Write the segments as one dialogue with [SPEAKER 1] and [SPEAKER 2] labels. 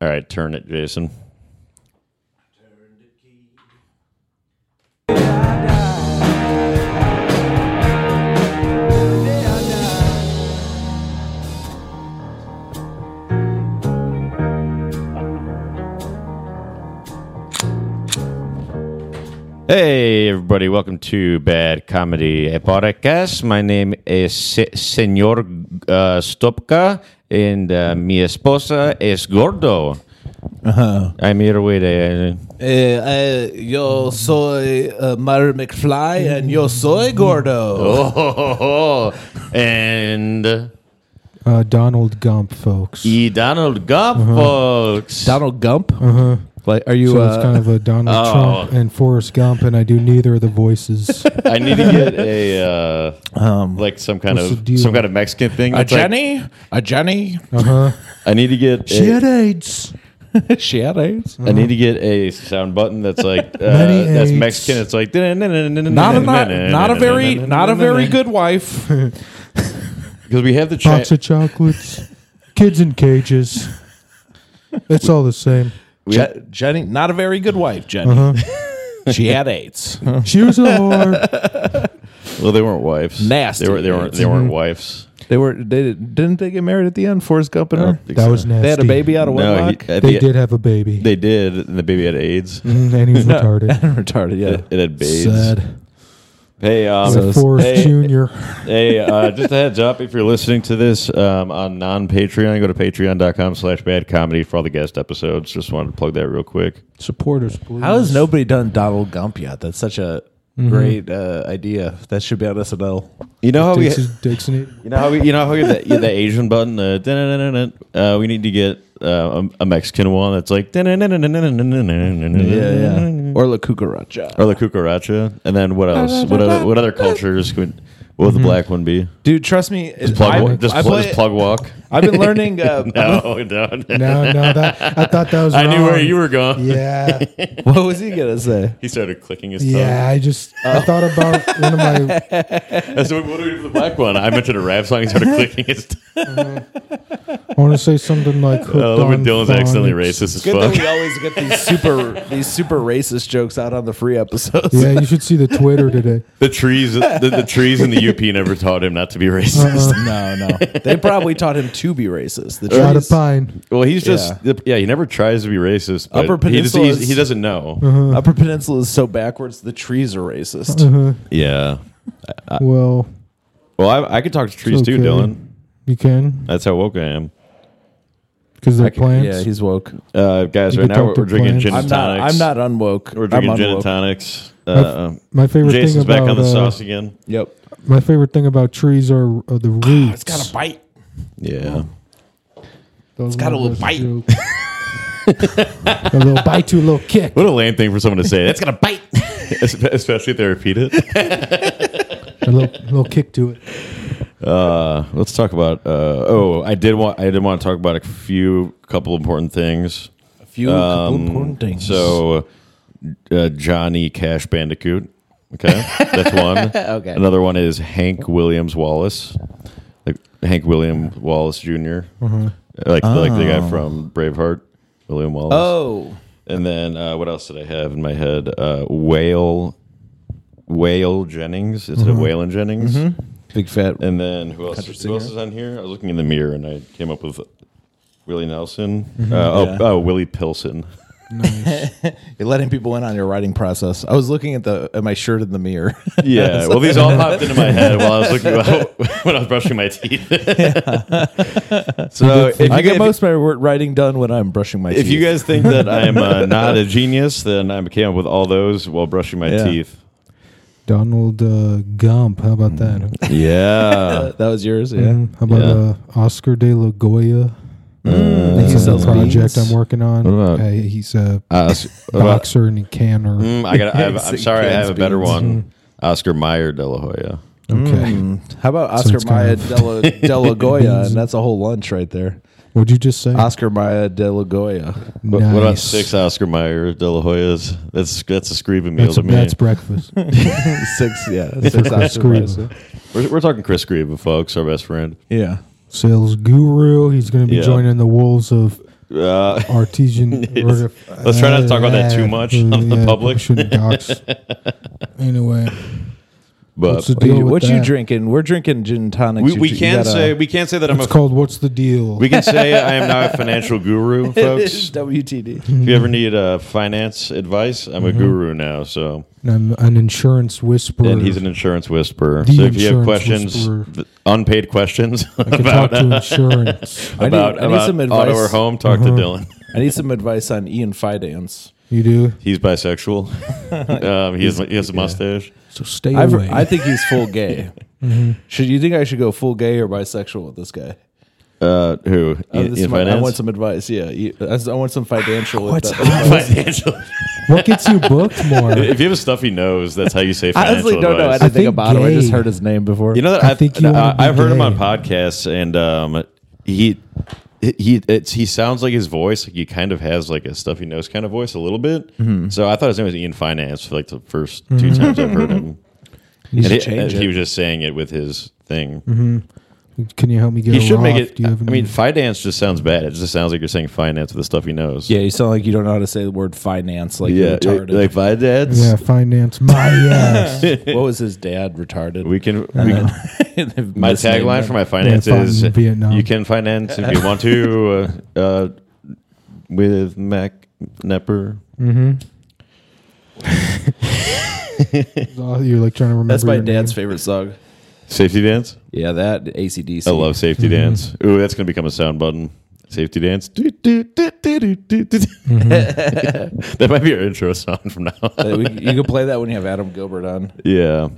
[SPEAKER 1] All right, turn it, Jason. Hey, everybody, welcome to Bad Comedy Podcast. My name is Se- Senor uh, Stopka, and uh, mi esposa es Gordo.
[SPEAKER 2] Uh-huh.
[SPEAKER 1] I'm here with uh, a.
[SPEAKER 3] Eh, eh, yo soy uh, Mary McFly and yo soy Gordo.
[SPEAKER 1] Oh, ho, ho, ho. and
[SPEAKER 2] Uh, Donald Gump, folks.
[SPEAKER 1] E. Donald Gump, folks.
[SPEAKER 3] Donald Gump?
[SPEAKER 2] Uh-huh.
[SPEAKER 3] Like, are you
[SPEAKER 2] So
[SPEAKER 3] uh,
[SPEAKER 2] it's kind of a Donald
[SPEAKER 1] oh.
[SPEAKER 2] Trump and Forrest Gump, and I do neither of the voices.
[SPEAKER 1] I need to get a uh,
[SPEAKER 3] um,
[SPEAKER 1] like some kind
[SPEAKER 2] what's
[SPEAKER 1] of
[SPEAKER 2] the deal?
[SPEAKER 1] some kind of Mexican thing.
[SPEAKER 3] a
[SPEAKER 1] It's like-
[SPEAKER 3] Jenny? A Jenny?
[SPEAKER 2] Uh huh.
[SPEAKER 1] I need to get.
[SPEAKER 2] She
[SPEAKER 1] a-
[SPEAKER 2] had AIDS.
[SPEAKER 3] she had AIDS.
[SPEAKER 1] I need to get a sound button that's like uh,
[SPEAKER 2] Many
[SPEAKER 1] that's
[SPEAKER 2] AIDS.
[SPEAKER 1] Mexican. It's like
[SPEAKER 3] Not
[SPEAKER 1] not
[SPEAKER 3] a not, not a very not a very good wife.
[SPEAKER 1] because we have the Chi-
[SPEAKER 2] Box of chocolates. Kids in cages. It's all the same.
[SPEAKER 1] we ha-
[SPEAKER 3] Je- Jenny, not a very good wife, Jenny. she had AIDS.
[SPEAKER 2] She was a whore.
[SPEAKER 1] well they weren't wives
[SPEAKER 3] Nasty
[SPEAKER 1] they were they weren't they weren't wives
[SPEAKER 3] they were they didn't they get married at the end, Forrest Gump and
[SPEAKER 1] I
[SPEAKER 3] her?
[SPEAKER 1] don't think
[SPEAKER 2] That
[SPEAKER 1] so.
[SPEAKER 2] was nasty.
[SPEAKER 3] They had a baby out of
[SPEAKER 1] no he,
[SPEAKER 3] wedlock.
[SPEAKER 1] I
[SPEAKER 2] They
[SPEAKER 1] think it-
[SPEAKER 2] did have a baby.
[SPEAKER 1] they did and the baby had AIDS
[SPEAKER 2] Mm, and he was
[SPEAKER 3] No.
[SPEAKER 2] retarded.
[SPEAKER 3] Retarded, yeah.
[SPEAKER 1] it, it had AIDS
[SPEAKER 2] Sad.
[SPEAKER 1] hey um
[SPEAKER 3] So-
[SPEAKER 2] Like Forrest
[SPEAKER 1] hey-
[SPEAKER 2] Junior.
[SPEAKER 1] hey uh, just a heads up if you're listening to this um, on non Patreon go to patreon.com slash bad comedy for all the guest episodes just wanted to plug that real quick
[SPEAKER 2] Supporters, please.
[SPEAKER 3] How has nobody done Donald Gump yet? That's such a great uh, idea. That should be on SNL.
[SPEAKER 1] you know how we
[SPEAKER 2] Takes his dicks in it.
[SPEAKER 1] You know how we, you know how we get the, the Asian button. Uh, dun-dun-dun-dun-dun. uh, we need to get uh, a, a Mexican one that's like dun-dun-dun-dun-dun-dun-dun-dun-dun-dun.
[SPEAKER 3] Or La Cucaracha.
[SPEAKER 1] or the cucaracha. And then what else? What other, what other cultures? Could, what would the black one be?
[SPEAKER 3] Dude, trust me.
[SPEAKER 1] Just plug,
[SPEAKER 3] I,
[SPEAKER 1] wa- just,
[SPEAKER 3] I
[SPEAKER 1] pl-
[SPEAKER 3] play-
[SPEAKER 1] just plug walk.
[SPEAKER 3] I've been learning. Uh,
[SPEAKER 1] No, no, no.
[SPEAKER 2] No, no, that I thought that was.
[SPEAKER 1] I knew where
[SPEAKER 2] wrong.
[SPEAKER 1] you were going.
[SPEAKER 2] Yeah.
[SPEAKER 3] What was he gonna say?
[SPEAKER 1] He started clicking his
[SPEAKER 2] Yeah, I just I thought about one of my
[SPEAKER 1] tongue. I said, "What do we do for the black one?" I mentioned a rap song. He started clicking his. tongue.
[SPEAKER 2] I want to say something like hooked
[SPEAKER 1] Oh, look
[SPEAKER 2] on
[SPEAKER 1] at Dylan's
[SPEAKER 2] phonics.
[SPEAKER 1] accidentally racist as
[SPEAKER 3] Good
[SPEAKER 1] fuck.
[SPEAKER 3] that we always get these super these super racist jokes out on the free episodes.
[SPEAKER 2] Yeah, you should see the Twitter today.
[SPEAKER 1] The trees, the, the trees in the UP never taught him not to be racist.
[SPEAKER 2] Uh,
[SPEAKER 3] No, no. They probably taught him to be racist. The
[SPEAKER 2] Out
[SPEAKER 3] trees,
[SPEAKER 2] of pine.
[SPEAKER 1] Well, he's just
[SPEAKER 3] Yeah.
[SPEAKER 1] yeah. He never tries to be racist. But
[SPEAKER 3] Upper
[SPEAKER 1] he, just,
[SPEAKER 3] Peninsula
[SPEAKER 1] he's-
[SPEAKER 3] is-
[SPEAKER 1] he doesn't know.
[SPEAKER 2] Uh-huh.
[SPEAKER 3] Upper Peninsula is so backwards. The trees are racist.
[SPEAKER 1] Mm-hmm. Yeah.
[SPEAKER 3] uh,
[SPEAKER 2] Well,
[SPEAKER 1] Well, I, I could talk to trees too,
[SPEAKER 2] okay.
[SPEAKER 1] Dylan.
[SPEAKER 2] you can
[SPEAKER 1] That's how woke I am.
[SPEAKER 2] because they're
[SPEAKER 3] Yeah,
[SPEAKER 2] plants.
[SPEAKER 3] he's woke.
[SPEAKER 1] Uh, guys,
[SPEAKER 2] You
[SPEAKER 1] right
[SPEAKER 2] could
[SPEAKER 1] now
[SPEAKER 2] talk
[SPEAKER 1] we're,
[SPEAKER 2] to
[SPEAKER 1] we're drinking
[SPEAKER 2] plants.
[SPEAKER 1] gin
[SPEAKER 3] I'm
[SPEAKER 1] and
[SPEAKER 3] not.
[SPEAKER 1] tonics.
[SPEAKER 3] I'm not unwoke.
[SPEAKER 1] We're
[SPEAKER 3] I'm
[SPEAKER 1] drinking gin and
[SPEAKER 3] unwoke.
[SPEAKER 1] tonics. Uh,
[SPEAKER 2] my favorite
[SPEAKER 1] Jason's
[SPEAKER 2] thing about
[SPEAKER 1] back on the
[SPEAKER 2] uh,
[SPEAKER 1] sauce again.
[SPEAKER 3] Yep.
[SPEAKER 2] my favorite thing about trees are, are
[SPEAKER 3] Ah,
[SPEAKER 2] the roots. it's
[SPEAKER 3] bite.
[SPEAKER 1] Yeah.
[SPEAKER 2] got
[SPEAKER 3] a little bite.
[SPEAKER 2] a little bite to a little kick.
[SPEAKER 1] What a lame thing for someone to say. That's gonna bite, especially if they repeat it.
[SPEAKER 2] A little, little kick to it.
[SPEAKER 1] Uh, let's talk about. Uh, oh, I did want. I did want to talk about a few couple important things.
[SPEAKER 3] A few couple important things.
[SPEAKER 1] Um, So, uh, Johnny Cash Bandicoot. Okay, that's one.
[SPEAKER 3] Okay.
[SPEAKER 1] Another one is Hank Williams Wallace, like Hank William Wallace junior like like the guy from Braveheart, William Wallace.
[SPEAKER 3] oh,
[SPEAKER 1] And then uh, what else did I have in my head? Uh, Whale, Whale Jennings instead of Waylon Jennings.
[SPEAKER 3] big fat.
[SPEAKER 1] And then who else? Who
[SPEAKER 3] singer.
[SPEAKER 1] else is on here? I was looking in the mirror and I came up with Willie Nelson. Uh, oh, oh, Willie Pilson.
[SPEAKER 3] You're letting people in on your writing process. I was looking at the at my shirt in the mirror.
[SPEAKER 1] Yeah. Well, these all popped into my head while I was looking when I was brushing my teeth. so Uh, if you, guys,
[SPEAKER 3] I get most of my wor- writing done when I'm brushing my
[SPEAKER 1] if
[SPEAKER 3] teeth.
[SPEAKER 1] you guys think that I'm uh, not a genius, then I came up with all those while brushing my
[SPEAKER 3] Yeah.
[SPEAKER 1] teeth.
[SPEAKER 2] Donald uh, Gump. How about that?
[SPEAKER 1] Yeah.
[SPEAKER 3] Uh, that was yours, yeah.
[SPEAKER 1] Mm-hmm.
[SPEAKER 2] Mm, How about
[SPEAKER 1] Yeah. Mm.
[SPEAKER 2] uh, Oscar de la Goya?
[SPEAKER 3] he
[SPEAKER 2] That's
[SPEAKER 3] sells
[SPEAKER 2] a project
[SPEAKER 3] beans.
[SPEAKER 2] I'm working on.
[SPEAKER 1] What about-
[SPEAKER 2] Uh, he's a
[SPEAKER 1] Uh, s- about-
[SPEAKER 2] boxer and a canner.
[SPEAKER 1] Mm, I got. I'm, I'm
[SPEAKER 3] Sick
[SPEAKER 1] sorry. I
[SPEAKER 3] kids
[SPEAKER 1] have a better
[SPEAKER 3] beans.
[SPEAKER 1] one. Oscar Meyer De La Hoya.
[SPEAKER 2] Okay.
[SPEAKER 3] Mm. How about
[SPEAKER 2] So
[SPEAKER 3] Oscar
[SPEAKER 2] it's kind
[SPEAKER 3] Maya
[SPEAKER 2] of-
[SPEAKER 3] Dela Dela Goya? And that's a whole lunch right there.
[SPEAKER 2] What'd you just say?
[SPEAKER 3] Oscar Maya Dela Goya.
[SPEAKER 1] What, what about
[SPEAKER 2] Nice.
[SPEAKER 1] six Oscar Mayer De La Hoyas? That's that's a screaming meal
[SPEAKER 2] That's,
[SPEAKER 1] to me.
[SPEAKER 2] that's breakfast.
[SPEAKER 3] Six, yeah, six Oscar
[SPEAKER 2] Scream.
[SPEAKER 3] Mayas.
[SPEAKER 1] we're, we're talking Chris Greve, folks, our best friend.
[SPEAKER 3] Yeah.
[SPEAKER 2] Sales guru. He's going to be
[SPEAKER 1] Yeah.
[SPEAKER 2] joining the wolves of
[SPEAKER 1] Uh,
[SPEAKER 2] Artesian.
[SPEAKER 1] Let's try not to talk about that too much on the public.
[SPEAKER 2] Shouldn't dox. anyway,
[SPEAKER 1] but
[SPEAKER 2] What's the
[SPEAKER 1] we-
[SPEAKER 2] deal?
[SPEAKER 3] What,
[SPEAKER 2] with
[SPEAKER 3] you
[SPEAKER 2] that.
[SPEAKER 3] drinking? We're drinking gin tonics.
[SPEAKER 1] we,
[SPEAKER 3] You- you
[SPEAKER 1] can
[SPEAKER 3] gotta-
[SPEAKER 1] say we can say that I'm a
[SPEAKER 2] it's called "What's the Deal."
[SPEAKER 1] we can say I am now a financial guru, folks.
[SPEAKER 3] WTD.
[SPEAKER 1] if you ever need uh, finance advice, I'm
[SPEAKER 3] Mm-hmm.
[SPEAKER 1] a guru now. So
[SPEAKER 2] and I'm an insurance whisperer.
[SPEAKER 1] and he's an insurance whisperer.
[SPEAKER 2] The
[SPEAKER 1] so if you have
[SPEAKER 2] insurance
[SPEAKER 1] questions,
[SPEAKER 2] whisperer.
[SPEAKER 1] th- unpaid questions
[SPEAKER 2] I can
[SPEAKER 1] about
[SPEAKER 2] talk to insurance.
[SPEAKER 3] I need-
[SPEAKER 1] about,
[SPEAKER 3] I need
[SPEAKER 1] about
[SPEAKER 3] some
[SPEAKER 1] auto
[SPEAKER 3] advice. Uh-huh.
[SPEAKER 1] or home, talk to Dylan.
[SPEAKER 3] I need some advice on Ian Fidance.
[SPEAKER 2] You do
[SPEAKER 1] He's bisexual. um, he, has, he has a mustache.
[SPEAKER 2] so. Stay
[SPEAKER 3] I've,
[SPEAKER 2] away.
[SPEAKER 3] I think he's full gay. Should you think I should go full gay or bisexual with this guy?
[SPEAKER 1] Uh, who?
[SPEAKER 3] Uh,
[SPEAKER 1] In,
[SPEAKER 3] this
[SPEAKER 1] in
[SPEAKER 3] is my- I
[SPEAKER 1] finance?
[SPEAKER 3] want some advice. Yeah, you- I s- I want some financial.
[SPEAKER 2] What's
[SPEAKER 3] advice.
[SPEAKER 1] financial.
[SPEAKER 2] what gets you booked more?
[SPEAKER 1] if you have stuff he knows, that's how you say
[SPEAKER 3] I
[SPEAKER 1] financial
[SPEAKER 3] honestly don't know
[SPEAKER 1] advice.
[SPEAKER 3] anything
[SPEAKER 2] think
[SPEAKER 3] about him. I just
[SPEAKER 2] gay.
[SPEAKER 3] heard his name before.
[SPEAKER 1] You know that
[SPEAKER 2] I
[SPEAKER 1] I've,
[SPEAKER 2] think you wanna be
[SPEAKER 1] I, have heard him
[SPEAKER 2] gay.
[SPEAKER 1] on podcasts, and um, he he it's, he sounds like his voice. Like he kind of has like a stuff he knows kind of voice a little bit.
[SPEAKER 2] Mm-hmm.
[SPEAKER 1] So I thought his name was Ian Finance for like the 1st two times I've heard him.
[SPEAKER 2] You
[SPEAKER 1] and
[SPEAKER 2] should
[SPEAKER 1] he, and
[SPEAKER 3] change
[SPEAKER 1] he
[SPEAKER 3] it.
[SPEAKER 1] was just saying it with his thing.
[SPEAKER 2] Can you help me get?
[SPEAKER 1] He
[SPEAKER 2] a
[SPEAKER 1] should make
[SPEAKER 2] loft?
[SPEAKER 1] it.
[SPEAKER 2] Do
[SPEAKER 1] I
[SPEAKER 2] you have any-
[SPEAKER 1] mean, finance just sounds bad. It just sounds like you're saying finance with the stuff he knows.
[SPEAKER 3] yeah, you sound like you don't know how to say the word finance. Like
[SPEAKER 1] yeah,
[SPEAKER 3] you're retarded.
[SPEAKER 1] like finance.
[SPEAKER 2] yeah, finance my ass.
[SPEAKER 3] what was his dad retarded?
[SPEAKER 1] We can. We,
[SPEAKER 2] Uh,
[SPEAKER 1] my tagline for my finance
[SPEAKER 2] Yeah, fine,
[SPEAKER 1] is
[SPEAKER 2] Vietnam.
[SPEAKER 3] Um,
[SPEAKER 1] You can finance if you want to uh, uh, with Mac Nepper.
[SPEAKER 2] Oh, You're like trying to remember.
[SPEAKER 3] That's my
[SPEAKER 2] your
[SPEAKER 3] dad's
[SPEAKER 2] name.
[SPEAKER 3] favorite song.
[SPEAKER 1] Safety dance.
[SPEAKER 3] Yeah, that ACDC.
[SPEAKER 1] I love safety
[SPEAKER 3] Mm-hmm.
[SPEAKER 1] dance. Ooh, that's gonna become a sound button. Safety dance. Do, do, do, do, do, do, do.
[SPEAKER 3] Mm-hmm.
[SPEAKER 1] that might be our intro song from now. on.
[SPEAKER 3] Uh, we- you can play that when you have Adam Gilbert on.
[SPEAKER 1] yeah.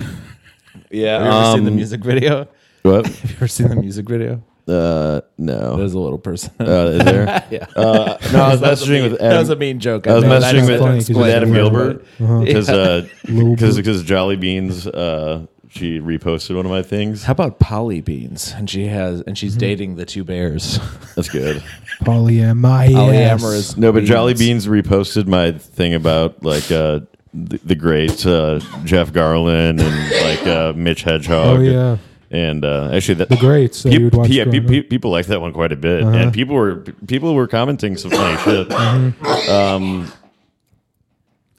[SPEAKER 3] Yeah, have you ever seen the
[SPEAKER 1] um,
[SPEAKER 3] music video?
[SPEAKER 1] What?
[SPEAKER 3] Have you ever seen the music video?
[SPEAKER 1] Uh, no.
[SPEAKER 3] There's a little person.
[SPEAKER 1] Uh, is there?
[SPEAKER 3] yeah,
[SPEAKER 1] Uh, no, I was
[SPEAKER 3] That's a
[SPEAKER 1] messaging
[SPEAKER 3] mean-
[SPEAKER 1] with
[SPEAKER 3] That was a
[SPEAKER 1] Adam.
[SPEAKER 3] mean joke.
[SPEAKER 1] I was
[SPEAKER 3] made.
[SPEAKER 1] messaging
[SPEAKER 3] just
[SPEAKER 1] with,
[SPEAKER 3] don't
[SPEAKER 2] funny 'cause
[SPEAKER 1] with
[SPEAKER 3] explain
[SPEAKER 2] it's
[SPEAKER 1] Adam
[SPEAKER 3] it.
[SPEAKER 2] weird.
[SPEAKER 1] Gilbert
[SPEAKER 3] Uh-huh.
[SPEAKER 1] because
[SPEAKER 3] uh,
[SPEAKER 2] Little
[SPEAKER 1] because uh, Jolly Beans uh, she reposted one of my things.
[SPEAKER 3] How about Polly Beans? And she has, and she's dating the two bears.
[SPEAKER 1] That's good.
[SPEAKER 2] Polyam my
[SPEAKER 3] Polyamorous.
[SPEAKER 2] ass.
[SPEAKER 1] No, but
[SPEAKER 3] Beans.
[SPEAKER 1] Jolly Beans reposted my thing about like uh, the, the great uh, Jeff Garland and like uh, Mitch Hedgehog.
[SPEAKER 2] Oh yeah,
[SPEAKER 1] and uh, actually that
[SPEAKER 2] the greats that you would
[SPEAKER 1] Peop-
[SPEAKER 2] watch.
[SPEAKER 1] yeah,
[SPEAKER 2] growing
[SPEAKER 1] pe-
[SPEAKER 2] up. Uh-huh.
[SPEAKER 1] pe- people liked that one quite a bit, and people were people were commenting some funny shit. Um,
[SPEAKER 2] Mm-hmm.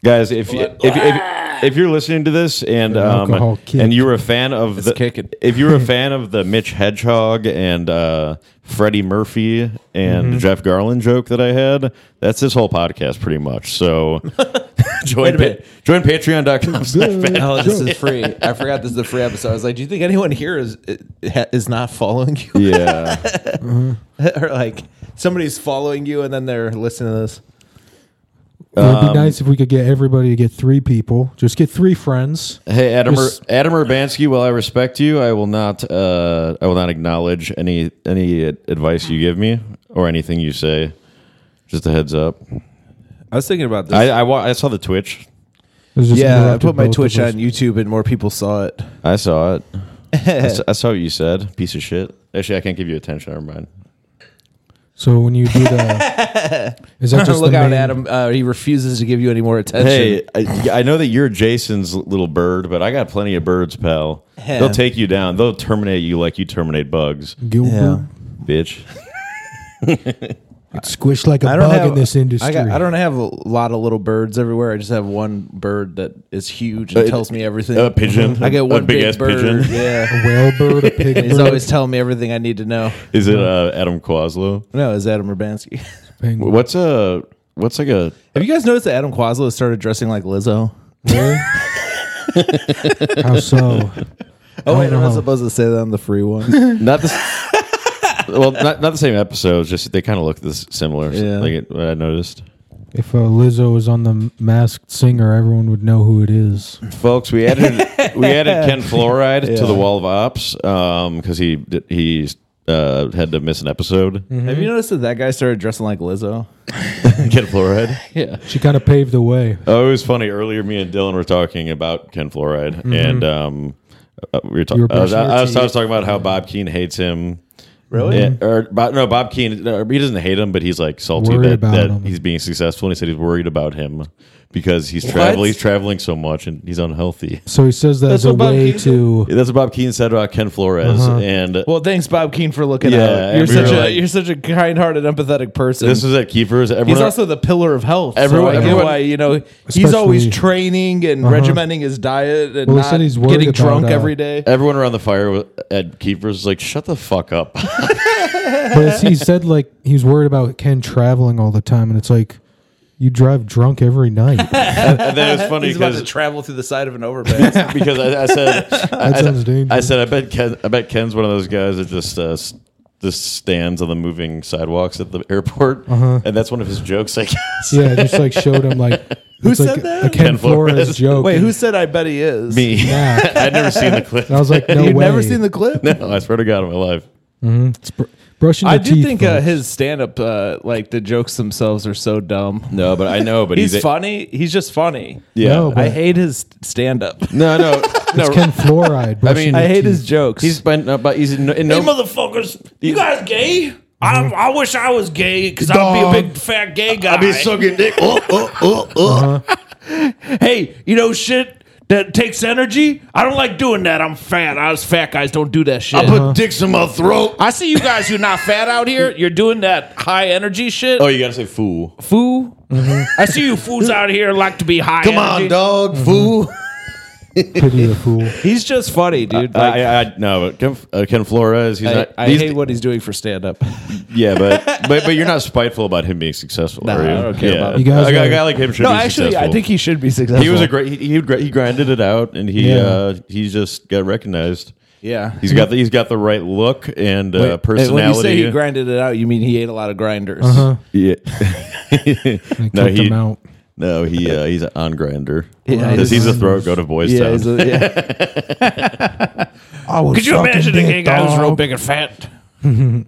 [SPEAKER 1] guys, if, you- if if if you're listening to this and um,
[SPEAKER 2] alcohol kick.
[SPEAKER 1] and you're a fan of the
[SPEAKER 3] kicking.
[SPEAKER 1] if you're a fan of the Mitch Hedgehog and uh, Freddie Murphy and
[SPEAKER 2] Mm-hmm.
[SPEAKER 1] Jeff Garland joke that I had, that's this whole podcast pretty much. So join
[SPEAKER 3] a
[SPEAKER 1] pa-
[SPEAKER 3] minute.
[SPEAKER 1] join Patreon.com. slash
[SPEAKER 2] Good.
[SPEAKER 3] Oh, this is free. I forgot this is a free episode. I was like, do you think anyone here is is not following you?
[SPEAKER 1] Yeah.
[SPEAKER 3] or like somebody's following you and then they're listening to this.
[SPEAKER 2] It would
[SPEAKER 3] Um,
[SPEAKER 2] be nice if we could get everybody to get three people. Just get three friends.
[SPEAKER 1] Hey Adam,
[SPEAKER 2] Just-
[SPEAKER 1] Adam Urbanski. While I respect you, I will not. Uh, I will not acknowledge any any advice you give me or anything you say. Just a heads up.
[SPEAKER 3] I was thinking about this.
[SPEAKER 1] I I, wa- I saw the Twitch.
[SPEAKER 2] It was just
[SPEAKER 3] yeah, I
[SPEAKER 2] interrupted
[SPEAKER 3] put my
[SPEAKER 2] both of
[SPEAKER 3] Twitch
[SPEAKER 2] us.
[SPEAKER 3] on YouTube and more people saw it.
[SPEAKER 1] I saw it. I, s- I saw what you said. Piece of shit. Actually, I can't give you attention. Never mind.
[SPEAKER 2] So when you do that, is that just
[SPEAKER 3] Look
[SPEAKER 2] the
[SPEAKER 3] out,
[SPEAKER 2] main-
[SPEAKER 3] Adam. Uh, he refuses to give you any more attention.
[SPEAKER 1] Hey, I, I know that you're Jason's little bird, but I got plenty of birds, pal. They'll take you down. They'll terminate you like you terminate bugs,
[SPEAKER 2] Gilbert?
[SPEAKER 3] Yeah.
[SPEAKER 1] bitch.
[SPEAKER 2] It's squished like a
[SPEAKER 3] I don't
[SPEAKER 2] bug
[SPEAKER 3] have
[SPEAKER 2] in this industry.
[SPEAKER 3] I, got, I don't have a lot of little birds everywhere. I just have one bird that is huge and
[SPEAKER 1] Uh,
[SPEAKER 3] tells me everything.
[SPEAKER 1] a pigeon.
[SPEAKER 3] I
[SPEAKER 1] A
[SPEAKER 3] get one big,
[SPEAKER 1] big-ass
[SPEAKER 3] bird.
[SPEAKER 1] pigeon.
[SPEAKER 3] Yeah,
[SPEAKER 2] a whale bird, a pig
[SPEAKER 3] he's
[SPEAKER 2] bird,
[SPEAKER 3] always telling me everything I need to know.
[SPEAKER 1] Is it uh, Adam Quaslow?
[SPEAKER 3] No, is Adam Urbanski.
[SPEAKER 2] penguin.
[SPEAKER 1] What's a what's like a
[SPEAKER 3] have you guys noticed that Adam Quaslow started dressing like Lizzo?
[SPEAKER 2] Really? How so?
[SPEAKER 3] Oh, wait,
[SPEAKER 2] don't
[SPEAKER 3] I'm not
[SPEAKER 2] know.
[SPEAKER 3] supposed to say that on the free one.
[SPEAKER 1] not the s- well, not, not the same episode. Just they kind of look this similar.
[SPEAKER 3] Yeah.
[SPEAKER 1] Like it, what I noticed,
[SPEAKER 2] If uh, Lizzo was on the Masked Singer, everyone would know who it is.
[SPEAKER 1] folks. We added we added Ken Fluoride to the wall of ops because he did- he uh, had to miss an episode.
[SPEAKER 3] Have you noticed that that guy started dressing like Lizzo?
[SPEAKER 1] Ken Fluoride.
[SPEAKER 3] Yeah.
[SPEAKER 2] She kind of paved the way.
[SPEAKER 1] Oh, it was funny. Earlier, me and Dylan were talking about Ken Fluoride, and um, uh, we were
[SPEAKER 2] You
[SPEAKER 1] talking.
[SPEAKER 2] were
[SPEAKER 1] I, was-
[SPEAKER 2] brushing Mm-hmm. your
[SPEAKER 1] I was I was
[SPEAKER 2] teeth.
[SPEAKER 1] talking about how Bob Keane hates him.
[SPEAKER 4] Really?
[SPEAKER 1] Yeah, or Bob, no, Bob Keane. no, He doesn't hate him, but he's like salty
[SPEAKER 2] Worried
[SPEAKER 1] that,
[SPEAKER 2] about
[SPEAKER 1] that
[SPEAKER 2] him.
[SPEAKER 1] he's being successful. And he said he's worried about him because he's traveling. He's traveling so much and he's unhealthy.
[SPEAKER 2] So he says that
[SPEAKER 4] That's
[SPEAKER 2] as a
[SPEAKER 4] what Bob
[SPEAKER 2] way
[SPEAKER 4] Keane said.
[SPEAKER 2] to.
[SPEAKER 1] That's what Bob Keane said about Ken Flores.
[SPEAKER 2] Uh-huh.
[SPEAKER 1] And
[SPEAKER 4] Well, thanks, Bob Keane, for looking
[SPEAKER 1] Yeah,
[SPEAKER 4] out. You're
[SPEAKER 1] and we
[SPEAKER 4] such
[SPEAKER 1] were
[SPEAKER 4] a
[SPEAKER 1] like-
[SPEAKER 4] you're such a kind-hearted, empathetic person.
[SPEAKER 1] this was at Kiefer's.
[SPEAKER 4] He's
[SPEAKER 1] Everyone,
[SPEAKER 4] also the pillar of health.
[SPEAKER 1] Everyone-
[SPEAKER 4] so I
[SPEAKER 1] everyone-
[SPEAKER 4] get why you know he's
[SPEAKER 2] Especially- Uh-huh.
[SPEAKER 4] always training and regimenting his diet and
[SPEAKER 2] Well, he
[SPEAKER 4] not
[SPEAKER 2] said he's worried
[SPEAKER 4] getting
[SPEAKER 2] about,
[SPEAKER 4] drunk
[SPEAKER 2] uh,
[SPEAKER 4] every day.
[SPEAKER 1] everyone around the fire wa- at Kiefer's was like, shut the fuck up.
[SPEAKER 2] But it's- he said like he was worried about Ken traveling all the time, and it's like you drive drunk every night.
[SPEAKER 1] and then it was funny
[SPEAKER 4] He's about
[SPEAKER 1] because
[SPEAKER 4] to travel through the side of an overpass.
[SPEAKER 1] because I, I said I,
[SPEAKER 2] That sounds dangerous.
[SPEAKER 1] I said I bet Ken I bet Ken's one of those guys that just uh, s- just stands on the moving sidewalks at the airport, and that's one of his jokes, I guess.
[SPEAKER 2] Uh-huh. yeah, just like showed him like
[SPEAKER 4] Who
[SPEAKER 2] it's, like,
[SPEAKER 4] said that?
[SPEAKER 2] A Ken,
[SPEAKER 1] Ken
[SPEAKER 2] Flores,
[SPEAKER 1] Flores.
[SPEAKER 2] joke.
[SPEAKER 4] Wait, who said I bet he is?
[SPEAKER 1] Me,
[SPEAKER 2] Yeah.
[SPEAKER 1] I'd never seen the clip.
[SPEAKER 2] And I was like, no
[SPEAKER 4] You've
[SPEAKER 2] way.
[SPEAKER 4] never seen the clip?
[SPEAKER 1] No, I swear to God, in my life.
[SPEAKER 2] It's br- brushing.
[SPEAKER 4] I
[SPEAKER 2] the
[SPEAKER 4] do
[SPEAKER 2] teeth,
[SPEAKER 4] think uh,
[SPEAKER 2] folks.
[SPEAKER 4] his stand-up, uh, like the jokes themselves, are so dumb.
[SPEAKER 1] No, but I know, but
[SPEAKER 4] He's,
[SPEAKER 1] he's, a-
[SPEAKER 4] funny. He's just funny.
[SPEAKER 1] Yeah,
[SPEAKER 2] No, but-
[SPEAKER 4] I hate his stand-up.
[SPEAKER 1] no, no, no.
[SPEAKER 2] Ken fluoride. brushing
[SPEAKER 1] mean,
[SPEAKER 2] your
[SPEAKER 4] I hate his
[SPEAKER 2] teeth.
[SPEAKER 4] jokes.
[SPEAKER 1] He's but no, but he's in no. In no
[SPEAKER 3] motherfuckers, you guys gay? I, I wish I was gay because I'd be a big fat gay guy.
[SPEAKER 1] sucking dick. Oh, oh, oh, oh.
[SPEAKER 2] Uh-huh.
[SPEAKER 3] hey, you know shit that takes energy? I don't like doing that. I'm fat. Us fat guys don't do that shit.
[SPEAKER 1] dicks in my throat.
[SPEAKER 3] I see you guys who not fat out here. You're doing that high energy shit.
[SPEAKER 1] Oh, you gotta say fool.
[SPEAKER 3] Foo. I see you fools out here like to be high
[SPEAKER 1] Come
[SPEAKER 3] energy.
[SPEAKER 1] on, dog,
[SPEAKER 2] Mm-hmm.
[SPEAKER 1] fool.
[SPEAKER 2] pity the fool.
[SPEAKER 4] he's just funny, dude. Like,
[SPEAKER 1] I, I, no, but Ken, uh, Ken Flores. He's
[SPEAKER 4] I,
[SPEAKER 1] not.
[SPEAKER 4] I
[SPEAKER 1] he's,
[SPEAKER 4] hate what he's doing for stand-up.
[SPEAKER 1] Yeah, but, but but you're not spiteful about him being successful.
[SPEAKER 4] Nah,
[SPEAKER 1] are you?
[SPEAKER 4] I don't care
[SPEAKER 1] yeah.
[SPEAKER 4] about
[SPEAKER 2] You guys
[SPEAKER 1] a, guy-
[SPEAKER 2] are-
[SPEAKER 1] a guy like him should
[SPEAKER 4] no,
[SPEAKER 1] be
[SPEAKER 4] actually,
[SPEAKER 1] successful.
[SPEAKER 4] I think he should be successful.
[SPEAKER 1] he was a great. He he, gr- he grinded it out, and he
[SPEAKER 2] Yeah.
[SPEAKER 1] uh, he just got recognized.
[SPEAKER 4] yeah.
[SPEAKER 1] He's got the, he's got the right look and uh,
[SPEAKER 4] Hey,
[SPEAKER 1] personality. Uh-huh.
[SPEAKER 4] When you say he grinded it out, you mean he ate a lot of grinders.
[SPEAKER 1] yeah.
[SPEAKER 2] And
[SPEAKER 1] no,
[SPEAKER 2] kicked
[SPEAKER 1] he
[SPEAKER 2] him out.
[SPEAKER 1] no he uh, he's on grinder.
[SPEAKER 4] Yeah,
[SPEAKER 1] because he's
[SPEAKER 4] he's-
[SPEAKER 1] a throat go to boys
[SPEAKER 4] Yeah,
[SPEAKER 1] town.
[SPEAKER 4] he's a- yeah.
[SPEAKER 2] I was
[SPEAKER 3] Could you
[SPEAKER 2] sucking
[SPEAKER 3] imagine a
[SPEAKER 2] dick,
[SPEAKER 3] gay guy who's
[SPEAKER 2] dog.
[SPEAKER 3] real big and fat?
[SPEAKER 1] you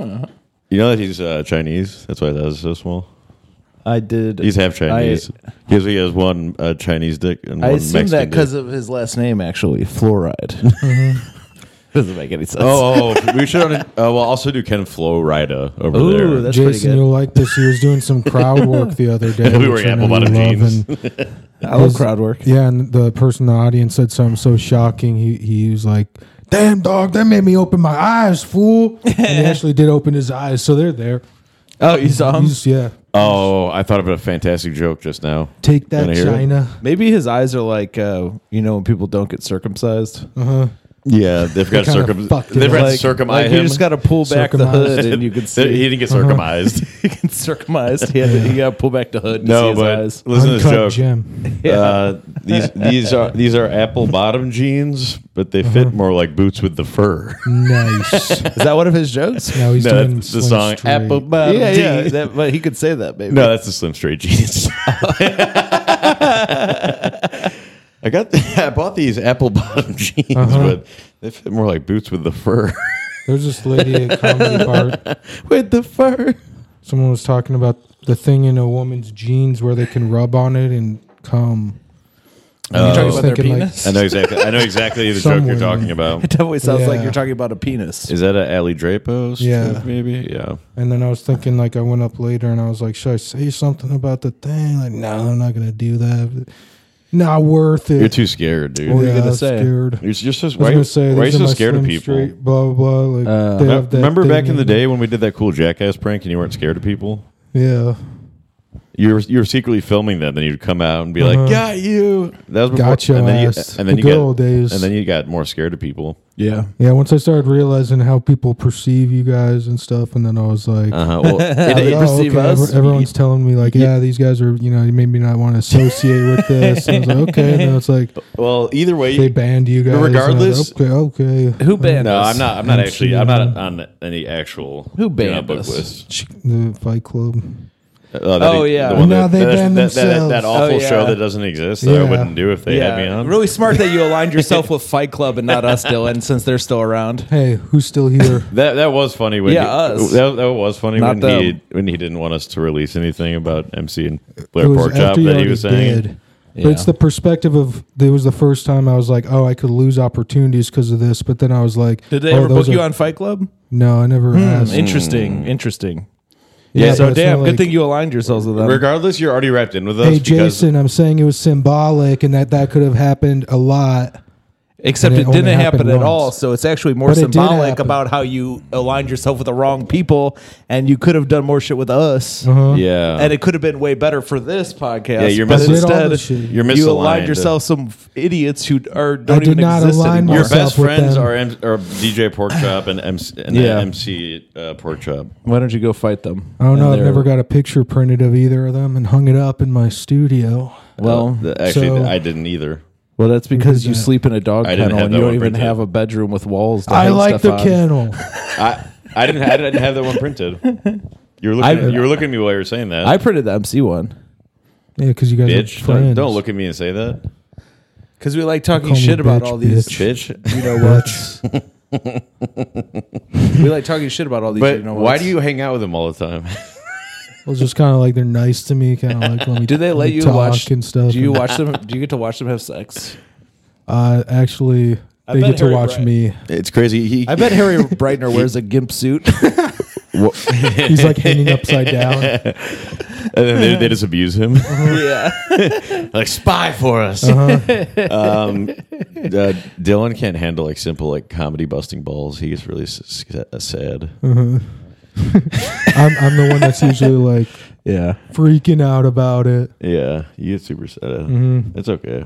[SPEAKER 1] know that he's uh, Chinese. That's why that was so small.
[SPEAKER 4] I did.
[SPEAKER 1] He's half Chinese because he has one uh, Chinese dick and
[SPEAKER 4] I
[SPEAKER 1] one
[SPEAKER 4] assume
[SPEAKER 1] Mexican
[SPEAKER 4] that because
[SPEAKER 1] dick.
[SPEAKER 4] of his last name, actually, fluoride.
[SPEAKER 2] Mm-hmm.
[SPEAKER 4] Doesn't make any sense.
[SPEAKER 1] Oh, oh, we should. Uh, well, also do Ken Flo Rida over
[SPEAKER 4] Ooh,
[SPEAKER 1] there.
[SPEAKER 4] that's pretty
[SPEAKER 2] Jason,
[SPEAKER 4] good.
[SPEAKER 2] you'll like this. He was doing some crowd work the other day.
[SPEAKER 1] We were
[SPEAKER 2] which I
[SPEAKER 1] apple
[SPEAKER 2] know you
[SPEAKER 1] bottom
[SPEAKER 2] love,
[SPEAKER 1] jeans.
[SPEAKER 2] and-
[SPEAKER 4] I love crowd work.
[SPEAKER 2] yeah, and the person in the audience said something so shocking. He he was like, "Damn dog, that made me open my eyes, fool." And he actually did open his eyes, so they're there.
[SPEAKER 4] Oh, you saw
[SPEAKER 3] Um,
[SPEAKER 4] him?
[SPEAKER 2] He's, yeah,
[SPEAKER 1] Oh, I thought of a fantastic joke just now.
[SPEAKER 2] take
[SPEAKER 1] Wanna
[SPEAKER 2] that
[SPEAKER 1] hear it?
[SPEAKER 2] China.
[SPEAKER 4] Maybe his eyes are like, uh, you know, when people don't get circumcised.
[SPEAKER 2] Uh-huh.
[SPEAKER 1] Yeah, they've got
[SPEAKER 2] kinda
[SPEAKER 1] circum.
[SPEAKER 2] fucked it
[SPEAKER 1] They've
[SPEAKER 2] up.
[SPEAKER 1] got
[SPEAKER 4] Like,
[SPEAKER 1] circumcised
[SPEAKER 4] like you
[SPEAKER 1] him.
[SPEAKER 4] just got to pull back the
[SPEAKER 2] Circumcised.
[SPEAKER 4] hood and you can
[SPEAKER 1] he
[SPEAKER 4] see. Uh-huh.
[SPEAKER 1] didn't get circumcised.
[SPEAKER 4] you can circumcised. He had to, he got to pull back the hood. And see
[SPEAKER 1] no,
[SPEAKER 4] his
[SPEAKER 1] but
[SPEAKER 4] eyes.
[SPEAKER 1] listen to this
[SPEAKER 2] Uncut
[SPEAKER 1] joke.
[SPEAKER 2] gem.
[SPEAKER 1] Uh, these these are these are apple bottom jeans, but
[SPEAKER 4] Uh-huh.
[SPEAKER 1] they fit more like boots with the fur.
[SPEAKER 2] Nice.
[SPEAKER 4] is that one of his jokes?
[SPEAKER 2] Now he's
[SPEAKER 1] No,
[SPEAKER 2] doing
[SPEAKER 1] that's the
[SPEAKER 2] Slim
[SPEAKER 1] song,
[SPEAKER 2] Straight.
[SPEAKER 1] apple
[SPEAKER 4] yeah,
[SPEAKER 1] bottom
[SPEAKER 4] yeah.
[SPEAKER 1] jeans.
[SPEAKER 4] That, but he could say that, maybe.
[SPEAKER 1] No, that's the slim straight jeans. I got I bought these apple bottom jeans,
[SPEAKER 2] Uh-huh.
[SPEAKER 1] but they fit more like boots with the fur.
[SPEAKER 2] There's this lady at comedy bar.
[SPEAKER 1] with the fur.
[SPEAKER 2] Someone was talking about the thing in a woman's jeans where they can rub on it and come.
[SPEAKER 4] You're
[SPEAKER 2] I
[SPEAKER 4] talking
[SPEAKER 2] was
[SPEAKER 4] about their
[SPEAKER 2] thinking, like,
[SPEAKER 4] penis?
[SPEAKER 1] I know exactly. I know exactly the
[SPEAKER 2] Some
[SPEAKER 1] joke you're
[SPEAKER 2] women.
[SPEAKER 1] talking about.
[SPEAKER 4] It definitely sounds like
[SPEAKER 2] Yeah.
[SPEAKER 4] you're talking about a penis.
[SPEAKER 1] Is that an Ali Drapos?
[SPEAKER 2] Yeah.
[SPEAKER 1] maybe. Yeah.
[SPEAKER 2] And then I was thinking, like, I went up later and I was like, should I say something about the thing? Like, no, I'm not going to do that. Not worth it.
[SPEAKER 1] You're too scared, dude.
[SPEAKER 4] What were you
[SPEAKER 2] Yeah,
[SPEAKER 4] gonna
[SPEAKER 2] I'm
[SPEAKER 4] say?
[SPEAKER 2] Scared.
[SPEAKER 1] You're, you're so,
[SPEAKER 2] I was
[SPEAKER 1] why,
[SPEAKER 2] going to say,
[SPEAKER 1] why are you
[SPEAKER 2] these are
[SPEAKER 1] so
[SPEAKER 2] my
[SPEAKER 1] scared of
[SPEAKER 2] Slim
[SPEAKER 1] people? Uh,
[SPEAKER 2] Street, blah, blah, blah. Like, they have that
[SPEAKER 1] Remember
[SPEAKER 2] thing
[SPEAKER 1] back in the
[SPEAKER 2] and-
[SPEAKER 1] day when we did that cool jackass prank and you weren't scared of people?
[SPEAKER 2] Yeah.
[SPEAKER 1] You were, you were secretly filming them, and you'd come out and be
[SPEAKER 2] Uh-huh.
[SPEAKER 1] like, "Got you." That was before,
[SPEAKER 2] Got your
[SPEAKER 1] and then
[SPEAKER 2] ass.
[SPEAKER 1] you, and then
[SPEAKER 2] The
[SPEAKER 1] you
[SPEAKER 2] good
[SPEAKER 1] got,
[SPEAKER 2] old days.
[SPEAKER 1] and then you got more scared of people.
[SPEAKER 4] Yeah.
[SPEAKER 2] Yeah, once I started realizing how people perceive you guys and stuff, and then I was like,
[SPEAKER 1] Uh huh. Well, it-
[SPEAKER 2] Like,
[SPEAKER 1] it-
[SPEAKER 2] oh,
[SPEAKER 4] perceive
[SPEAKER 2] okay,
[SPEAKER 4] us?
[SPEAKER 2] ev- Everyone's telling me like, yeah, these guys are, you know, you made me not want to associate with this. And I was like, okay, and then it's like
[SPEAKER 1] well, either way,
[SPEAKER 2] they banned you guys. and I was
[SPEAKER 1] Regardless-
[SPEAKER 2] like, okay, okay.
[SPEAKER 4] Who banned
[SPEAKER 1] no,
[SPEAKER 4] us?
[SPEAKER 1] I'm not. I'm not
[SPEAKER 2] I'm
[SPEAKER 1] actually. I'm not on any actual
[SPEAKER 4] Who
[SPEAKER 1] do
[SPEAKER 4] banned
[SPEAKER 1] not book
[SPEAKER 4] us?
[SPEAKER 1] list.
[SPEAKER 2] The Fight Club.
[SPEAKER 1] Uh,
[SPEAKER 4] Oh, yeah.
[SPEAKER 1] the one
[SPEAKER 2] Now
[SPEAKER 1] that,
[SPEAKER 2] they
[SPEAKER 1] that,
[SPEAKER 2] ban
[SPEAKER 1] that, that, that
[SPEAKER 2] themselves.
[SPEAKER 1] awful
[SPEAKER 4] Oh,
[SPEAKER 1] show
[SPEAKER 4] yeah.
[SPEAKER 1] that doesn't exist that I
[SPEAKER 2] Yeah.
[SPEAKER 1] wouldn't do if they had me on.
[SPEAKER 4] Really smart that you aligned yourself with Fight Club and not us, Dylan, since they're still around.
[SPEAKER 2] Hey, who's still here?
[SPEAKER 1] That that was funny when
[SPEAKER 4] Yeah,
[SPEAKER 1] he,
[SPEAKER 4] us.
[SPEAKER 1] That, that was funny
[SPEAKER 4] Not
[SPEAKER 1] when
[SPEAKER 4] them.
[SPEAKER 1] he when he didn't want us to release anything about MC and Blair
[SPEAKER 2] it was
[SPEAKER 1] Porkchop
[SPEAKER 2] after you
[SPEAKER 1] that he
[SPEAKER 2] already
[SPEAKER 1] was saying.
[SPEAKER 2] did. But it's the perspective of it was the first time I was like, oh, I could lose opportunities because of this. But then I was like,
[SPEAKER 4] Did they
[SPEAKER 2] oh,
[SPEAKER 4] ever book
[SPEAKER 2] those
[SPEAKER 4] you
[SPEAKER 2] are-
[SPEAKER 4] on Fight Club?
[SPEAKER 2] No, I never asked.
[SPEAKER 3] Interesting. Interesting.
[SPEAKER 2] Yeah,
[SPEAKER 3] so
[SPEAKER 2] but it's
[SPEAKER 3] damn,
[SPEAKER 2] not
[SPEAKER 3] good
[SPEAKER 2] like-
[SPEAKER 3] thing you aligned yourselves with them.
[SPEAKER 1] Regardless, you're already wrapped in with us
[SPEAKER 2] Hey,
[SPEAKER 1] because
[SPEAKER 2] Jason, I'm saying it was symbolic and that that could have happened a lot.
[SPEAKER 3] Except
[SPEAKER 2] And
[SPEAKER 3] it,
[SPEAKER 2] it only
[SPEAKER 3] didn't happen
[SPEAKER 2] happened
[SPEAKER 3] at all.
[SPEAKER 2] once.
[SPEAKER 3] So it's actually more
[SPEAKER 2] But it did
[SPEAKER 3] symbolic
[SPEAKER 2] happen.
[SPEAKER 3] about how you aligned yourself with the wrong people, and you could have done more shit with us.
[SPEAKER 2] Uh-huh.
[SPEAKER 1] yeah,
[SPEAKER 3] And it could have been way better for this podcast.
[SPEAKER 1] Yeah, you're
[SPEAKER 3] but
[SPEAKER 1] missing-
[SPEAKER 2] Did all
[SPEAKER 3] instead,
[SPEAKER 2] the shit.
[SPEAKER 1] You're
[SPEAKER 3] you
[SPEAKER 1] misaligned.
[SPEAKER 3] aligned yourself some f- idiots who are don't
[SPEAKER 2] I did
[SPEAKER 3] even
[SPEAKER 2] not
[SPEAKER 3] exist
[SPEAKER 2] align
[SPEAKER 3] anymore.
[SPEAKER 1] your
[SPEAKER 2] myself.
[SPEAKER 1] best
[SPEAKER 2] with
[SPEAKER 1] friends
[SPEAKER 2] them.
[SPEAKER 1] are, M- are DJ Porkchop and MC and
[SPEAKER 3] Yeah.
[SPEAKER 1] MC uh, Porkchop.
[SPEAKER 3] Why don't you go fight them?
[SPEAKER 2] I don't
[SPEAKER 3] And
[SPEAKER 2] know. Oh, I've
[SPEAKER 3] they're-
[SPEAKER 2] never got a picture printed of either of them and hung it up in my studio.
[SPEAKER 3] Well,
[SPEAKER 1] The- actually,
[SPEAKER 2] so-
[SPEAKER 1] I didn't either.
[SPEAKER 3] well, that's because
[SPEAKER 2] did
[SPEAKER 3] you
[SPEAKER 2] that?
[SPEAKER 3] sleep in a dog
[SPEAKER 1] I didn't
[SPEAKER 3] kennel
[SPEAKER 1] have
[SPEAKER 3] and
[SPEAKER 1] that
[SPEAKER 3] you don't
[SPEAKER 1] one
[SPEAKER 3] even
[SPEAKER 1] printed.
[SPEAKER 3] have a bedroom with walls. To
[SPEAKER 2] I
[SPEAKER 3] hang
[SPEAKER 2] like
[SPEAKER 3] stuff
[SPEAKER 2] the
[SPEAKER 3] on.
[SPEAKER 2] kennel.
[SPEAKER 1] I I didn't I didn't have that one printed. You were looking
[SPEAKER 3] I-
[SPEAKER 1] you were looking at me while you were saying that.
[SPEAKER 3] I printed the MC one
[SPEAKER 2] yeah, because you guys are
[SPEAKER 1] bitch, don't,
[SPEAKER 2] friends.
[SPEAKER 1] don't look at me and say that.
[SPEAKER 3] because we like talking
[SPEAKER 2] Call me
[SPEAKER 3] shit about
[SPEAKER 2] bitch,
[SPEAKER 3] all these.
[SPEAKER 2] bitch.
[SPEAKER 1] Bitch.
[SPEAKER 3] You know what? we like talking shit about all these.
[SPEAKER 1] But
[SPEAKER 3] you know
[SPEAKER 1] why
[SPEAKER 3] whats.
[SPEAKER 1] do you hang out with him all the time?
[SPEAKER 2] Well, just kind of like they're nice to me. Kind of like let me.
[SPEAKER 3] Do they let
[SPEAKER 2] me
[SPEAKER 3] you
[SPEAKER 2] talk
[SPEAKER 3] watch?
[SPEAKER 2] and stuff?
[SPEAKER 3] Do you
[SPEAKER 2] and,
[SPEAKER 3] watch them? Do you get to watch them have sex?
[SPEAKER 2] Uh, actually,
[SPEAKER 3] I
[SPEAKER 2] they
[SPEAKER 3] bet
[SPEAKER 2] get to
[SPEAKER 3] Harry
[SPEAKER 2] watch
[SPEAKER 3] Brett-
[SPEAKER 2] me.
[SPEAKER 1] It's crazy. He,
[SPEAKER 3] I bet Harry Breitner wears a gimp suit.
[SPEAKER 2] He's like hanging upside down.
[SPEAKER 1] and then they, they just abuse him.
[SPEAKER 3] yeah,
[SPEAKER 1] like spy for us.
[SPEAKER 2] Uh-huh.
[SPEAKER 1] um, uh, Dylan can't handle like simple like comedy busting balls. He gets really s- s- uh, sad.
[SPEAKER 2] Mm. I'm, I'm the one that's usually like
[SPEAKER 3] yeah.
[SPEAKER 2] freaking out about it.
[SPEAKER 1] Yeah, you get super sad.
[SPEAKER 2] Mm-hmm.
[SPEAKER 1] It's okay.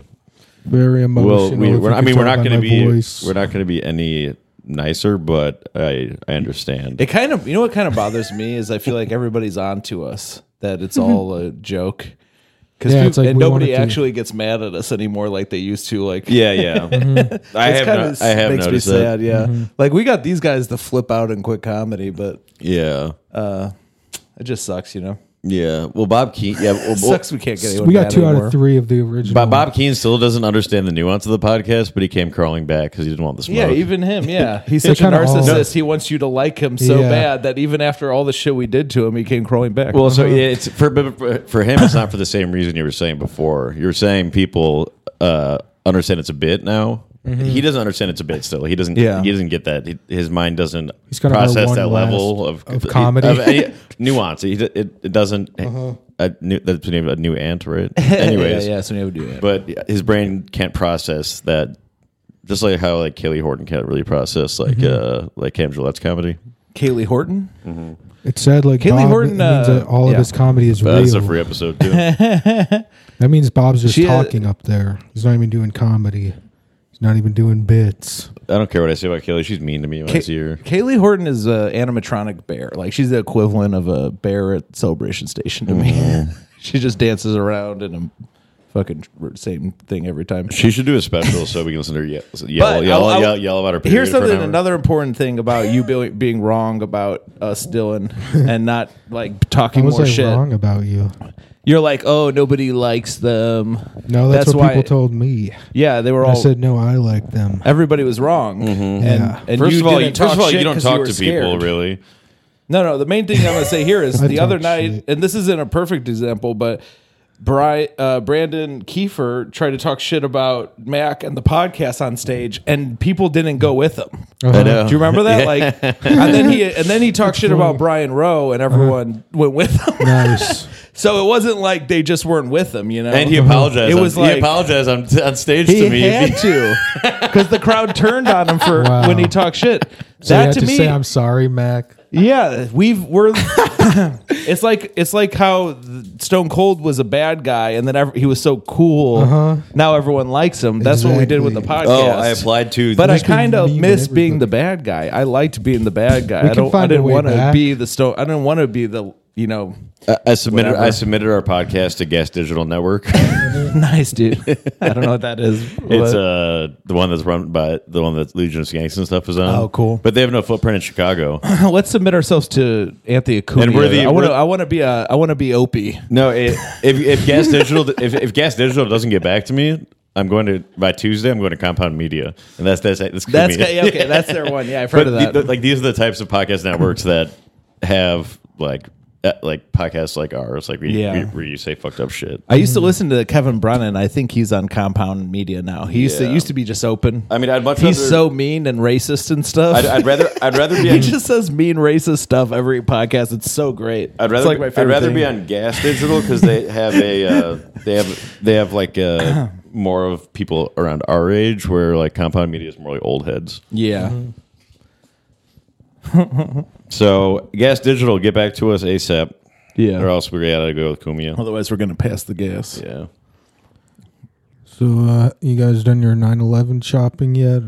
[SPEAKER 2] Very emotional.
[SPEAKER 1] Well, we,
[SPEAKER 2] if
[SPEAKER 1] we're,
[SPEAKER 2] you
[SPEAKER 1] I
[SPEAKER 2] could
[SPEAKER 1] mean, we're
[SPEAKER 2] tell
[SPEAKER 1] not
[SPEAKER 2] by
[SPEAKER 1] going to
[SPEAKER 2] my
[SPEAKER 1] be
[SPEAKER 2] voice.
[SPEAKER 1] we're not going to be any nicer, but I I understand.
[SPEAKER 3] It kind of you know what kind of bothers me is I feel like everybody's on to us that it's all a joke. Because
[SPEAKER 2] Yeah, it's like
[SPEAKER 3] and
[SPEAKER 2] we
[SPEAKER 3] nobody
[SPEAKER 2] wanted to-
[SPEAKER 3] actually gets mad at us anymore like they used to. Like
[SPEAKER 1] yeah, yeah. I
[SPEAKER 3] It's
[SPEAKER 1] have
[SPEAKER 3] kinda
[SPEAKER 1] no, I have
[SPEAKER 3] makes
[SPEAKER 1] noticed
[SPEAKER 3] me
[SPEAKER 1] that.
[SPEAKER 3] sad. Yeah,
[SPEAKER 2] Mm-hmm.
[SPEAKER 3] like we got these guys to flip out and quit comedy, but
[SPEAKER 1] Yeah,
[SPEAKER 3] it just sucks, you know.
[SPEAKER 1] Uh, yeah. Well, Bob Keane. Yeah, well,
[SPEAKER 3] sucks we can't get anyone.
[SPEAKER 2] We got
[SPEAKER 3] mad
[SPEAKER 2] two out
[SPEAKER 3] anymore.
[SPEAKER 2] of three of the original.
[SPEAKER 1] Bob, Bob Keane still doesn't understand the nuance of the podcast, but he came crawling back because he didn't want the smoke.
[SPEAKER 3] Yeah, even him. Yeah, he's such a
[SPEAKER 2] kinda all-
[SPEAKER 3] narcissist. He wants you to like him so
[SPEAKER 2] Yeah.
[SPEAKER 3] bad that even after all the shit we did to him, he came crawling back.
[SPEAKER 1] Well,
[SPEAKER 2] Uh-huh.
[SPEAKER 1] so yeah, it's for but for- for him. It's not for the same reason you were saying before. You were saying people uh, understand it's a bit now.
[SPEAKER 2] Mm-hmm.
[SPEAKER 1] He doesn't understand it's a bit still. He doesn't.
[SPEAKER 3] Yeah.
[SPEAKER 1] He doesn't get that. He- his mind doesn't
[SPEAKER 2] He's got our
[SPEAKER 1] process
[SPEAKER 2] one
[SPEAKER 1] that
[SPEAKER 2] last
[SPEAKER 1] level of,
[SPEAKER 2] of comedy. Uh-huh.
[SPEAKER 1] of any nuance. He, it, it doesn't. A new, that's the name of a new ant, right? Anyways,
[SPEAKER 3] yeah, yeah. So never do that.
[SPEAKER 1] but his brain can't process that. Just like how like Kelly Horton can't really process like
[SPEAKER 2] Mm-hmm.
[SPEAKER 1] uh like Cam Gillette's comedy.
[SPEAKER 3] Kaylee Horton.
[SPEAKER 2] It said like
[SPEAKER 3] Haley
[SPEAKER 2] Bob, it
[SPEAKER 3] Horton,
[SPEAKER 2] means
[SPEAKER 3] uh,
[SPEAKER 2] that all
[SPEAKER 3] yeah.
[SPEAKER 2] of his comedy is
[SPEAKER 1] That's a
[SPEAKER 2] real.
[SPEAKER 1] free episode too.
[SPEAKER 2] that means Bob's just
[SPEAKER 3] She, uh,
[SPEAKER 2] talking up there. He's not even doing comedy. He's not even doing bits.
[SPEAKER 1] I don't care what I say about Kelly. She's mean to me when I see her.
[SPEAKER 3] Kaylee Horton is a animatronic bear. Like she's the equivalent of a bear at Celebration Station to
[SPEAKER 1] Mm-hmm.
[SPEAKER 3] me. she just dances around in a fucking same thing every time.
[SPEAKER 1] She should do a special so we can listen to her yell, yell,
[SPEAKER 3] But
[SPEAKER 1] yell,
[SPEAKER 3] I'll- I'll-
[SPEAKER 1] yell, yell about her. period
[SPEAKER 3] Here's
[SPEAKER 1] for an
[SPEAKER 3] something.
[SPEAKER 1] hour.
[SPEAKER 3] Another important thing about you be- being wrong about us, Dylan, and not like talking
[SPEAKER 2] I was
[SPEAKER 3] more
[SPEAKER 2] like
[SPEAKER 3] shit.
[SPEAKER 2] wrong about you.
[SPEAKER 3] You're like, oh, nobody likes them.
[SPEAKER 2] No, that's, what
[SPEAKER 3] why-
[SPEAKER 2] people told me.
[SPEAKER 3] Yeah, they were
[SPEAKER 2] I
[SPEAKER 3] all.
[SPEAKER 2] said no, I like them.
[SPEAKER 3] everybody was wrong. And,
[SPEAKER 2] Yeah.
[SPEAKER 3] and
[SPEAKER 1] Mm-hmm. First
[SPEAKER 3] you
[SPEAKER 1] of all, you, first
[SPEAKER 3] didn't talk
[SPEAKER 1] of all,
[SPEAKER 3] shit
[SPEAKER 1] you don't
[SPEAKER 3] 'cause
[SPEAKER 1] talk
[SPEAKER 3] were
[SPEAKER 1] to people
[SPEAKER 3] scared.
[SPEAKER 1] really.
[SPEAKER 3] No, no. The main thing I'm gonna say here is
[SPEAKER 2] I
[SPEAKER 3] the other
[SPEAKER 2] talk
[SPEAKER 3] night,
[SPEAKER 2] shit.
[SPEAKER 3] and this isn't a perfect example, but Bri- uh, Brandon Kiefer tried to talk shit about Mac and the podcast on stage, and people didn't go with him.
[SPEAKER 2] Uh-huh.
[SPEAKER 1] know.
[SPEAKER 3] Do you remember that? Like, and then he and then he talked shit about Brian Rowe, and everyone went with him.
[SPEAKER 2] Nice.
[SPEAKER 3] So it wasn't like they just weren't with him, you know.
[SPEAKER 1] And he apologized.
[SPEAKER 3] It
[SPEAKER 1] on-
[SPEAKER 3] was
[SPEAKER 1] he
[SPEAKER 3] like-
[SPEAKER 1] apologized on, on stage
[SPEAKER 3] Uh-huh. He
[SPEAKER 1] to me.
[SPEAKER 3] had to, because the crowd turned on him for
[SPEAKER 2] Wow.
[SPEAKER 3] when he talked shit.
[SPEAKER 2] So you
[SPEAKER 3] that
[SPEAKER 2] have
[SPEAKER 3] to,
[SPEAKER 2] to,
[SPEAKER 3] me,
[SPEAKER 2] say I'm sorry, Mac.
[SPEAKER 3] yeah, we've we're. it's like it's like how th- Stone Cold was a bad guy, and then ev- he was so cool.
[SPEAKER 2] Uh-huh.
[SPEAKER 3] Now everyone likes him. That's what we did with the podcast.
[SPEAKER 1] oh, I applied to.
[SPEAKER 3] But I
[SPEAKER 2] Just been
[SPEAKER 3] kind of
[SPEAKER 2] memeing
[SPEAKER 3] miss being
[SPEAKER 2] everybody.
[SPEAKER 3] the bad guy. I liked being the bad guy. I
[SPEAKER 2] can
[SPEAKER 3] don't. I
[SPEAKER 2] find a
[SPEAKER 3] didn't
[SPEAKER 2] way
[SPEAKER 3] want to
[SPEAKER 2] back.
[SPEAKER 3] be the stone. I didn't want to be the. You know,
[SPEAKER 1] I, I submitted. I
[SPEAKER 3] Whatever.
[SPEAKER 1] submitted our podcast to Gas Digital Network.
[SPEAKER 3] nice dude. I don't know what that is.
[SPEAKER 1] it's
[SPEAKER 3] but-
[SPEAKER 1] uh the one that's run by the one that Legion of Skanks and stuff is on.
[SPEAKER 3] Oh, cool.
[SPEAKER 1] But they have no footprint in Chicago.
[SPEAKER 3] Let's submit ourselves to Anthony Acuna.
[SPEAKER 1] And we're the-
[SPEAKER 3] I want to.
[SPEAKER 1] we're-
[SPEAKER 3] I want to be a. I want to be Opie.
[SPEAKER 1] No, it, if if Gas Digital if, if Gas Digital doesn't get back to me, I'm going to by Tuesday. I'm going to Compound Media, and that's that's that's, gonna
[SPEAKER 3] That's
[SPEAKER 1] be it.
[SPEAKER 3] yeah, okay. That's their one. Yeah, I've
[SPEAKER 1] But
[SPEAKER 3] heard of
[SPEAKER 1] the-
[SPEAKER 3] that.
[SPEAKER 1] the- like these are the types of podcast networks that have like uh, like podcasts like ours, like we,
[SPEAKER 3] Yeah.
[SPEAKER 1] we- where you say fucked up shit.
[SPEAKER 3] I used to listen to Kevin Brennan. I think he's on Compound Media now. He used to
[SPEAKER 1] Yeah.
[SPEAKER 3] used to be just open.
[SPEAKER 1] I mean, I'd much
[SPEAKER 3] he's
[SPEAKER 1] rather-
[SPEAKER 3] so mean and racist and stuff.
[SPEAKER 1] I'd, I'd rather I'd rather be
[SPEAKER 3] he
[SPEAKER 1] on,
[SPEAKER 3] just says mean racist stuff every podcast. It's so great.
[SPEAKER 1] I'd
[SPEAKER 3] it's
[SPEAKER 1] rather
[SPEAKER 3] like my
[SPEAKER 1] I'd
[SPEAKER 3] favorite
[SPEAKER 1] rather
[SPEAKER 3] thing.
[SPEAKER 1] be on Gas Digital because they have a uh, they have they have like uh, more of people around our age where like Compound Media is more like old heads.
[SPEAKER 3] Yeah.
[SPEAKER 1] So Gas Digital, get back to us ASAP,
[SPEAKER 3] Yeah.
[SPEAKER 1] or else we gotta go with Kumia.
[SPEAKER 3] Otherwise, we're gonna pass the gas.
[SPEAKER 1] Yeah.
[SPEAKER 2] So uh, you guys done your 9/11 shopping yet?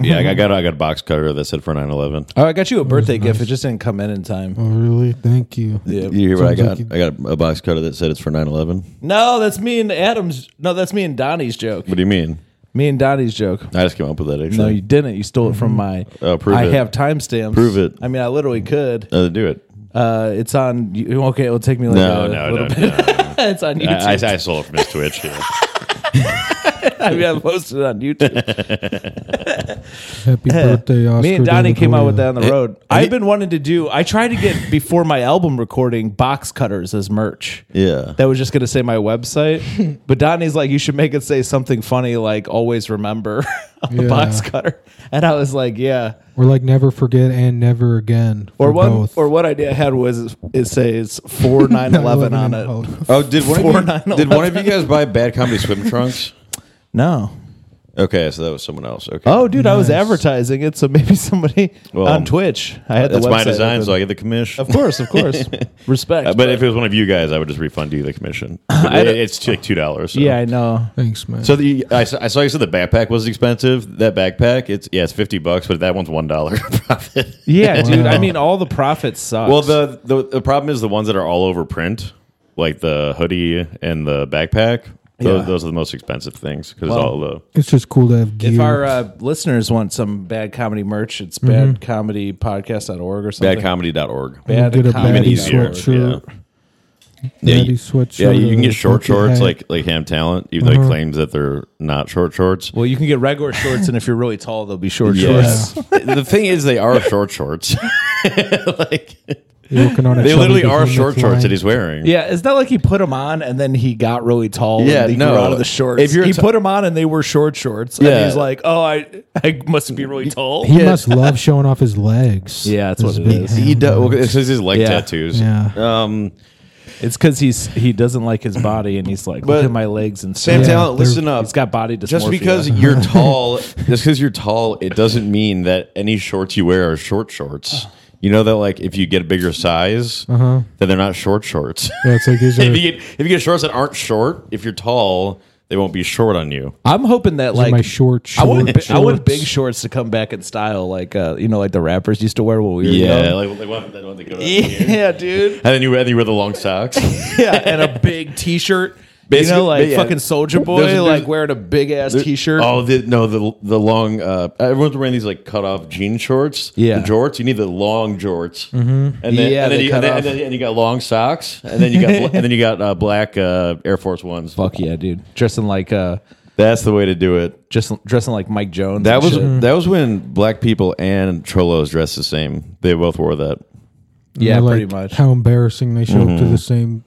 [SPEAKER 1] Yeah, I got I got a box cutter that said for 9/11.
[SPEAKER 3] Oh, I got you a birthday gift. It just didn't come in in time.
[SPEAKER 2] Oh, really? Thank you.
[SPEAKER 3] Yeah.
[SPEAKER 1] You hear what I got?
[SPEAKER 2] Sounds
[SPEAKER 1] I
[SPEAKER 2] like
[SPEAKER 1] got a box cutter that said it's for 9/11.
[SPEAKER 3] No, that's me and Adam's. No, that's me and Donnie's joke.
[SPEAKER 1] What do you mean?
[SPEAKER 3] Me and Donnie's joke.
[SPEAKER 1] I just came up with that actually.
[SPEAKER 3] No, you didn't. You stole it from my.
[SPEAKER 1] Oh, prove
[SPEAKER 3] I
[SPEAKER 1] it.
[SPEAKER 3] have timestamps.
[SPEAKER 1] Prove it.
[SPEAKER 3] I mean, I literally could.
[SPEAKER 1] Uh, do it.
[SPEAKER 3] Uh, it's on. you- Okay, it'll take me like
[SPEAKER 1] No,
[SPEAKER 3] a
[SPEAKER 1] no,
[SPEAKER 3] little
[SPEAKER 1] no,
[SPEAKER 3] bit.
[SPEAKER 1] no.
[SPEAKER 3] it's on YouTube.
[SPEAKER 1] I, I, I stole it from his Twitch. Yeah.
[SPEAKER 3] I mean, I posted it on YouTube.
[SPEAKER 2] Happy birthday, Oscar.
[SPEAKER 3] Me and Donnie
[SPEAKER 2] De La
[SPEAKER 3] came out
[SPEAKER 2] Hoya.
[SPEAKER 3] with that on the road. I've been wanting to do. I tried to get before my album recording box cutters as merch.
[SPEAKER 1] yeah.
[SPEAKER 3] That was just gonna say my website, but Donnie's like, you should make it say something funny, like "Always remember" on the
[SPEAKER 2] Yeah.
[SPEAKER 3] box cutter, and I was like, yeah.
[SPEAKER 2] Or like never forget and never again.
[SPEAKER 3] Or
[SPEAKER 2] for
[SPEAKER 3] one,
[SPEAKER 2] both.
[SPEAKER 3] or what idea I had was it says four nine eleven on it.
[SPEAKER 2] and both.
[SPEAKER 1] Oh, did one,
[SPEAKER 3] Four
[SPEAKER 1] of you, did one of you guys buy bad comedy swim trunks?
[SPEAKER 3] No.
[SPEAKER 1] Okay, so that was someone else. Okay.
[SPEAKER 3] Oh, dude, I was
[SPEAKER 2] Nice.
[SPEAKER 3] advertising it, so maybe somebody
[SPEAKER 1] Well,
[SPEAKER 3] on Twitch. I had
[SPEAKER 1] that's
[SPEAKER 3] the website
[SPEAKER 1] my design,
[SPEAKER 3] open.
[SPEAKER 1] so I get the commission.
[SPEAKER 3] of course, of course, respect.
[SPEAKER 1] Uh, but if it was one of you guys, I would just refund you the commission. It- it's t- like two dollars. So.
[SPEAKER 3] yeah, I know.
[SPEAKER 2] Thanks, man.
[SPEAKER 1] So the I, s- I saw you said the backpack was expensive. That backpack, it's yeah, it's fifty bucks, but that one's one dollar profit.
[SPEAKER 3] Yeah, dude. I mean, all the profits suck.
[SPEAKER 1] Well, the, the the problem is the ones that are all over print, like the hoodie and the backpack. Those,
[SPEAKER 3] Yeah.
[SPEAKER 1] those are the most expensive things because
[SPEAKER 3] Well,
[SPEAKER 1] all the
[SPEAKER 2] it's just cool to have gear.
[SPEAKER 3] if our uh, listeners want some bad comedy merch, it's badcomedypodcast.org or something.
[SPEAKER 1] badcomedy.org.
[SPEAKER 2] you
[SPEAKER 3] Bad
[SPEAKER 2] get a
[SPEAKER 3] comedy
[SPEAKER 2] baddie
[SPEAKER 1] easier,
[SPEAKER 2] sweatshirt.
[SPEAKER 1] Yeah,
[SPEAKER 2] baddie
[SPEAKER 1] you-
[SPEAKER 2] sweatshirt.
[SPEAKER 1] Yeah, you
[SPEAKER 2] or
[SPEAKER 1] can
[SPEAKER 2] a
[SPEAKER 1] get short
[SPEAKER 2] bucket
[SPEAKER 1] shorts
[SPEAKER 2] hat. Uh-huh.
[SPEAKER 1] like like Ham Talent, even though he claims that they're not short shorts.
[SPEAKER 3] well, you can get regular shorts, and if you're really tall, they'll be short shorts.
[SPEAKER 1] Yes. the thing is, they are short shorts. like
[SPEAKER 2] You're working on a
[SPEAKER 1] they
[SPEAKER 2] chubby
[SPEAKER 1] literally are
[SPEAKER 2] behemoth
[SPEAKER 1] short shorts
[SPEAKER 2] line.
[SPEAKER 1] that he's wearing.
[SPEAKER 3] Yeah, it's not like he put them on and then he got really tall.
[SPEAKER 1] Yeah,
[SPEAKER 3] and he
[SPEAKER 1] no.
[SPEAKER 3] grew out of the shorts.
[SPEAKER 1] If you're
[SPEAKER 3] he
[SPEAKER 1] t-
[SPEAKER 3] put them on and they were short shorts. and
[SPEAKER 1] Yeah.
[SPEAKER 3] he's like, oh, I I must be really tall.
[SPEAKER 2] He must love showing off his legs.
[SPEAKER 3] Yeah, that's
[SPEAKER 2] His
[SPEAKER 3] what it
[SPEAKER 2] big
[SPEAKER 3] is.
[SPEAKER 2] ham
[SPEAKER 1] He does. Well,
[SPEAKER 2] legs.
[SPEAKER 1] it's just his leg
[SPEAKER 3] Yeah.
[SPEAKER 1] tattoos.
[SPEAKER 2] Yeah.
[SPEAKER 1] Um,
[SPEAKER 3] It's because he's he doesn't like his body and he's like,
[SPEAKER 1] But-
[SPEAKER 3] look at my legs and
[SPEAKER 1] Sam
[SPEAKER 3] stuff."
[SPEAKER 1] Talent,
[SPEAKER 2] they're-
[SPEAKER 1] listen up.
[SPEAKER 3] He's got body dysmorphia.
[SPEAKER 1] just because you're tall, just because you're tall, it doesn't mean that any shorts you wear are short shorts. You know that, like, if you get a bigger size,
[SPEAKER 3] Uh-huh.
[SPEAKER 1] then they're not short shorts.
[SPEAKER 2] Yeah, it's like these are
[SPEAKER 1] if, you get, if you get shorts that aren't short, if you're tall, they won't be short on you.
[SPEAKER 3] I'm hoping that like
[SPEAKER 2] like, my short
[SPEAKER 3] I
[SPEAKER 2] shorts.
[SPEAKER 3] want bi- I want big shorts to come back in style, like uh, you know, like the rappers used to wear when we were
[SPEAKER 1] Yeah,
[SPEAKER 3] young.
[SPEAKER 1] like, like one, that one that go down here.
[SPEAKER 3] Yeah, dude.
[SPEAKER 1] And then you, and you wear the long socks.
[SPEAKER 3] Yeah, and a big T-shirt. you
[SPEAKER 1] Basically-
[SPEAKER 3] know, like
[SPEAKER 1] yeah.
[SPEAKER 3] fucking Soldier Boy,
[SPEAKER 1] There's- there's-
[SPEAKER 3] like wearing a big ass T-shirt.
[SPEAKER 1] Oh the, no, the the long. Uh, everyone's wearing these like cut off jean shorts.
[SPEAKER 3] Yeah.
[SPEAKER 1] the jorts. You need the long jorts. Mm-hmm. And then
[SPEAKER 3] Yeah,
[SPEAKER 1] and then,
[SPEAKER 3] they
[SPEAKER 1] you, and,
[SPEAKER 3] cut
[SPEAKER 1] then,
[SPEAKER 3] off.
[SPEAKER 1] and, then, and you got long socks. And then you got bla- and then you got uh, black uh, Air Force Ones.
[SPEAKER 3] Fuck yeah, dude. Dressing like uh,
[SPEAKER 1] That's the way to do it.
[SPEAKER 3] just dressing like Mike Jones.
[SPEAKER 1] That
[SPEAKER 3] and
[SPEAKER 1] was
[SPEAKER 3] shit.
[SPEAKER 1] that was when black people and cholos dressed the same. They both wore that.
[SPEAKER 3] yeah,
[SPEAKER 2] like,
[SPEAKER 3] pretty much.
[SPEAKER 2] How embarrassing they show up to the same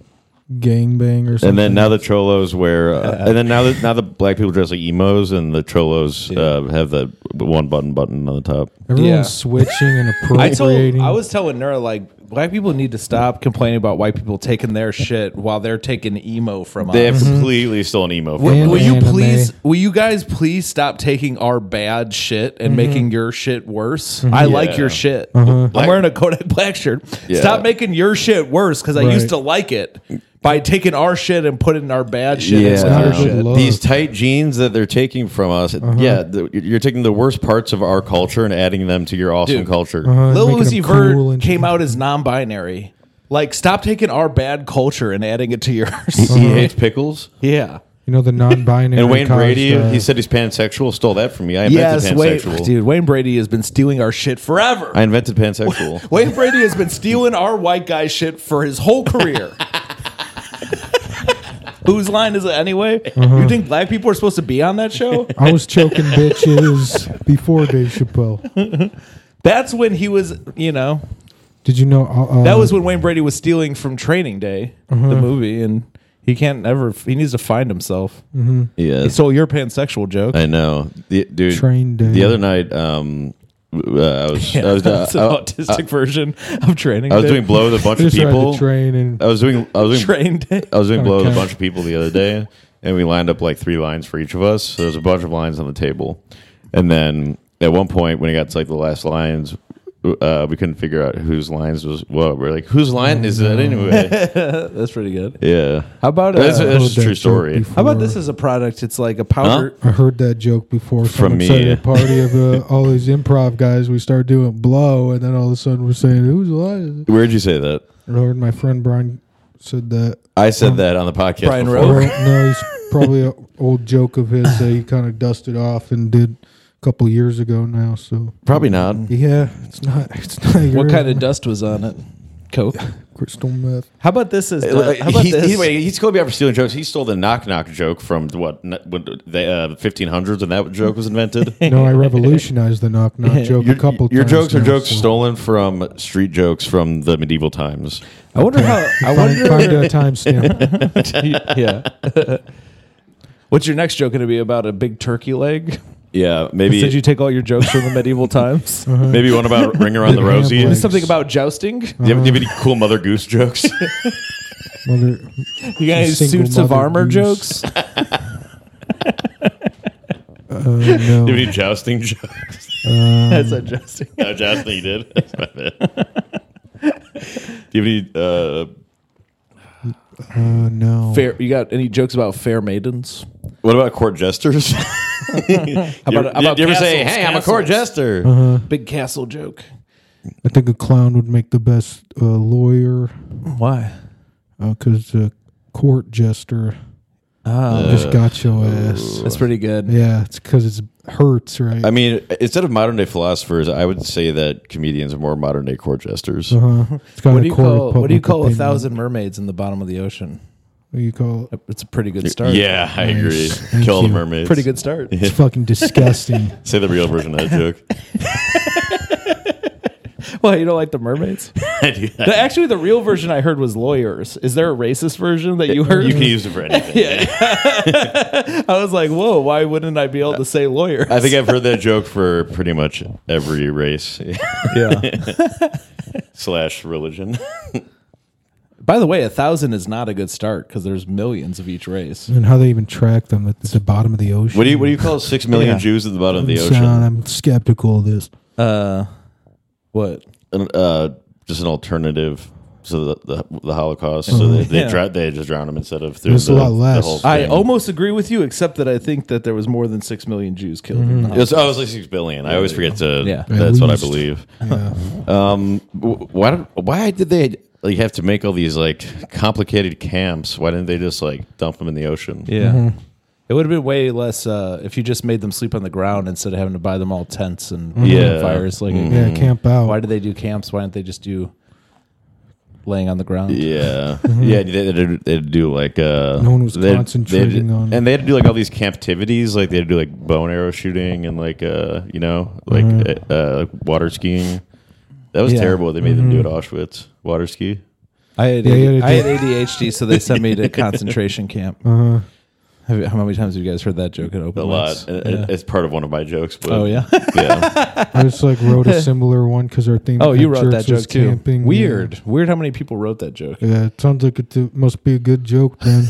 [SPEAKER 2] gangbang or something.
[SPEAKER 1] And then now the cholos wear. Uh, and then now that now the black people dress like emos, and the cholos uh, have the one button button on the top.
[SPEAKER 2] everyone's
[SPEAKER 3] Yeah.
[SPEAKER 2] switching and
[SPEAKER 3] I told
[SPEAKER 2] appropriating.
[SPEAKER 3] I was telling Nura like black people need to stop complaining about white people taking their shit while they're taking emo from us.
[SPEAKER 1] They have completely stolen emo. from
[SPEAKER 3] Will,
[SPEAKER 2] And
[SPEAKER 1] it.
[SPEAKER 3] will you
[SPEAKER 2] anime.
[SPEAKER 3] please? Will you guys please stop taking our bad shit
[SPEAKER 2] Mm-hmm.
[SPEAKER 3] and making your shit worse? I like
[SPEAKER 1] Yeah.
[SPEAKER 3] your shit.
[SPEAKER 2] Uh-huh.
[SPEAKER 3] I'm wearing a Kodak Black shirt.
[SPEAKER 1] Yeah.
[SPEAKER 3] Stop making your shit worse because I
[SPEAKER 2] Right.
[SPEAKER 3] used to like it by taking our shit and putting our bad shit.
[SPEAKER 1] Yeah,
[SPEAKER 3] Yeah, into
[SPEAKER 2] not
[SPEAKER 3] our
[SPEAKER 2] a good
[SPEAKER 3] shit.
[SPEAKER 2] look. Uh-huh.
[SPEAKER 1] these tight jeans that they're taking from us. Yeah, th- you're taking the worst parts of our culture and adding them to your awesome
[SPEAKER 3] Dude.
[SPEAKER 1] culture.
[SPEAKER 3] Lil
[SPEAKER 2] Uh, making
[SPEAKER 3] Uzi
[SPEAKER 2] them
[SPEAKER 3] Vert
[SPEAKER 2] cool and-
[SPEAKER 3] came out as non-binary. Like, stop taking our bad culture and adding it to yours.
[SPEAKER 1] He
[SPEAKER 2] Uh-huh.
[SPEAKER 1] hates pickles.
[SPEAKER 3] yeah.
[SPEAKER 2] you know the non-binary
[SPEAKER 1] And Wayne
[SPEAKER 2] caused,
[SPEAKER 1] Brady,
[SPEAKER 2] uh,
[SPEAKER 1] he said he's pansexual. Stole that from me. I invented
[SPEAKER 3] Yes, Wayne,
[SPEAKER 1] pansexual.
[SPEAKER 3] dude. Wayne Brady has been stealing our shit forever.
[SPEAKER 1] I invented pansexual.
[SPEAKER 3] Wayne Brady has been stealing our white guy shit for his whole career. Whose line is it anyway? You think black people are supposed to be on that show?
[SPEAKER 2] I was choking bitches before Dave Chappelle.
[SPEAKER 3] That's when he was, you know,
[SPEAKER 2] Did you know? Uh,
[SPEAKER 3] That was when Wayne Brady was stealing from Training Day, the movie, and he can't ever. He needs to find himself.
[SPEAKER 1] Yeah,
[SPEAKER 3] So your pansexual joke.
[SPEAKER 1] I know, The- dude.
[SPEAKER 2] Train day.
[SPEAKER 1] The other night, um, w- uh, I was I was, uh,
[SPEAKER 3] That's an
[SPEAKER 1] I-
[SPEAKER 3] autistic version of Training.
[SPEAKER 1] I was
[SPEAKER 3] Day.
[SPEAKER 1] doing blow with a bunch of
[SPEAKER 2] just ride the
[SPEAKER 1] people.
[SPEAKER 2] train and
[SPEAKER 1] I was doing I was doing
[SPEAKER 3] Train Day.
[SPEAKER 1] I was doing blow with a
[SPEAKER 2] Okay.
[SPEAKER 1] bunch of people the other day, and we lined up like three lines for each of us. So there's a bunch of lines on the table, and then at one point when it got to like the last lines, uh, we couldn't figure out whose lines was what. We're like, whose line is that
[SPEAKER 3] Mm-hmm.
[SPEAKER 1] anyway?
[SPEAKER 3] That's pretty good.
[SPEAKER 1] yeah,
[SPEAKER 3] How about
[SPEAKER 1] that's,
[SPEAKER 3] uh,
[SPEAKER 1] that's
[SPEAKER 2] heard
[SPEAKER 1] a
[SPEAKER 2] that
[SPEAKER 1] true
[SPEAKER 2] joke
[SPEAKER 1] story.
[SPEAKER 2] Oh, before.
[SPEAKER 3] how about this as a product? It's like a powder.
[SPEAKER 2] I heard that joke before. Someone
[SPEAKER 1] me.
[SPEAKER 2] said at a party of uh, all these improv guys, we start doing blow, and then all of a sudden we're saying, "Who's alive?"
[SPEAKER 1] Where'd you say that?
[SPEAKER 2] And I heard my friend Brian said that.
[SPEAKER 1] I said that on the podcast.
[SPEAKER 3] Brian
[SPEAKER 1] before.
[SPEAKER 3] Oh.
[SPEAKER 2] Or, no, it's probably an old joke of his that he kind of dusted off and did a couple years ago now. So
[SPEAKER 1] Probably not.
[SPEAKER 2] yeah, it's not. It's not.
[SPEAKER 3] What
[SPEAKER 2] yours.
[SPEAKER 3] kind of dust was on it? Coke.
[SPEAKER 2] crystal meth?
[SPEAKER 3] How about this as
[SPEAKER 1] Uh,
[SPEAKER 3] how about
[SPEAKER 1] he,
[SPEAKER 3] this?
[SPEAKER 1] he, wait, he's called me out for stealing jokes. He stole the knock knock joke from what n- when the uh, 1500s when that joke was invented.
[SPEAKER 2] No, I revolutionized the knock knock joke
[SPEAKER 1] Your,
[SPEAKER 2] a couple.
[SPEAKER 1] your
[SPEAKER 2] times
[SPEAKER 1] jokes are
[SPEAKER 2] now,
[SPEAKER 1] jokes
[SPEAKER 2] so.
[SPEAKER 1] stolen from street jokes from the medieval times.
[SPEAKER 3] I wonder how. I
[SPEAKER 2] Find,
[SPEAKER 3] wonder.
[SPEAKER 2] find a timestamp.
[SPEAKER 3] yeah. What's your next joke going to be about a big turkey leg?
[SPEAKER 1] Yeah,
[SPEAKER 3] Did you
[SPEAKER 1] maybe
[SPEAKER 3] take all your jokes from the medieval times?
[SPEAKER 1] maybe one about Ring Around the
[SPEAKER 2] Big
[SPEAKER 1] Rosie. Do
[SPEAKER 2] hand
[SPEAKER 1] you,
[SPEAKER 2] legs.
[SPEAKER 1] have,
[SPEAKER 3] Something about jousting?
[SPEAKER 1] do you have any cool Mother Goose jokes?
[SPEAKER 2] Mother,
[SPEAKER 3] You guys
[SPEAKER 2] Single
[SPEAKER 3] suits of
[SPEAKER 2] mother
[SPEAKER 3] armor
[SPEAKER 2] goose.
[SPEAKER 3] jokes?
[SPEAKER 2] uh,
[SPEAKER 1] do you have
[SPEAKER 2] no.
[SPEAKER 1] any jousting jokes?
[SPEAKER 3] That's a jousting.
[SPEAKER 1] No, jousting you did. That's my bad. Do you have any? Uh,
[SPEAKER 2] Uh, no.
[SPEAKER 3] Fair. You got any jokes about fair maidens?
[SPEAKER 1] what about court jesters? you,
[SPEAKER 3] about-
[SPEAKER 1] ever-
[SPEAKER 3] about
[SPEAKER 1] you ever say,
[SPEAKER 3] castles,
[SPEAKER 1] "Hey, I'm a court
[SPEAKER 3] castles?"
[SPEAKER 1] jester"?
[SPEAKER 2] Uh-huh.
[SPEAKER 3] Big castle joke.
[SPEAKER 2] I think a clown would make the best uh, lawyer
[SPEAKER 3] Why?
[SPEAKER 2] because uh, court jester
[SPEAKER 3] Ah,
[SPEAKER 1] Uh,
[SPEAKER 2] just got your ass.
[SPEAKER 3] that's pretty good.
[SPEAKER 2] Yeah, it's because it hurts, right?
[SPEAKER 1] I mean, instead of modern day philosophers, I would say that comedians are more modern day court jesters.
[SPEAKER 2] uh-huh. It's got
[SPEAKER 3] What
[SPEAKER 2] a
[SPEAKER 3] do you
[SPEAKER 2] court of
[SPEAKER 3] call what do you
[SPEAKER 2] public
[SPEAKER 3] call
[SPEAKER 2] opinion.
[SPEAKER 3] a thousand mermaids in the bottom of the ocean?
[SPEAKER 2] What do you call it?
[SPEAKER 3] It's a pretty good start.
[SPEAKER 1] Yeah, I
[SPEAKER 2] Nice.
[SPEAKER 1] agree.
[SPEAKER 2] Thank
[SPEAKER 1] Kill the
[SPEAKER 2] you.
[SPEAKER 1] mermaids.
[SPEAKER 3] pretty good start.
[SPEAKER 2] It's fucking disgusting.
[SPEAKER 1] Say the real version of that joke.
[SPEAKER 3] Well, you don't like the mermaids?
[SPEAKER 1] I do that.
[SPEAKER 3] The- actually, the real version I heard was lawyers. Is there a racist version that you heard?
[SPEAKER 1] You can use it for anything.
[SPEAKER 3] I was like, whoa, why wouldn't I be able to say lawyer?
[SPEAKER 1] I think I've heard that joke for pretty much every race
[SPEAKER 3] Yeah.
[SPEAKER 1] slash religion.
[SPEAKER 3] By the way, a thousand is not a good start because there's millions of each race.
[SPEAKER 2] and how they even track them at the bottom of the ocean.
[SPEAKER 1] What do you what do you call six million
[SPEAKER 3] Yeah.
[SPEAKER 1] Jews at the bottom of the
[SPEAKER 2] Doesn't sound-
[SPEAKER 1] ocean?
[SPEAKER 2] I'm skeptical of this.
[SPEAKER 3] Uh, what?
[SPEAKER 1] An- Uh, just an alternative to the the, the Holocaust. So they they,
[SPEAKER 3] Yeah.
[SPEAKER 1] drown- they just drown them instead of through
[SPEAKER 2] It's a
[SPEAKER 1] the,
[SPEAKER 2] lot less.
[SPEAKER 1] the whole thing.
[SPEAKER 3] I almost agree with you, except that I think that there was more than six million Jews killed.
[SPEAKER 2] Mm-hmm.
[SPEAKER 3] in the
[SPEAKER 1] It's, oh, it's like six billion. I always forget to.
[SPEAKER 3] Yeah. At
[SPEAKER 1] that's what I
[SPEAKER 2] least.
[SPEAKER 1] believe. Um, wh- why? don't- Why did they like have to make all these like complicated camps? Why didn't they just like dump them in the ocean?
[SPEAKER 3] Yeah.
[SPEAKER 2] Mm-hmm.
[SPEAKER 3] It would have been way less uh, if you just made them sleep on the ground instead of having to buy them all tents and
[SPEAKER 1] Yeah.
[SPEAKER 3] fires. Like,
[SPEAKER 2] Mm-hmm. Yeah,
[SPEAKER 1] Mm.
[SPEAKER 2] camp out.
[SPEAKER 3] why do they do camps? Why don't they just do laying on the ground?
[SPEAKER 1] Yeah, yeah. They, they, would do like uh,
[SPEAKER 2] No one was
[SPEAKER 1] they'd-
[SPEAKER 2] concentrating
[SPEAKER 1] they'd-
[SPEAKER 2] on-
[SPEAKER 1] and they had to do like all these captivities. Like they had to do like bone arrow shooting and like uh, you know, like uh, uh, water skiing. That was
[SPEAKER 3] Yeah.
[SPEAKER 1] terrible. They made them do at
[SPEAKER 2] Mm-hmm.
[SPEAKER 1] Auschwitz water ski.
[SPEAKER 3] I had,
[SPEAKER 2] Yeah, you
[SPEAKER 3] AD-
[SPEAKER 2] had to
[SPEAKER 3] I had
[SPEAKER 2] do-
[SPEAKER 3] ADHD, so they sent me to concentration camp.
[SPEAKER 2] Uh-huh.
[SPEAKER 3] Have you, how many times have you guys heard that joke at open
[SPEAKER 1] A
[SPEAKER 3] mics?
[SPEAKER 1] lot. And it-
[SPEAKER 3] Yeah.
[SPEAKER 1] It's part of one of my jokes. But
[SPEAKER 3] Oh yeah.
[SPEAKER 1] yeah.
[SPEAKER 2] I just like wrote a similar one because our theme.
[SPEAKER 3] Oh,
[SPEAKER 2] at
[SPEAKER 3] you wrote
[SPEAKER 2] church
[SPEAKER 3] that
[SPEAKER 2] was
[SPEAKER 3] joke too.
[SPEAKER 2] camping, yeah.
[SPEAKER 3] Weird. Weird how many people wrote that joke.
[SPEAKER 2] Yeah, it sounds like it t- must be a good joke then.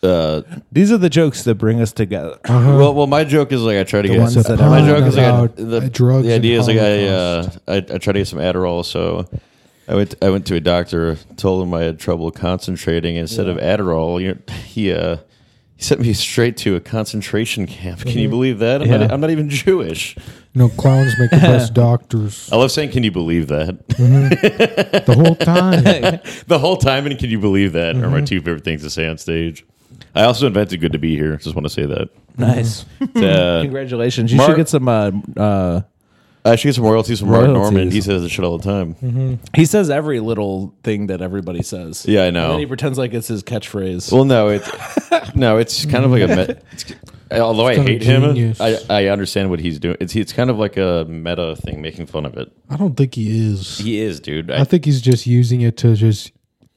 [SPEAKER 1] Uh,
[SPEAKER 3] These are the jokes that bring us together.
[SPEAKER 1] Well, well, my joke is like I try to
[SPEAKER 3] The
[SPEAKER 1] get
[SPEAKER 3] ones that
[SPEAKER 1] my
[SPEAKER 3] aren't
[SPEAKER 1] joke is like I,
[SPEAKER 2] about
[SPEAKER 1] the
[SPEAKER 2] drugs
[SPEAKER 1] The
[SPEAKER 2] and
[SPEAKER 1] idea is like I, uh, I I try to get some Adderall, so I went I went to a doctor, told him I had trouble concentrating. Instead of Adderall, you know, he uh, he sent me straight to a concentration camp. Can you believe that? I'm,
[SPEAKER 3] Yeah.
[SPEAKER 1] not, I'm not even Jewish.
[SPEAKER 2] no, clowns make the best doctors
[SPEAKER 1] I love saying "Can you believe that?"
[SPEAKER 2] the whole time.
[SPEAKER 1] the whole time, and "Can you believe that?" are my two favorite things to say on stage. I also invented "Good to be here." Just want to say that.
[SPEAKER 2] Mm-hmm.
[SPEAKER 3] Nice.
[SPEAKER 1] Uh,
[SPEAKER 3] Congratulations. You
[SPEAKER 1] Mark-
[SPEAKER 3] should get some uh, uh
[SPEAKER 1] I should get some royalties from Mark Norman.
[SPEAKER 3] Royalties.
[SPEAKER 1] He says this shit all the time.
[SPEAKER 3] he says every little thing that everybody says.
[SPEAKER 1] Yeah, I
[SPEAKER 3] And
[SPEAKER 1] know.
[SPEAKER 3] then he pretends like it's his catchphrase.
[SPEAKER 1] Well, no, it's no, it's kind of like a me- it's, Although I
[SPEAKER 2] kinda
[SPEAKER 1] hate him,
[SPEAKER 2] genius.
[SPEAKER 1] I, I understand what he's doing. It's it's kind of like a meta thing, making fun of it.
[SPEAKER 2] I don't think he is.
[SPEAKER 1] He is, dude.
[SPEAKER 2] I think he's just using it to just,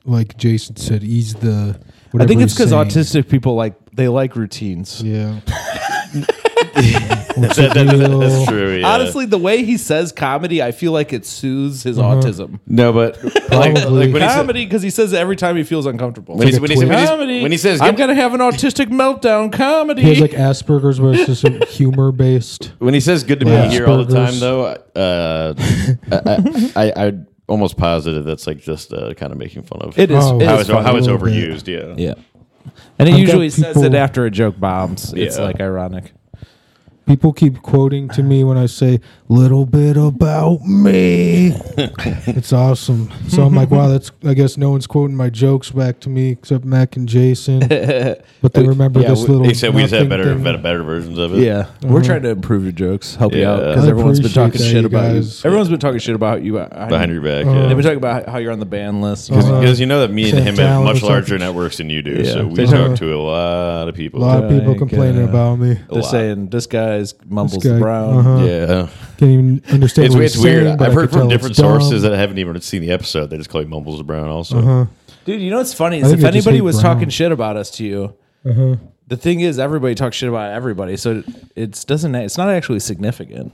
[SPEAKER 2] like Jason said, ease the.
[SPEAKER 3] I
[SPEAKER 2] Whatever
[SPEAKER 3] think it's
[SPEAKER 2] he's
[SPEAKER 3] because
[SPEAKER 2] saying.
[SPEAKER 3] autistic people like they like routines.
[SPEAKER 2] Yeah.
[SPEAKER 1] that, that- that- that's true. yeah.
[SPEAKER 3] Honestly, the way he says comedy, I feel like it soothes his autism.
[SPEAKER 1] no, but like, like
[SPEAKER 2] Probably.
[SPEAKER 1] when he said-
[SPEAKER 3] Comedy, because he says it every time he feels uncomfortable.
[SPEAKER 1] when, he's,
[SPEAKER 2] like
[SPEAKER 1] when,
[SPEAKER 2] a
[SPEAKER 1] he said- when, he's-
[SPEAKER 3] comedy.
[SPEAKER 1] when he says
[SPEAKER 3] "I'm
[SPEAKER 1] "Get-
[SPEAKER 3] gonna have an autistic meltdown," comedy.
[SPEAKER 2] He has like Asperger's, but it's just like, humor based.
[SPEAKER 1] When he says "good to be
[SPEAKER 2] Yeah.
[SPEAKER 1] here" all the time,
[SPEAKER 2] Asperger's.
[SPEAKER 1] though, uh, I, I, I, I'd almost positive that's like just uh, kind of making fun of
[SPEAKER 3] it is.
[SPEAKER 2] Oh,
[SPEAKER 3] it
[SPEAKER 1] how
[SPEAKER 3] is
[SPEAKER 1] it's,
[SPEAKER 3] funny.
[SPEAKER 1] how it's
[SPEAKER 2] a little bit.
[SPEAKER 1] overused. Yeah.
[SPEAKER 3] Yeah. And it
[SPEAKER 2] I've got
[SPEAKER 3] usually says it
[SPEAKER 2] people-
[SPEAKER 3] after a joke bombs. It's
[SPEAKER 1] Yeah.
[SPEAKER 3] like ironic.
[SPEAKER 2] People keep quoting to me when I say "little bit about me." it's awesome. So I'm like, wow, that's. I guess no one's quoting my jokes back to me except Mac and Jason, but they remember
[SPEAKER 1] Yeah,
[SPEAKER 2] this
[SPEAKER 1] we-
[SPEAKER 2] little.
[SPEAKER 1] they said we just had
[SPEAKER 2] nothing
[SPEAKER 1] better,
[SPEAKER 2] thing.
[SPEAKER 1] better, better versions of it.
[SPEAKER 3] Yeah, Uh-huh. we're trying to improve your jokes, help you out
[SPEAKER 1] Yeah.
[SPEAKER 3] because
[SPEAKER 2] I
[SPEAKER 3] everyone's been
[SPEAKER 2] appreciate
[SPEAKER 3] talking
[SPEAKER 2] that,
[SPEAKER 3] shit
[SPEAKER 2] you
[SPEAKER 3] about you.
[SPEAKER 2] guys.
[SPEAKER 3] Everyone's been talking shit about you behind,
[SPEAKER 1] behind your back.
[SPEAKER 2] Uh,
[SPEAKER 1] yeah.
[SPEAKER 3] They've been talking about how you're on the ban list.
[SPEAKER 2] Uh-huh.
[SPEAKER 1] Because you know that me and
[SPEAKER 2] Sent
[SPEAKER 1] him have
[SPEAKER 2] down or
[SPEAKER 1] much
[SPEAKER 2] something.
[SPEAKER 1] larger networks than you do,
[SPEAKER 3] Yeah.
[SPEAKER 1] so we
[SPEAKER 3] They
[SPEAKER 2] talk-
[SPEAKER 1] talk to a lot of
[SPEAKER 2] A
[SPEAKER 1] people.
[SPEAKER 2] lot of people
[SPEAKER 3] Like,
[SPEAKER 2] complaining
[SPEAKER 3] uh,
[SPEAKER 2] about me.
[SPEAKER 3] They're
[SPEAKER 1] lot.
[SPEAKER 3] saying this guy's mumbles
[SPEAKER 2] This guy-
[SPEAKER 3] brown.
[SPEAKER 2] uh-huh.
[SPEAKER 1] yeah,
[SPEAKER 2] Can't even understand
[SPEAKER 1] it's,
[SPEAKER 2] what
[SPEAKER 1] it's
[SPEAKER 2] he's
[SPEAKER 1] weird.
[SPEAKER 2] saying. but
[SPEAKER 1] I've
[SPEAKER 2] I
[SPEAKER 1] heard
[SPEAKER 2] can tell
[SPEAKER 1] from
[SPEAKER 2] it's
[SPEAKER 1] different
[SPEAKER 2] dumb. Uh-huh.
[SPEAKER 1] sources that haven't even seen the episode. They just call him Mumbles Brown. Also,
[SPEAKER 3] Dude, you know what's funny
[SPEAKER 2] I
[SPEAKER 3] is
[SPEAKER 2] think
[SPEAKER 3] if
[SPEAKER 2] I just
[SPEAKER 3] anybody
[SPEAKER 2] hate
[SPEAKER 3] was
[SPEAKER 2] brown. Uh-huh.
[SPEAKER 3] talking shit about us to you, the thing is everybody talks shit about everybody, so it it's doesn't it's not actually significant.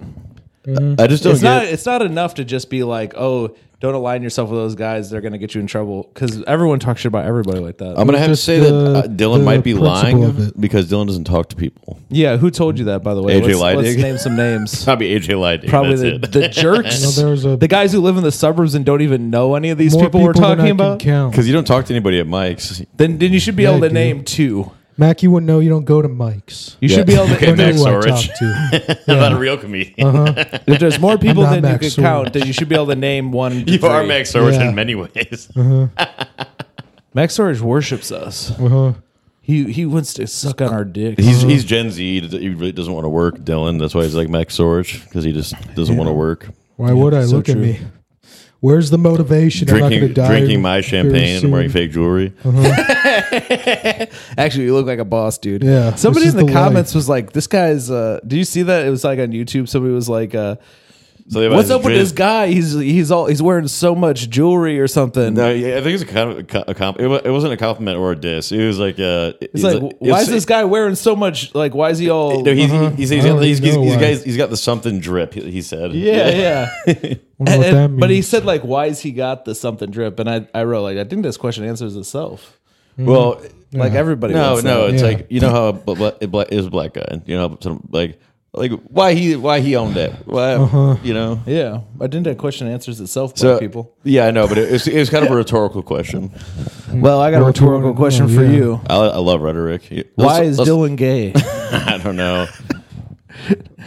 [SPEAKER 1] I just don't
[SPEAKER 3] It's
[SPEAKER 1] get.
[SPEAKER 3] not it's not enough to just be like, oh, don't align yourself with those guys; they're gonna get you in trouble because everyone talks shit about everybody like that.
[SPEAKER 1] I'm gonna have to
[SPEAKER 2] just
[SPEAKER 1] say that
[SPEAKER 2] the-
[SPEAKER 1] uh, Dylan
[SPEAKER 2] the
[SPEAKER 1] might be
[SPEAKER 2] principle of
[SPEAKER 1] lying
[SPEAKER 2] it.
[SPEAKER 1] because Dylan doesn't talk to people.
[SPEAKER 3] yeah, who told you that? By the way,
[SPEAKER 1] AJ
[SPEAKER 3] let's, let's
[SPEAKER 1] Leidig?
[SPEAKER 3] name some names.
[SPEAKER 1] Probably AJ Lighting.
[SPEAKER 3] Probably the,
[SPEAKER 1] that's it.
[SPEAKER 3] the jerks,
[SPEAKER 2] Well, there was a-
[SPEAKER 3] the guys who live in the suburbs and don't even know any of these
[SPEAKER 2] More
[SPEAKER 3] people, we're
[SPEAKER 2] than I
[SPEAKER 3] talking
[SPEAKER 2] can
[SPEAKER 3] about.
[SPEAKER 2] count.
[SPEAKER 1] Because you don't talk to anybody at Mike's.
[SPEAKER 3] Then, then you should be
[SPEAKER 2] Yeah,
[SPEAKER 3] able to
[SPEAKER 2] I do.
[SPEAKER 3] name two.
[SPEAKER 2] Mac, you wouldn't know. You don't go to Mike's.
[SPEAKER 3] You
[SPEAKER 1] Yeah.
[SPEAKER 3] should be able to.
[SPEAKER 1] Okay,
[SPEAKER 2] Don't know
[SPEAKER 1] Max
[SPEAKER 2] who I
[SPEAKER 1] Orich.
[SPEAKER 2] talk to.
[SPEAKER 1] I'm not a real comedian.
[SPEAKER 2] Uh-huh.
[SPEAKER 3] If there's more people
[SPEAKER 2] I'm not
[SPEAKER 3] than you
[SPEAKER 2] Max
[SPEAKER 3] can count,
[SPEAKER 2] Orich.
[SPEAKER 3] then you should be able to name one. to
[SPEAKER 1] You are
[SPEAKER 3] three.
[SPEAKER 1] Max Orich
[SPEAKER 2] Yeah.
[SPEAKER 1] in many ways.
[SPEAKER 3] Max Storage worships us.
[SPEAKER 2] Uh-huh.
[SPEAKER 3] He he wants to suck on our dick.
[SPEAKER 1] He's he's Gen Z. He does- He really doesn't want to work, Dylan. That's why he's like Max Sorge because he just doesn't want to work.
[SPEAKER 2] Why would I
[SPEAKER 3] so
[SPEAKER 2] look at
[SPEAKER 3] true.
[SPEAKER 2] me? Where's the motivation? I'm not
[SPEAKER 1] Drinking
[SPEAKER 2] gonna die
[SPEAKER 1] drinking my
[SPEAKER 2] very
[SPEAKER 1] champagne and
[SPEAKER 2] soon. Oh.
[SPEAKER 1] wearing fake jewelry.
[SPEAKER 3] Actually, you look like a boss, dude.
[SPEAKER 2] Yeah,
[SPEAKER 3] Somebody
[SPEAKER 2] this
[SPEAKER 3] in the,
[SPEAKER 2] is the
[SPEAKER 3] comments was like, "This guy's." uh Do you see that? It was like on YouTube. Somebody was like, uh
[SPEAKER 1] So they-
[SPEAKER 3] "What's up with
[SPEAKER 1] Drizz-
[SPEAKER 3] this guy? He's he's all he's wearing so much jewelry or something."
[SPEAKER 1] No, yeah, I think it's a kind of a comp. It, wa- it wasn't a compliment or a diss. It was like uh,
[SPEAKER 3] It's like, why is this Uh-huh. guy wearing so much? Like, why is he all?
[SPEAKER 1] No, he's, he's, he's,
[SPEAKER 2] I don't
[SPEAKER 1] he's, he's,
[SPEAKER 2] know
[SPEAKER 1] he's,
[SPEAKER 2] why.
[SPEAKER 1] got- he's got the something drip. He, he said,
[SPEAKER 3] yeah, yeah.
[SPEAKER 2] Wonder what
[SPEAKER 3] And-
[SPEAKER 2] that
[SPEAKER 3] But he
[SPEAKER 2] means.
[SPEAKER 3] said, like, why is he got the something drip? And I, I wrote, like, I think this question answers itself.
[SPEAKER 1] Well,
[SPEAKER 2] Mm-hmm.
[SPEAKER 3] Like everybody.
[SPEAKER 1] no,
[SPEAKER 3] wants that.
[SPEAKER 1] no, it's
[SPEAKER 2] Yeah.
[SPEAKER 1] like you know how bl- bl- it bla- is a black guy. You know, some, like like why he why he owned that. Why
[SPEAKER 2] Uh-huh.
[SPEAKER 1] you know.
[SPEAKER 3] Yeah, I think that question answers itself, black
[SPEAKER 1] So,
[SPEAKER 3] people.
[SPEAKER 1] yeah, I know, but it was, it was kind of a rhetorical question.
[SPEAKER 3] Well, I got a
[SPEAKER 2] Well, if you
[SPEAKER 3] rhetorical
[SPEAKER 2] wanna
[SPEAKER 3] question
[SPEAKER 2] know,
[SPEAKER 3] for
[SPEAKER 2] yeah.
[SPEAKER 3] you.
[SPEAKER 1] I, I love rhetoric. Let's-
[SPEAKER 3] Why is
[SPEAKER 1] let's-
[SPEAKER 3] Dylan gay?
[SPEAKER 1] I don't know.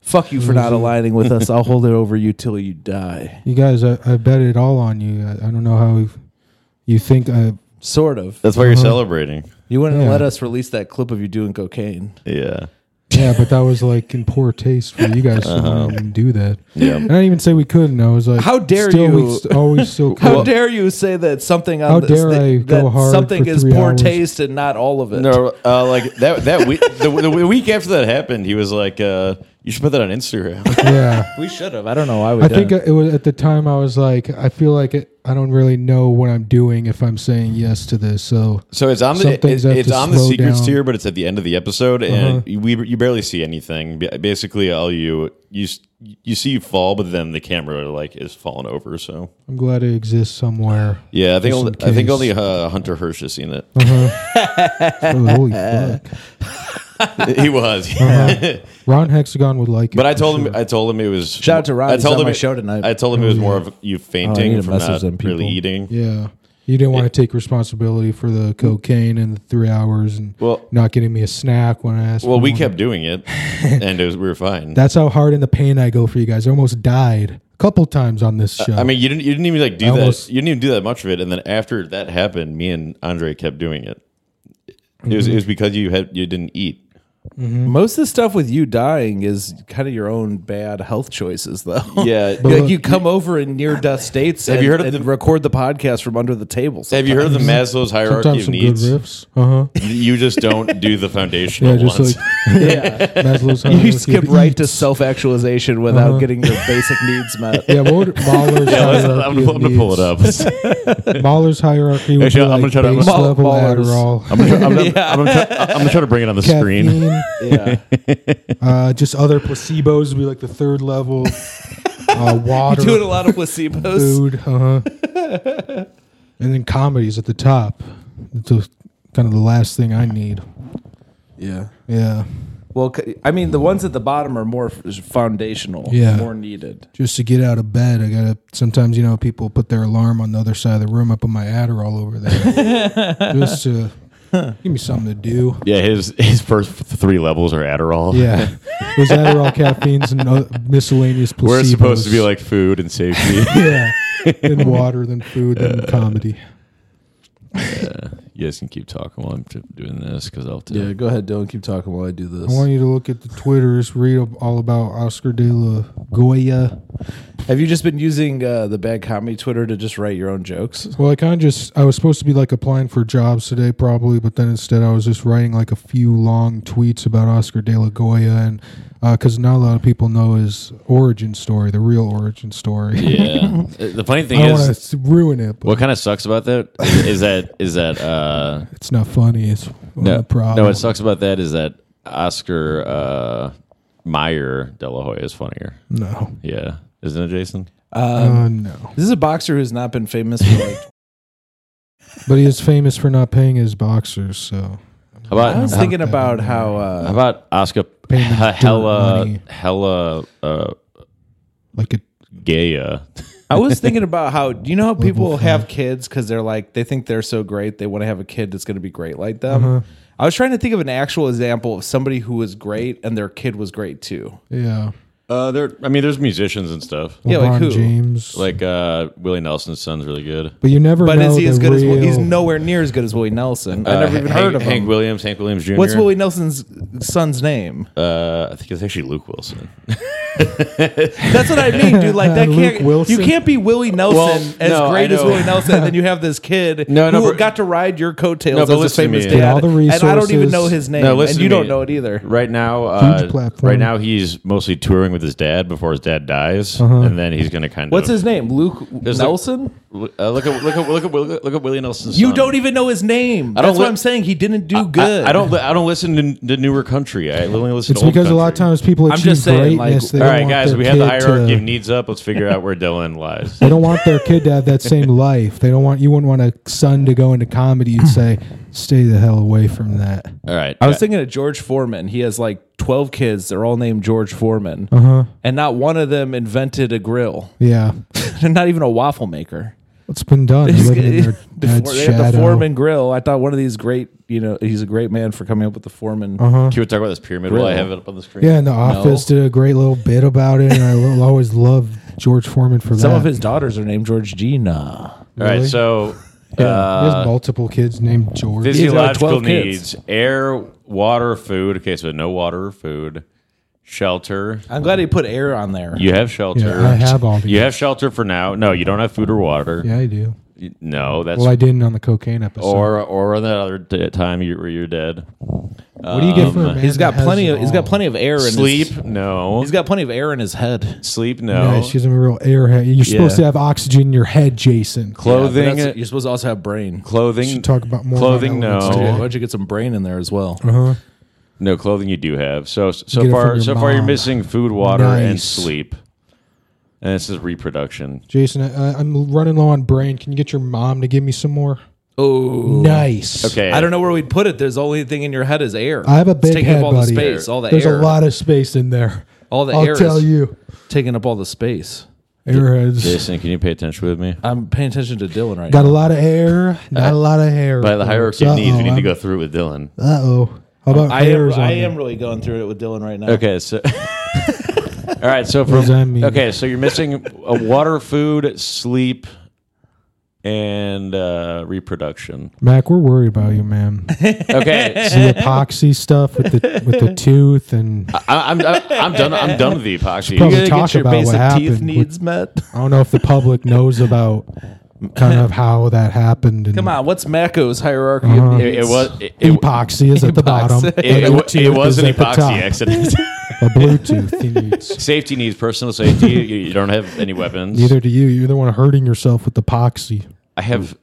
[SPEAKER 3] Fuck you for not aligning with us. I'll hold it over you till you die.
[SPEAKER 2] You guys, I, I bet it all on you. I, I don't know how you think. uh, I,
[SPEAKER 3] Sort of.
[SPEAKER 1] That's why
[SPEAKER 2] Uh-huh.
[SPEAKER 1] you're celebrating.
[SPEAKER 3] You wouldn't
[SPEAKER 2] Yeah.
[SPEAKER 3] let us release that clip of you doing cocaine.
[SPEAKER 1] Yeah,
[SPEAKER 2] yeah, but that was like in poor taste for you guys to wanna even do that.
[SPEAKER 1] Uh-huh. yeah.
[SPEAKER 2] And I didn't even say we couldn't. I was like,
[SPEAKER 3] How dare
[SPEAKER 2] still,
[SPEAKER 3] you?
[SPEAKER 2] We st- always still could.
[SPEAKER 3] How dare you say that something on
[SPEAKER 2] How
[SPEAKER 3] this
[SPEAKER 2] dare
[SPEAKER 3] that,
[SPEAKER 2] I go
[SPEAKER 3] that
[SPEAKER 2] hard
[SPEAKER 3] something
[SPEAKER 2] for
[SPEAKER 3] is
[SPEAKER 2] three
[SPEAKER 3] poor
[SPEAKER 2] hours?
[SPEAKER 3] taste and not all of it?
[SPEAKER 1] No, uh, like that that week the, the week after that happened, he was like, uh, "You should put that on Instagram."
[SPEAKER 2] yeah.
[SPEAKER 3] We should have. I don't know why we
[SPEAKER 2] I
[SPEAKER 3] didn't.
[SPEAKER 2] think uh, it was at the time I was like, I feel like it, I don't really know what I'm doing if I'm saying yes to this. So
[SPEAKER 1] So it's on the
[SPEAKER 2] Some
[SPEAKER 1] it,
[SPEAKER 2] things have
[SPEAKER 1] it's
[SPEAKER 2] to
[SPEAKER 1] on the
[SPEAKER 2] slow
[SPEAKER 1] secrets
[SPEAKER 2] down. Uh-huh.
[SPEAKER 1] tier, but it's at the end of the episode, and we you barely see anything. Ba- Basically, all you you s- you see you fall, but then the camera like is falling over. So
[SPEAKER 2] I'm glad it exists somewhere.
[SPEAKER 1] yeah, I think
[SPEAKER 2] Just
[SPEAKER 1] only,
[SPEAKER 2] in
[SPEAKER 1] I think
[SPEAKER 2] case.
[SPEAKER 1] only uh, Hunter Hirsch has seen it.
[SPEAKER 2] Oh, holy fuck. Uh-huh.
[SPEAKER 1] he was.
[SPEAKER 2] Ron Hexagon would like it.
[SPEAKER 1] But I
[SPEAKER 2] for
[SPEAKER 1] told
[SPEAKER 2] sure.
[SPEAKER 1] him. I told him it was.
[SPEAKER 3] Shout out to Ron,
[SPEAKER 1] I
[SPEAKER 3] he's
[SPEAKER 1] told
[SPEAKER 3] on
[SPEAKER 1] him
[SPEAKER 3] my
[SPEAKER 1] it-
[SPEAKER 3] show tonight.
[SPEAKER 1] I told him
[SPEAKER 2] Oh,
[SPEAKER 1] it was more of you fainting
[SPEAKER 3] to
[SPEAKER 1] from
[SPEAKER 3] message
[SPEAKER 1] not
[SPEAKER 3] them people.
[SPEAKER 1] really eating.
[SPEAKER 2] Yeah. You didn't want to take responsibility for the cocaine and the three hours and
[SPEAKER 1] Mm. Well-
[SPEAKER 2] not getting me a snack when I asked.
[SPEAKER 1] Well,
[SPEAKER 2] for
[SPEAKER 1] we
[SPEAKER 2] one.
[SPEAKER 1] kept doing it, and it was, we were fine.
[SPEAKER 2] That's how hard in the pain I go for you guys. I almost died a couple times on this show.
[SPEAKER 1] I mean, you didn't. You didn't even like do
[SPEAKER 2] I
[SPEAKER 1] that.
[SPEAKER 2] almost-
[SPEAKER 1] you didn't even do that much of it. And then after that happened, me and Andre kept doing it. It was, it was because you had you didn't eat.
[SPEAKER 3] Most of the stuff with you dying is kind of your own bad health choices, though.
[SPEAKER 1] Yeah. But
[SPEAKER 3] like you come over in near death states. Have you heard of and
[SPEAKER 1] the-
[SPEAKER 3] record the podcast from under the table?
[SPEAKER 1] Have you heard of the Maslow's hierarchy
[SPEAKER 2] Sometimes
[SPEAKER 1] of
[SPEAKER 2] some good
[SPEAKER 1] needs?
[SPEAKER 2] riffs. Uh huh.
[SPEAKER 1] You just don't do the foundational
[SPEAKER 2] Yeah, just
[SPEAKER 1] ones.
[SPEAKER 2] like yeah. Maslow's
[SPEAKER 3] You
[SPEAKER 2] hierarchy
[SPEAKER 3] skip
[SPEAKER 2] of
[SPEAKER 3] right to
[SPEAKER 2] needs.
[SPEAKER 3] self actualization without
[SPEAKER 2] Uh-huh.
[SPEAKER 3] getting your basic needs met.
[SPEAKER 2] Yeah, what would Mahler's
[SPEAKER 1] yeah, let's-
[SPEAKER 2] hierarchy
[SPEAKER 1] I'm, gonna,
[SPEAKER 2] of
[SPEAKER 1] pull- I'm gonna pull it
[SPEAKER 2] needs-
[SPEAKER 1] up.
[SPEAKER 2] Mahler's hierarchy would
[SPEAKER 1] Actually,
[SPEAKER 2] be
[SPEAKER 1] I'm gonna
[SPEAKER 2] like
[SPEAKER 1] try to-
[SPEAKER 2] base
[SPEAKER 3] Mah-
[SPEAKER 2] level
[SPEAKER 3] Mahler's.
[SPEAKER 2] Adderall,
[SPEAKER 1] I'm gonna, try, I'm, gonna, I'm, gonna try, I'm gonna try to bring it on the screen.
[SPEAKER 2] caffeine,
[SPEAKER 3] Yeah.
[SPEAKER 2] uh, just other placebos would be like the third level. Uh, water,
[SPEAKER 3] Doing a lot of placebos.
[SPEAKER 2] food, uh-huh. and then comedies at the top. It's a- kind of the last thing I need.
[SPEAKER 3] yeah.
[SPEAKER 2] Yeah,
[SPEAKER 3] Well, c- I mean, the ones at the bottom are more f- foundational,
[SPEAKER 2] Yeah.
[SPEAKER 3] more needed.
[SPEAKER 2] just to get out of bed, I gotta. Sometimes you know people put their alarm on the other side of the room. I put my Adderall over there just to give me something to do.
[SPEAKER 1] Yeah, his his first three levels are Adderall.
[SPEAKER 2] Yeah, it was Adderall, caffeines, and o- miscellaneous placebos.
[SPEAKER 1] We're supposed to be like food and safety.
[SPEAKER 2] yeah, then water, then food, then
[SPEAKER 1] Uh,
[SPEAKER 2] comedy.
[SPEAKER 1] you guys can keep talking while I'm t- doing this because I'll. T-
[SPEAKER 3] go ahead, Dylan. Keep talking while I do this.
[SPEAKER 2] I want you to look at the twitters, read ab- all about Oscar de la Goya.
[SPEAKER 3] Have you just been using uh, the bad comedy Twitter to just write your own jokes?
[SPEAKER 2] Well, I kind of just I was supposed to be like applying for jobs today, probably, but then instead I was just writing like a few long tweets about Oscar De La Goya, and because not a lot of people know his origin story, the real origin story.
[SPEAKER 1] yeah. Uh, the funny thing
[SPEAKER 2] I don't
[SPEAKER 1] is,
[SPEAKER 2] want to ruin it, but
[SPEAKER 1] what kind of sucks about that is, is that is that uh,
[SPEAKER 2] it's not funny. It's one of
[SPEAKER 1] no,
[SPEAKER 2] the problem.
[SPEAKER 1] no, what sucks about that is that Oscar uh, Meyer De La Hoya is funnier.
[SPEAKER 2] no,
[SPEAKER 1] Yeah, isn't it, Jason?
[SPEAKER 3] Um,
[SPEAKER 2] uh, no.
[SPEAKER 3] This is a boxer who's not been famous for like.
[SPEAKER 2] But he is famous for not paying his boxers, so
[SPEAKER 1] How about
[SPEAKER 3] I was
[SPEAKER 1] how,
[SPEAKER 3] thinking about how. Uh,
[SPEAKER 1] how about Oscar
[SPEAKER 2] Paying his dirt
[SPEAKER 1] Hella
[SPEAKER 2] money.
[SPEAKER 1] Hella uh,
[SPEAKER 2] like it.
[SPEAKER 1] Gaya?
[SPEAKER 3] I was thinking about how do you know how people
[SPEAKER 2] Level
[SPEAKER 3] have kids because they're like they think they're so great they want to have a kid that's going to be great like them.
[SPEAKER 2] Uh-huh.
[SPEAKER 3] I was trying to think of an actual example of somebody who was great and their kid was great too.
[SPEAKER 2] Yeah,
[SPEAKER 1] Uh, there. I mean, there's musicians and stuff.
[SPEAKER 3] Yeah, like
[SPEAKER 2] LeBron
[SPEAKER 3] who?
[SPEAKER 2] James.
[SPEAKER 1] Like uh, Willie Nelson's son's really good.
[SPEAKER 2] but you never.
[SPEAKER 3] But
[SPEAKER 2] know
[SPEAKER 3] is he
[SPEAKER 2] the
[SPEAKER 3] as good as
[SPEAKER 2] real,
[SPEAKER 3] he's nowhere near as good as Willie Nelson? I
[SPEAKER 1] Uh,
[SPEAKER 3] never even
[SPEAKER 1] Hank-
[SPEAKER 3] heard of him.
[SPEAKER 1] Hank Williams. Hank Williams Jr.
[SPEAKER 3] What's Willie Nelson's son's name?
[SPEAKER 1] Uh, I think it's actually Luke Wilson.
[SPEAKER 3] That's what I mean, dude. Like that
[SPEAKER 2] Luke
[SPEAKER 3] can't
[SPEAKER 2] Wilson.
[SPEAKER 3] you can't be Willie Nelson
[SPEAKER 1] Well,
[SPEAKER 3] as
[SPEAKER 1] no,
[SPEAKER 3] great
[SPEAKER 1] I
[SPEAKER 3] as
[SPEAKER 1] know.
[SPEAKER 3] Willie Nelson, and then you have this kid
[SPEAKER 1] No, no,
[SPEAKER 3] who
[SPEAKER 1] but-
[SPEAKER 3] got to ride your coattails
[SPEAKER 1] No, but
[SPEAKER 3] as his
[SPEAKER 1] listen to
[SPEAKER 3] famous
[SPEAKER 1] me.
[SPEAKER 3] dad.
[SPEAKER 2] Get all the
[SPEAKER 3] and I don't even
[SPEAKER 2] resources.
[SPEAKER 3] know his name,
[SPEAKER 1] No,
[SPEAKER 3] and
[SPEAKER 1] listen
[SPEAKER 3] you
[SPEAKER 1] to
[SPEAKER 3] don't
[SPEAKER 1] me.
[SPEAKER 3] know it either.
[SPEAKER 1] Right now, uh,
[SPEAKER 2] platform.
[SPEAKER 1] right now he's mostly touring with his dad before his dad dies,
[SPEAKER 2] Uh-huh.
[SPEAKER 1] and then he's gonna kind
[SPEAKER 3] What's
[SPEAKER 1] of
[SPEAKER 3] his name? Luke
[SPEAKER 1] There's
[SPEAKER 3] Nelson.
[SPEAKER 1] Look- uh, look at look at look at look at, look at Willie Nelson's.
[SPEAKER 3] you
[SPEAKER 1] son.
[SPEAKER 3] don't even know his name.
[SPEAKER 1] I
[SPEAKER 3] That's
[SPEAKER 1] don't
[SPEAKER 3] what
[SPEAKER 1] li-
[SPEAKER 3] I'm saying. He didn't do
[SPEAKER 1] I-
[SPEAKER 3] good.
[SPEAKER 1] I, don't. Li- I don't listen to, to newer country. I only listen.
[SPEAKER 2] It's
[SPEAKER 1] to old
[SPEAKER 2] because a lot of
[SPEAKER 1] country.
[SPEAKER 2] times people
[SPEAKER 3] I'm
[SPEAKER 2] achieve
[SPEAKER 3] just saying, like-
[SPEAKER 2] greatness. they
[SPEAKER 1] All
[SPEAKER 2] don't
[SPEAKER 1] right,
[SPEAKER 2] want
[SPEAKER 1] guys,
[SPEAKER 2] their
[SPEAKER 1] we have the
[SPEAKER 2] kid to-
[SPEAKER 1] hierarchy of needs up. Let's figure out where Dylan lies.
[SPEAKER 2] They don't want their kid to have that same life. They don't want you wouldn't want a son to go into comedy. You'd say, "Stay the hell away from that."
[SPEAKER 1] All right,
[SPEAKER 3] I was thinking of George Foreman. He has like 12 kids. They're all named George Foreman.
[SPEAKER 2] Uh-huh.
[SPEAKER 3] And not one of them invented a grill,
[SPEAKER 2] Yeah,
[SPEAKER 3] and not even a waffle maker.
[SPEAKER 2] it's been done. They're living in their
[SPEAKER 3] the,
[SPEAKER 2] dad's
[SPEAKER 3] four, they had the
[SPEAKER 2] shadow.
[SPEAKER 3] Foreman grill. I thought one of these great, you know, he's a great man for coming up with the Foreman.
[SPEAKER 2] Uh-huh.
[SPEAKER 1] can we talk about this pyramid while I have it up on the screen?
[SPEAKER 2] Yeah, and the Office did a great little bit about it, and I will always love George Foreman for
[SPEAKER 3] Some
[SPEAKER 2] that.
[SPEAKER 3] of his daughters are named Georgina.
[SPEAKER 1] All right,
[SPEAKER 2] Really?
[SPEAKER 1] so
[SPEAKER 2] Yeah, he
[SPEAKER 1] uh,
[SPEAKER 2] has multiple kids named George.
[SPEAKER 3] These are like
[SPEAKER 1] physiological
[SPEAKER 3] 12 kids.
[SPEAKER 1] needs: air, water, food. Okay, so no water or food, shelter.
[SPEAKER 3] I'm glad he put air on there.
[SPEAKER 1] You have shelter.
[SPEAKER 2] Yeah, I have all the-
[SPEAKER 1] You have shelter for now. No, you don't have food or water.
[SPEAKER 2] yeah, I do.
[SPEAKER 1] No, that's
[SPEAKER 2] Well, I didn't on the cocaine episode.
[SPEAKER 1] or or that other t- time you, where you're dead.
[SPEAKER 2] what do you get for a man?
[SPEAKER 3] um, he's got
[SPEAKER 2] that has
[SPEAKER 3] plenty
[SPEAKER 2] it
[SPEAKER 3] of he's got
[SPEAKER 2] all?
[SPEAKER 3] plenty of air in
[SPEAKER 1] Sleep?
[SPEAKER 3] His,
[SPEAKER 1] no.
[SPEAKER 3] he's got plenty of air in his head.
[SPEAKER 1] Sleep? No.
[SPEAKER 2] Yeah, she's a real airhead. You're supposed
[SPEAKER 1] Yeah.
[SPEAKER 2] to have oxygen in your head, Jason.
[SPEAKER 3] Yeah,
[SPEAKER 1] clothing?
[SPEAKER 3] but that's- you're supposed to also have brain.
[SPEAKER 1] clothing?
[SPEAKER 2] Should talk about more about
[SPEAKER 1] Clothing?
[SPEAKER 2] elements
[SPEAKER 3] Dude, why
[SPEAKER 1] No.
[SPEAKER 3] don't you get some brain in there as well?
[SPEAKER 2] Uh-huh.
[SPEAKER 1] No clothing. You do have. So
[SPEAKER 2] You get
[SPEAKER 1] so
[SPEAKER 2] it from
[SPEAKER 1] far
[SPEAKER 2] your
[SPEAKER 1] so far you're
[SPEAKER 2] mom.
[SPEAKER 1] missing food, water, and
[SPEAKER 2] Nice.
[SPEAKER 1] sleep. And this is reproduction.
[SPEAKER 2] Jason, I, I'm running low on brain. Can you get your mom to give me some more?
[SPEAKER 3] Oh,
[SPEAKER 2] Nice.
[SPEAKER 1] Okay.
[SPEAKER 3] I don't know where we'd put it. There's the only thing in your head is air.
[SPEAKER 2] I have a big
[SPEAKER 3] it's taking
[SPEAKER 2] head,
[SPEAKER 3] up all
[SPEAKER 2] buddy.
[SPEAKER 3] the space, all the
[SPEAKER 2] There's
[SPEAKER 3] air,
[SPEAKER 2] a lot of space in there.
[SPEAKER 3] All the
[SPEAKER 2] I'll
[SPEAKER 3] air
[SPEAKER 2] tell
[SPEAKER 3] is-
[SPEAKER 2] you,
[SPEAKER 3] taking up all the space.
[SPEAKER 2] airheads
[SPEAKER 1] Jason, can you pay attention with me?
[SPEAKER 3] I'm paying attention to Dylan right
[SPEAKER 2] got a
[SPEAKER 3] now.
[SPEAKER 2] lot of air, not a lot of hair.
[SPEAKER 1] By the hierarchy of needs, we need to go through it with Dylan.
[SPEAKER 2] Uh oh. How about
[SPEAKER 3] I am,
[SPEAKER 2] hairs on
[SPEAKER 3] I
[SPEAKER 2] there?
[SPEAKER 3] am really going through it with Dylan right now.
[SPEAKER 1] Okay, so. All right, so from
[SPEAKER 2] does that mean?
[SPEAKER 1] okay, so you're missing a water, food, sleep, and uh, reproduction.
[SPEAKER 2] Mac, we're worried about you, man.
[SPEAKER 1] Okay,
[SPEAKER 2] The epoxy stuff with the with the tooth and I
[SPEAKER 1] I, I'm I'm done. I'm done with the epoxy.
[SPEAKER 2] Probably
[SPEAKER 3] You gotta
[SPEAKER 2] talk
[SPEAKER 3] get your
[SPEAKER 2] about what
[SPEAKER 3] basic
[SPEAKER 2] happened
[SPEAKER 3] teeth
[SPEAKER 2] with-
[SPEAKER 3] needs met.
[SPEAKER 2] don't know if the public knows about kind of how that happened. And
[SPEAKER 3] Come on, what's Mako's hierarchy
[SPEAKER 2] Uh-huh.
[SPEAKER 3] of
[SPEAKER 1] It,
[SPEAKER 3] needs?
[SPEAKER 1] it was it, it,
[SPEAKER 2] epoxy is at the bottom.
[SPEAKER 3] Epoxy.
[SPEAKER 2] a
[SPEAKER 1] it- it
[SPEAKER 2] blue
[SPEAKER 1] wa- it
[SPEAKER 2] tooth
[SPEAKER 1] was
[SPEAKER 2] is
[SPEAKER 1] an
[SPEAKER 2] at the top.
[SPEAKER 1] epoxy accident.
[SPEAKER 2] A blue tooth he needs.
[SPEAKER 1] safety needs personal safety. You, you don't have any weapons.
[SPEAKER 2] Neither do you. You're the one hurting yourself with epoxy.
[SPEAKER 1] I have.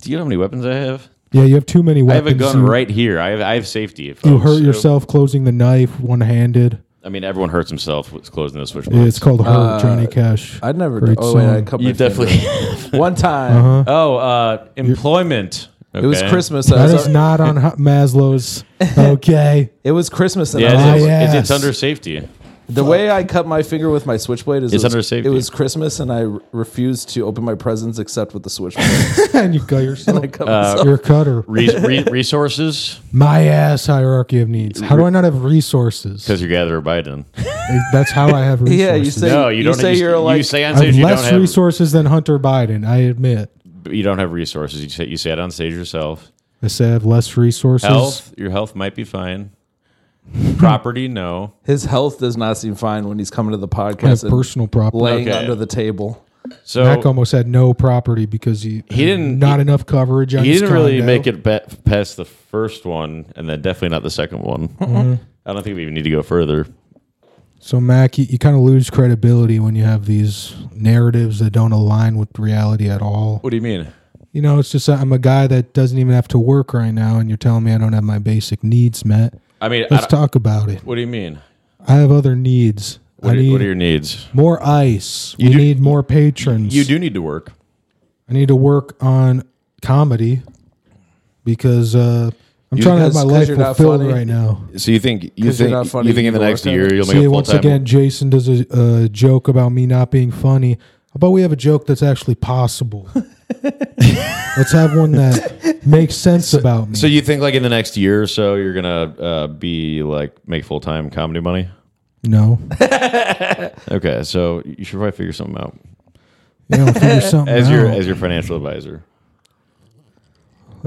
[SPEAKER 1] Do you know how many weapons I have?
[SPEAKER 2] Yeah, you have too many
[SPEAKER 1] I
[SPEAKER 2] weapons.
[SPEAKER 1] have a gun
[SPEAKER 2] you,
[SPEAKER 1] right here. I have I have safety. If I
[SPEAKER 2] You
[SPEAKER 1] was-
[SPEAKER 2] hurt yourself closing the knife one handed.
[SPEAKER 1] I mean, everyone hurts himself with closing the switchblade.
[SPEAKER 2] It's called Hurt,
[SPEAKER 1] Uh,
[SPEAKER 2] Johnny Cash.
[SPEAKER 3] I never.
[SPEAKER 2] Great
[SPEAKER 3] oh wait, I
[SPEAKER 2] song. Uh-huh.
[SPEAKER 3] cut my
[SPEAKER 1] You definitely.
[SPEAKER 3] finger. One time,
[SPEAKER 1] oh, uh, employment.
[SPEAKER 3] it was
[SPEAKER 1] Okay.
[SPEAKER 3] Christmas. I
[SPEAKER 2] That
[SPEAKER 3] was,
[SPEAKER 2] is not on Ho- Maslow's. Okay.
[SPEAKER 3] it was Christmas, and I was
[SPEAKER 1] Yeah, it is.
[SPEAKER 2] My
[SPEAKER 1] It's- it's
[SPEAKER 2] ass.
[SPEAKER 1] under safety.
[SPEAKER 3] The way I cut my finger with my switchblade is
[SPEAKER 1] It's
[SPEAKER 3] it was,
[SPEAKER 1] under safety.
[SPEAKER 3] It was Christmas, and I re- refused to open my presents except with the switchblade.
[SPEAKER 2] and you cut yourself.
[SPEAKER 3] I cut myself.
[SPEAKER 2] You're a cutter.
[SPEAKER 1] Uh, Re- re- resources
[SPEAKER 2] My ass hierarchy of needs. How do I not have resources?
[SPEAKER 1] because you're Gatherer Biden.
[SPEAKER 2] That's how I have resources.
[SPEAKER 3] Yeah, you say-
[SPEAKER 1] No, you
[SPEAKER 3] You
[SPEAKER 1] don't.
[SPEAKER 3] say
[SPEAKER 1] you,
[SPEAKER 3] you're
[SPEAKER 1] you
[SPEAKER 3] like-
[SPEAKER 1] say on
[SPEAKER 2] I have
[SPEAKER 1] stage you don't
[SPEAKER 2] less
[SPEAKER 1] have
[SPEAKER 2] resources than Hunter Biden, I admit.
[SPEAKER 1] you don't have resources. You say you say it on stage yourself.
[SPEAKER 2] I say I have less resources.
[SPEAKER 1] Health, your health might be fine. Property, no.
[SPEAKER 3] His health does not seem fine when he's coming to the
[SPEAKER 2] I have
[SPEAKER 3] podcast and
[SPEAKER 2] personal property.
[SPEAKER 3] laying
[SPEAKER 1] Okay.
[SPEAKER 3] under the table.
[SPEAKER 1] So
[SPEAKER 2] Mac almost had no property because he,
[SPEAKER 1] He didn't-
[SPEAKER 2] not
[SPEAKER 1] he-
[SPEAKER 2] enough coverage. On
[SPEAKER 1] he
[SPEAKER 2] his
[SPEAKER 1] didn't really
[SPEAKER 2] condo.
[SPEAKER 1] make it be- past the first one, and then definitely not the second one.
[SPEAKER 2] Mm-hmm.
[SPEAKER 1] I don't think we even need to go further.
[SPEAKER 2] So Mac, you, you kind of lose credibility when you have these narratives that don't align with reality at all.
[SPEAKER 1] What do you mean?
[SPEAKER 2] You know, it's just I'm a guy that doesn't even have to work right now, and you're telling me I don't have my basic needs met.
[SPEAKER 1] I mean, I
[SPEAKER 2] Let's
[SPEAKER 1] don't-
[SPEAKER 2] talk about it.
[SPEAKER 1] what do you mean?
[SPEAKER 2] I have other needs.
[SPEAKER 1] What,
[SPEAKER 2] I
[SPEAKER 1] do you-
[SPEAKER 2] need
[SPEAKER 1] what are your needs?
[SPEAKER 2] more ice.
[SPEAKER 1] You
[SPEAKER 2] we
[SPEAKER 1] do-
[SPEAKER 2] need more patrons.
[SPEAKER 1] You do need to work.
[SPEAKER 2] I need to work on comedy because uh, I'm trying to have
[SPEAKER 3] because-
[SPEAKER 2] my
[SPEAKER 3] 'cause
[SPEAKER 2] life
[SPEAKER 3] you're not
[SPEAKER 2] fulfilled
[SPEAKER 3] funny.
[SPEAKER 2] right now.
[SPEAKER 1] So you think you
[SPEAKER 3] 'Cause you're
[SPEAKER 1] think
[SPEAKER 3] not funny,
[SPEAKER 1] you think in the
[SPEAKER 3] you
[SPEAKER 1] next
[SPEAKER 3] work
[SPEAKER 1] year
[SPEAKER 3] at it.
[SPEAKER 1] you'll make
[SPEAKER 2] See,
[SPEAKER 1] a full
[SPEAKER 2] once
[SPEAKER 1] time?
[SPEAKER 2] again, Jason does a, a joke about me not being funny. How about we have a joke that's actually possible? Let's have one that makes sense about me.
[SPEAKER 1] So you think like in the next year or so you're gonna uh, be like make full time comedy money?
[SPEAKER 2] no,
[SPEAKER 1] Okay, so you should probably figure something out
[SPEAKER 2] you know, figure something
[SPEAKER 1] as your
[SPEAKER 2] out.
[SPEAKER 1] as your financial advisor.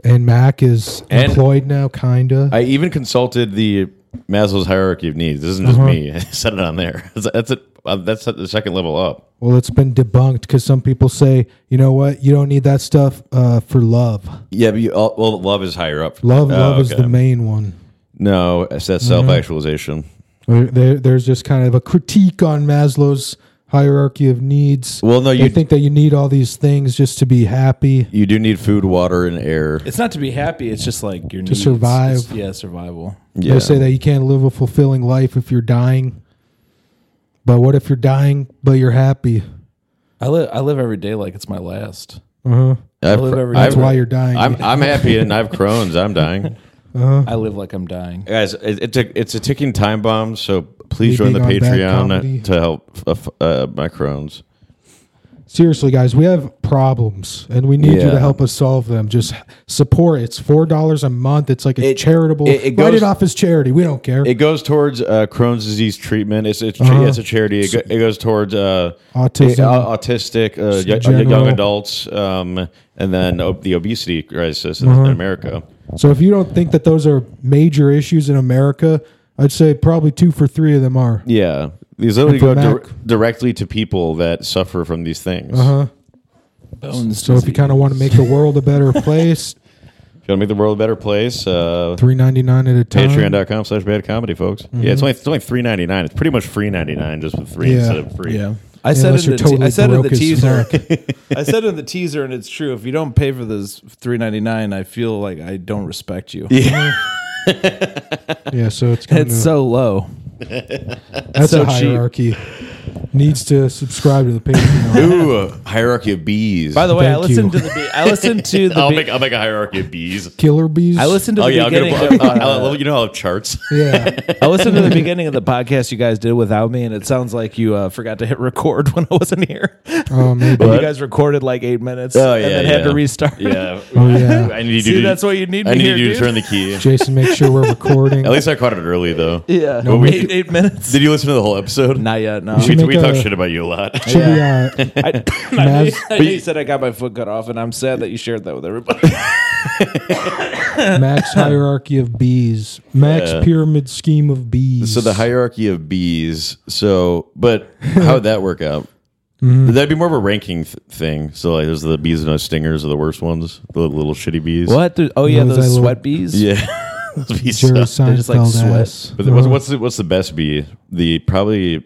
[SPEAKER 2] and Mac is
[SPEAKER 1] And-
[SPEAKER 2] employed now, kinda.
[SPEAKER 1] I even consulted the Maslow's hierarchy of needs. This isn't
[SPEAKER 2] Uh-huh.
[SPEAKER 1] just me. I said it on there. That's that's, it. uh, that's at the second level up.
[SPEAKER 2] well, it's been debunked because some people say, you know what, you don't need that stuff uh, for love.
[SPEAKER 1] Yeah, but you, all, well, love is higher up.
[SPEAKER 2] Love,
[SPEAKER 1] Oh,
[SPEAKER 2] love is
[SPEAKER 1] okay.
[SPEAKER 2] the Uh-huh. main one.
[SPEAKER 1] No, it's that self actualization.
[SPEAKER 2] There, there- there's just kind of a critique on Maslow's hierarchy of needs.
[SPEAKER 1] Well, no,
[SPEAKER 2] they
[SPEAKER 1] you-
[SPEAKER 2] think that you need all these things just to be happy.
[SPEAKER 1] You do need food, water, and air.
[SPEAKER 3] It's not to be happy. It's just like your to needs.
[SPEAKER 2] survive.
[SPEAKER 3] It's- yeah, survival.
[SPEAKER 1] Yeah.
[SPEAKER 2] They say that you can't live a fulfilling life if you're dying. But what if you're dying but you're happy?
[SPEAKER 3] I live. I live every day like it's my last.
[SPEAKER 1] I've,
[SPEAKER 3] live every-
[SPEAKER 1] I've-
[SPEAKER 2] That's why you're dying.
[SPEAKER 1] I'm I'm happy and I have Crohn's. I'm dying.
[SPEAKER 3] I live like I'm dying.
[SPEAKER 1] guys it, it's a it's a ticking time bomb so please
[SPEAKER 2] Me
[SPEAKER 1] join the
[SPEAKER 2] being on bad comedy.
[SPEAKER 1] patreon to help uh, f- uh, my crones
[SPEAKER 2] Seriously, guys, we have problems and we need you
[SPEAKER 1] Yeah.
[SPEAKER 2] to help us solve them. Just support. It's four dollars a month. It's like a
[SPEAKER 1] It-
[SPEAKER 2] charitable.
[SPEAKER 1] it- it
[SPEAKER 2] Write
[SPEAKER 1] goes-
[SPEAKER 2] it off as charity. We don't care.
[SPEAKER 1] it goes towards uh, crohn's disease treatment it's it's, yeah, it's a charity it, go, it goes towards uh,
[SPEAKER 2] Uh-huh. Autism.
[SPEAKER 1] uh, autistic uh, y-
[SPEAKER 2] general.
[SPEAKER 1] young adults um, and then ob- the obesity crisis in-
[SPEAKER 2] Uh-huh.
[SPEAKER 1] in america
[SPEAKER 2] so if you don't think that those are major issues in America, I'd say probably two for three of them are.
[SPEAKER 1] yeah these literally go
[SPEAKER 2] for
[SPEAKER 1] dir-
[SPEAKER 2] Mac- Uh-huh.
[SPEAKER 1] directly to people that suffer from these things
[SPEAKER 3] Bones.
[SPEAKER 2] So if you kind of want to make the world a better place,
[SPEAKER 1] if you want to make the world a better place uh,
[SPEAKER 2] three ninety nine at a time.
[SPEAKER 1] Patreon.com slash bad comedy, folks. Yeah, it's only it's only three ninety nine. It's pretty much free ninety nine just with three
[SPEAKER 2] Yeah.
[SPEAKER 1] instead of free.
[SPEAKER 3] Mm-hmm. Yeah. I said
[SPEAKER 2] unless
[SPEAKER 3] in
[SPEAKER 2] you're
[SPEAKER 3] the te-
[SPEAKER 2] totally
[SPEAKER 3] I said in the
[SPEAKER 2] broke as
[SPEAKER 3] teaser. I said in the teaser, and it's true. If you don't pay for this three ninety nine, I feel like I don't respect you.
[SPEAKER 2] Yeah, so it's kind
[SPEAKER 3] It's
[SPEAKER 2] of
[SPEAKER 3] so low.
[SPEAKER 2] that's
[SPEAKER 3] so
[SPEAKER 2] a
[SPEAKER 3] cheap.
[SPEAKER 2] hierarchy. Needs to subscribe to the Patreon.
[SPEAKER 1] Ooh, a hierarchy of bees.
[SPEAKER 3] By the way, I
[SPEAKER 2] Thank
[SPEAKER 3] listened
[SPEAKER 2] you.
[SPEAKER 3] to the. Be- I listened to the.
[SPEAKER 1] I'll
[SPEAKER 3] be-
[SPEAKER 1] make I'll make a hierarchy of bees.
[SPEAKER 2] Killer bees.
[SPEAKER 3] I listened to
[SPEAKER 1] Oh
[SPEAKER 3] the
[SPEAKER 1] yeah, I'll
[SPEAKER 3] beginning.
[SPEAKER 1] get a,
[SPEAKER 3] of, uh,
[SPEAKER 1] I'll, I'll, you know I'll have charts.
[SPEAKER 2] Yeah,
[SPEAKER 3] I listened to the beginning of the podcast you guys did without me, and it sounds like you uh, forgot to hit record when I wasn't here.
[SPEAKER 2] Oh, maybe.
[SPEAKER 3] you guys recorded like eight minutes
[SPEAKER 1] Oh, yeah,
[SPEAKER 3] and then
[SPEAKER 1] yeah.
[SPEAKER 3] had to restart.
[SPEAKER 1] Yeah.
[SPEAKER 2] Oh, yeah.
[SPEAKER 1] I need you.
[SPEAKER 3] See,
[SPEAKER 1] to,
[SPEAKER 3] that's what you need
[SPEAKER 1] I
[SPEAKER 3] me
[SPEAKER 1] need
[SPEAKER 3] here,
[SPEAKER 1] you to
[SPEAKER 3] dude.
[SPEAKER 1] turn the key.
[SPEAKER 2] Jason, make sure we're recording.
[SPEAKER 1] At least I caught it early though.
[SPEAKER 3] Yeah.
[SPEAKER 1] But we-
[SPEAKER 3] eight, eight minutes.
[SPEAKER 1] Did you listen to the whole episode?
[SPEAKER 3] Not yet. No.
[SPEAKER 1] We,
[SPEAKER 2] should
[SPEAKER 1] we
[SPEAKER 2] make
[SPEAKER 1] talk
[SPEAKER 2] uh,
[SPEAKER 1] shit about you a lot.
[SPEAKER 2] should be all right.
[SPEAKER 3] I,
[SPEAKER 2] Maz-
[SPEAKER 3] I know you said I got my foot cut off, and I'm sad that you shared that with everybody.
[SPEAKER 2] Max hierarchy of bees. Max pyramid scheme of bees.
[SPEAKER 5] So the hierarchy of bees. So, but how would that work out? That'd be more of a ranking th- thing. So, like, there's the bees and those stingers are the worst ones, the little, shitty bees.
[SPEAKER 3] What? oh yeah,
[SPEAKER 2] Those
[SPEAKER 3] those
[SPEAKER 2] I love.
[SPEAKER 3] sweat bees.
[SPEAKER 5] Yeah. Those bees
[SPEAKER 2] Jerry
[SPEAKER 5] suck.
[SPEAKER 2] Seinfeld
[SPEAKER 3] just like sweat.
[SPEAKER 2] ass.
[SPEAKER 5] But what's, what's the what's the best bee? The probably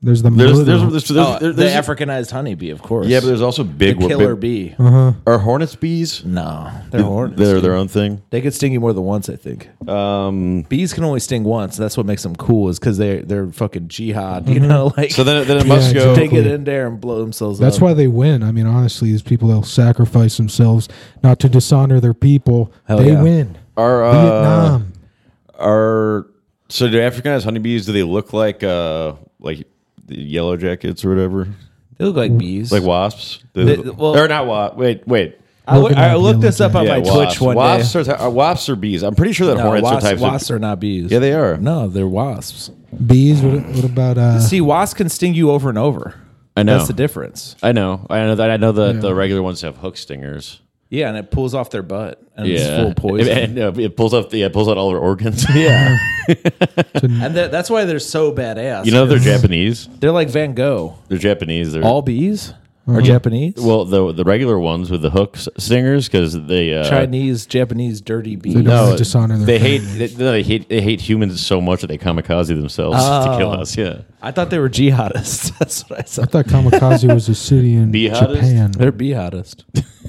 [SPEAKER 2] There's the
[SPEAKER 5] there's
[SPEAKER 2] murder.
[SPEAKER 5] there's, there's, there's,
[SPEAKER 3] Oh,
[SPEAKER 5] there's-
[SPEAKER 3] the
[SPEAKER 5] there's-
[SPEAKER 3] Africanized honeybee, of course.
[SPEAKER 5] yeah, but there's also
[SPEAKER 3] the
[SPEAKER 5] big
[SPEAKER 3] killer
[SPEAKER 5] big-
[SPEAKER 3] bee.
[SPEAKER 5] Are hornets bees?
[SPEAKER 3] No, they're hornets.
[SPEAKER 5] They're their own thing.
[SPEAKER 3] They could sting you more than once, I think.
[SPEAKER 5] Um,
[SPEAKER 3] Bees can only sting once. That's what makes them cool, is because they they're fucking jihad. You know, like
[SPEAKER 5] Mm-hmm. so then then it
[SPEAKER 2] Yeah,
[SPEAKER 5] must go.
[SPEAKER 2] exactly.
[SPEAKER 3] they get in there and blow themselves.
[SPEAKER 2] That's
[SPEAKER 3] up.
[SPEAKER 2] why they win. I mean, honestly, these people they'll sacrifice themselves not to dishonor their people.
[SPEAKER 3] Hell
[SPEAKER 2] they
[SPEAKER 3] yeah.
[SPEAKER 2] win.
[SPEAKER 5] Are uh,
[SPEAKER 2] Vietnam.
[SPEAKER 5] are so do Africanized honeybees? Do they look like uh like the yellow jackets or whatever?
[SPEAKER 3] they look like bees.
[SPEAKER 5] Like wasps? Do they-
[SPEAKER 3] They- well-
[SPEAKER 5] or not wasps? Wait, wait.
[SPEAKER 3] I, look,
[SPEAKER 2] Looking
[SPEAKER 3] I
[SPEAKER 2] like
[SPEAKER 3] looked
[SPEAKER 2] yellow
[SPEAKER 3] this up on
[SPEAKER 5] Yeah,
[SPEAKER 3] my
[SPEAKER 5] wasps.
[SPEAKER 3] Twitch one
[SPEAKER 5] wasps
[SPEAKER 3] day.
[SPEAKER 5] Are, are wasps or bees? I'm pretty sure that
[SPEAKER 3] No,
[SPEAKER 5] hornets
[SPEAKER 3] wasps,
[SPEAKER 5] are types
[SPEAKER 3] wasps
[SPEAKER 5] of.
[SPEAKER 3] are not bees.
[SPEAKER 5] yeah, they are.
[SPEAKER 3] No, they're wasps.
[SPEAKER 2] Bees. What, what about uh?
[SPEAKER 3] See, wasps can sting you over and over.
[SPEAKER 1] I know.
[SPEAKER 3] That's the difference.
[SPEAKER 1] I know. I know that. I know that the regular ones have hook stingers.
[SPEAKER 3] Yeah, and it pulls off their butt and it's
[SPEAKER 1] Yeah,
[SPEAKER 3] full of poison.
[SPEAKER 1] It, it, it pulls up. Yeah, it pulls out all their organs.
[SPEAKER 3] yeah, and that, that's why they're so badass.
[SPEAKER 1] you know they're Japanese.
[SPEAKER 3] they're like Van Gogh.
[SPEAKER 1] They're Japanese. They're
[SPEAKER 3] All bees are Japanese.
[SPEAKER 1] well the the regular ones with the hook s- stingers because they uh,
[SPEAKER 3] Chinese, Japanese, dirty bees.
[SPEAKER 2] don't wanna dishonor their
[SPEAKER 1] They hate,
[SPEAKER 2] family.
[SPEAKER 1] they, no, they hate they hate humans so much that they kamikaze themselves to
[SPEAKER 3] Oh.
[SPEAKER 1] kill us. Yeah,
[SPEAKER 3] I thought they were jihadists. That's what I
[SPEAKER 2] I
[SPEAKER 3] said.
[SPEAKER 2] thought Kamikaze was a city in
[SPEAKER 1] Bee hottest?
[SPEAKER 2] Japan.
[SPEAKER 3] They're jihadists.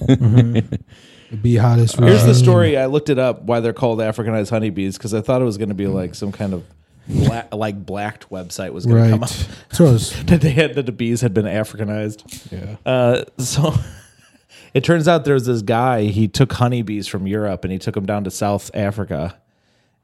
[SPEAKER 2] The bee hottest.
[SPEAKER 3] Here's the
[SPEAKER 2] regime.
[SPEAKER 3] story. I looked it up why they're called Africanized honeybees because I thought it was going to be like some kind of bla- like blacked website was going
[SPEAKER 2] Right.
[SPEAKER 3] to come up.
[SPEAKER 2] So it was-
[SPEAKER 3] that they had that the bees had been Africanized. Yeah. Uh, so it turns out there's this guy. He took honeybees from Europe and he took them down to South Africa,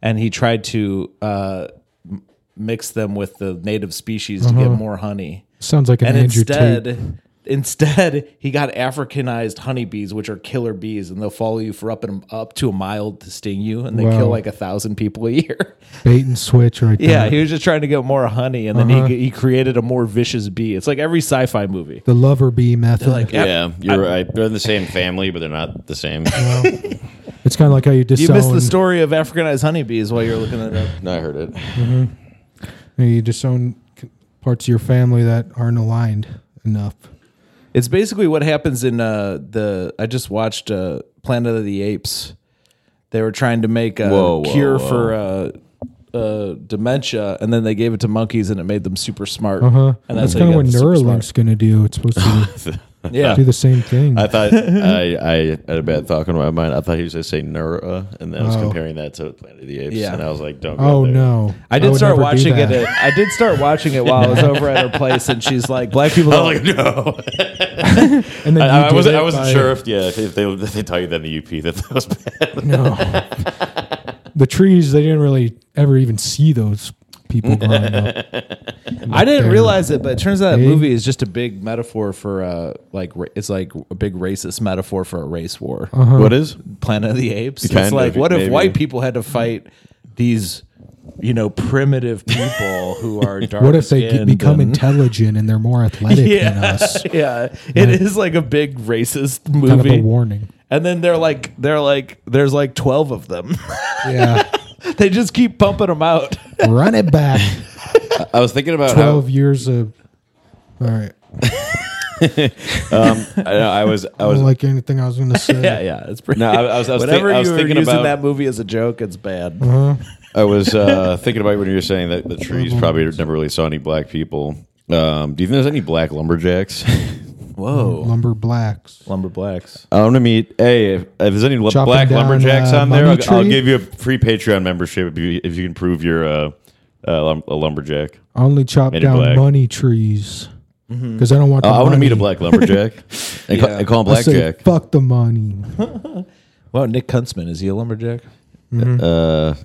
[SPEAKER 3] and he tried to uh, m- mix them with the native species to get more honey.
[SPEAKER 2] sounds like an
[SPEAKER 3] and
[SPEAKER 2] Andrew
[SPEAKER 3] instead.
[SPEAKER 2] Tate.
[SPEAKER 3] Instead, he got Africanized honeybees, which are killer bees, and they'll follow you for up and up to a mile to sting you, and they
[SPEAKER 2] Wow.
[SPEAKER 3] kill like a thousand people a year.
[SPEAKER 2] Bait and switch right
[SPEAKER 3] Yeah,
[SPEAKER 2] there.
[SPEAKER 3] he was just trying to get more honey, and then he, he created a more vicious bee. It's like every sci-fi movie.
[SPEAKER 2] The lover bee method.
[SPEAKER 3] like,
[SPEAKER 1] yeah, you're right. They're in the same family, but they're not the same.
[SPEAKER 2] it's kind of like how you
[SPEAKER 3] You
[SPEAKER 2] disown.
[SPEAKER 3] missed the story of Africanized honeybees while you're looking at it.
[SPEAKER 5] No, I heard it.
[SPEAKER 2] You disown c- parts of your family that aren't aligned enough.
[SPEAKER 3] It's basically what happens in uh, the. I just watched uh, Planet of the Apes. They were trying to make a
[SPEAKER 5] Whoa, whoa,
[SPEAKER 3] cure
[SPEAKER 5] whoa.
[SPEAKER 3] for uh, uh, dementia, and then they gave it to monkeys, and it made them super smart.
[SPEAKER 2] Uh-huh.
[SPEAKER 3] And that's,
[SPEAKER 2] That's, kind of what
[SPEAKER 3] Neuralink.
[SPEAKER 2] Neuralink's going to do. It's supposed to
[SPEAKER 3] Yeah,
[SPEAKER 2] do the same thing.
[SPEAKER 5] I thought I, I had a bad thought in my mind. I thought he was going to say Nura, and then I was
[SPEAKER 2] Oh.
[SPEAKER 5] comparing that to Planet of the Apes,
[SPEAKER 3] Yeah.
[SPEAKER 5] and I was like, don't. Go
[SPEAKER 2] Oh
[SPEAKER 5] there.
[SPEAKER 2] no!
[SPEAKER 3] I did
[SPEAKER 2] would
[SPEAKER 3] start
[SPEAKER 2] never do
[SPEAKER 3] watching it.
[SPEAKER 2] that.
[SPEAKER 3] At, I did start watching it while I was over at her place, and she's like, "Black people."
[SPEAKER 1] I
[SPEAKER 3] Don't,
[SPEAKER 1] was like, no.
[SPEAKER 2] and then you
[SPEAKER 1] I, I
[SPEAKER 2] did
[SPEAKER 1] wasn't.
[SPEAKER 2] it
[SPEAKER 1] I wasn't
[SPEAKER 2] by-
[SPEAKER 1] sure if yeah, if if they if they tell you that in the UP that that was bad.
[SPEAKER 2] No, the trees. They didn't really ever even see those people growing up.
[SPEAKER 3] I didn't
[SPEAKER 2] Fair.
[SPEAKER 3] realize it, but it turns out that
[SPEAKER 2] Big-
[SPEAKER 3] movie is just a big metaphor for uh, like ra- it's like a big racist metaphor for a race war.
[SPEAKER 2] Uh-huh.
[SPEAKER 5] What is?
[SPEAKER 3] Planet of the Apes.
[SPEAKER 5] Kind
[SPEAKER 3] it's
[SPEAKER 5] of,
[SPEAKER 3] like what if
[SPEAKER 5] maybe.
[SPEAKER 3] white people had to fight these, you know, primitive people who are dark.
[SPEAKER 2] What if they get,
[SPEAKER 3] skinned
[SPEAKER 2] become
[SPEAKER 3] and-
[SPEAKER 2] intelligent and they're more athletic than
[SPEAKER 3] Yeah,
[SPEAKER 2] us?
[SPEAKER 3] yeah. It is like a big racist movie.
[SPEAKER 2] Kind of a warning.
[SPEAKER 3] And then they're like, they're like, there's like twelve of them.
[SPEAKER 2] Yeah,
[SPEAKER 3] they just keep pumping them out.
[SPEAKER 2] run it back.
[SPEAKER 5] I was thinking about how
[SPEAKER 2] Twelve years of. All right,
[SPEAKER 5] I, know, I was. I
[SPEAKER 2] I
[SPEAKER 5] was.
[SPEAKER 2] don't Oh, like anything I was going to say.
[SPEAKER 3] yeah, yeah. It's pretty.
[SPEAKER 5] No, I, I was. I was, think-
[SPEAKER 3] Whenever
[SPEAKER 5] I was
[SPEAKER 3] you were
[SPEAKER 5] thinking
[SPEAKER 3] using
[SPEAKER 5] about
[SPEAKER 3] that movie as a joke, it's bad.
[SPEAKER 2] Uh-huh.
[SPEAKER 5] I was uh, thinking about when you were saying that the trees probably never really saw any black people. Um, do you think there's any black lumberjacks?
[SPEAKER 3] Whoa,
[SPEAKER 2] Lumber blacks.
[SPEAKER 3] lumber blacks.
[SPEAKER 5] I want to meet. Hey, if, if there's any l-
[SPEAKER 2] Chopping
[SPEAKER 5] black
[SPEAKER 2] down,
[SPEAKER 5] lumberjacks
[SPEAKER 2] uh,
[SPEAKER 5] on there, I'll,
[SPEAKER 2] mummy
[SPEAKER 5] I'll
[SPEAKER 2] tree?
[SPEAKER 5] give you a free Patreon membership if you, if you can prove you're uh, uh, lum- a lumberjack.
[SPEAKER 2] Only chop
[SPEAKER 5] Made it
[SPEAKER 2] down
[SPEAKER 5] black.
[SPEAKER 2] money trees because I don't want.
[SPEAKER 1] Oh,
[SPEAKER 5] Uh,
[SPEAKER 2] the
[SPEAKER 5] I want to
[SPEAKER 2] money.
[SPEAKER 5] meet a black lumberjack. I, ca- I call him
[SPEAKER 2] I say,
[SPEAKER 5] Blackjack.
[SPEAKER 2] fuck the money.
[SPEAKER 3] Wow, Nick Kuntzman is he a lumberjack?
[SPEAKER 5] Uh,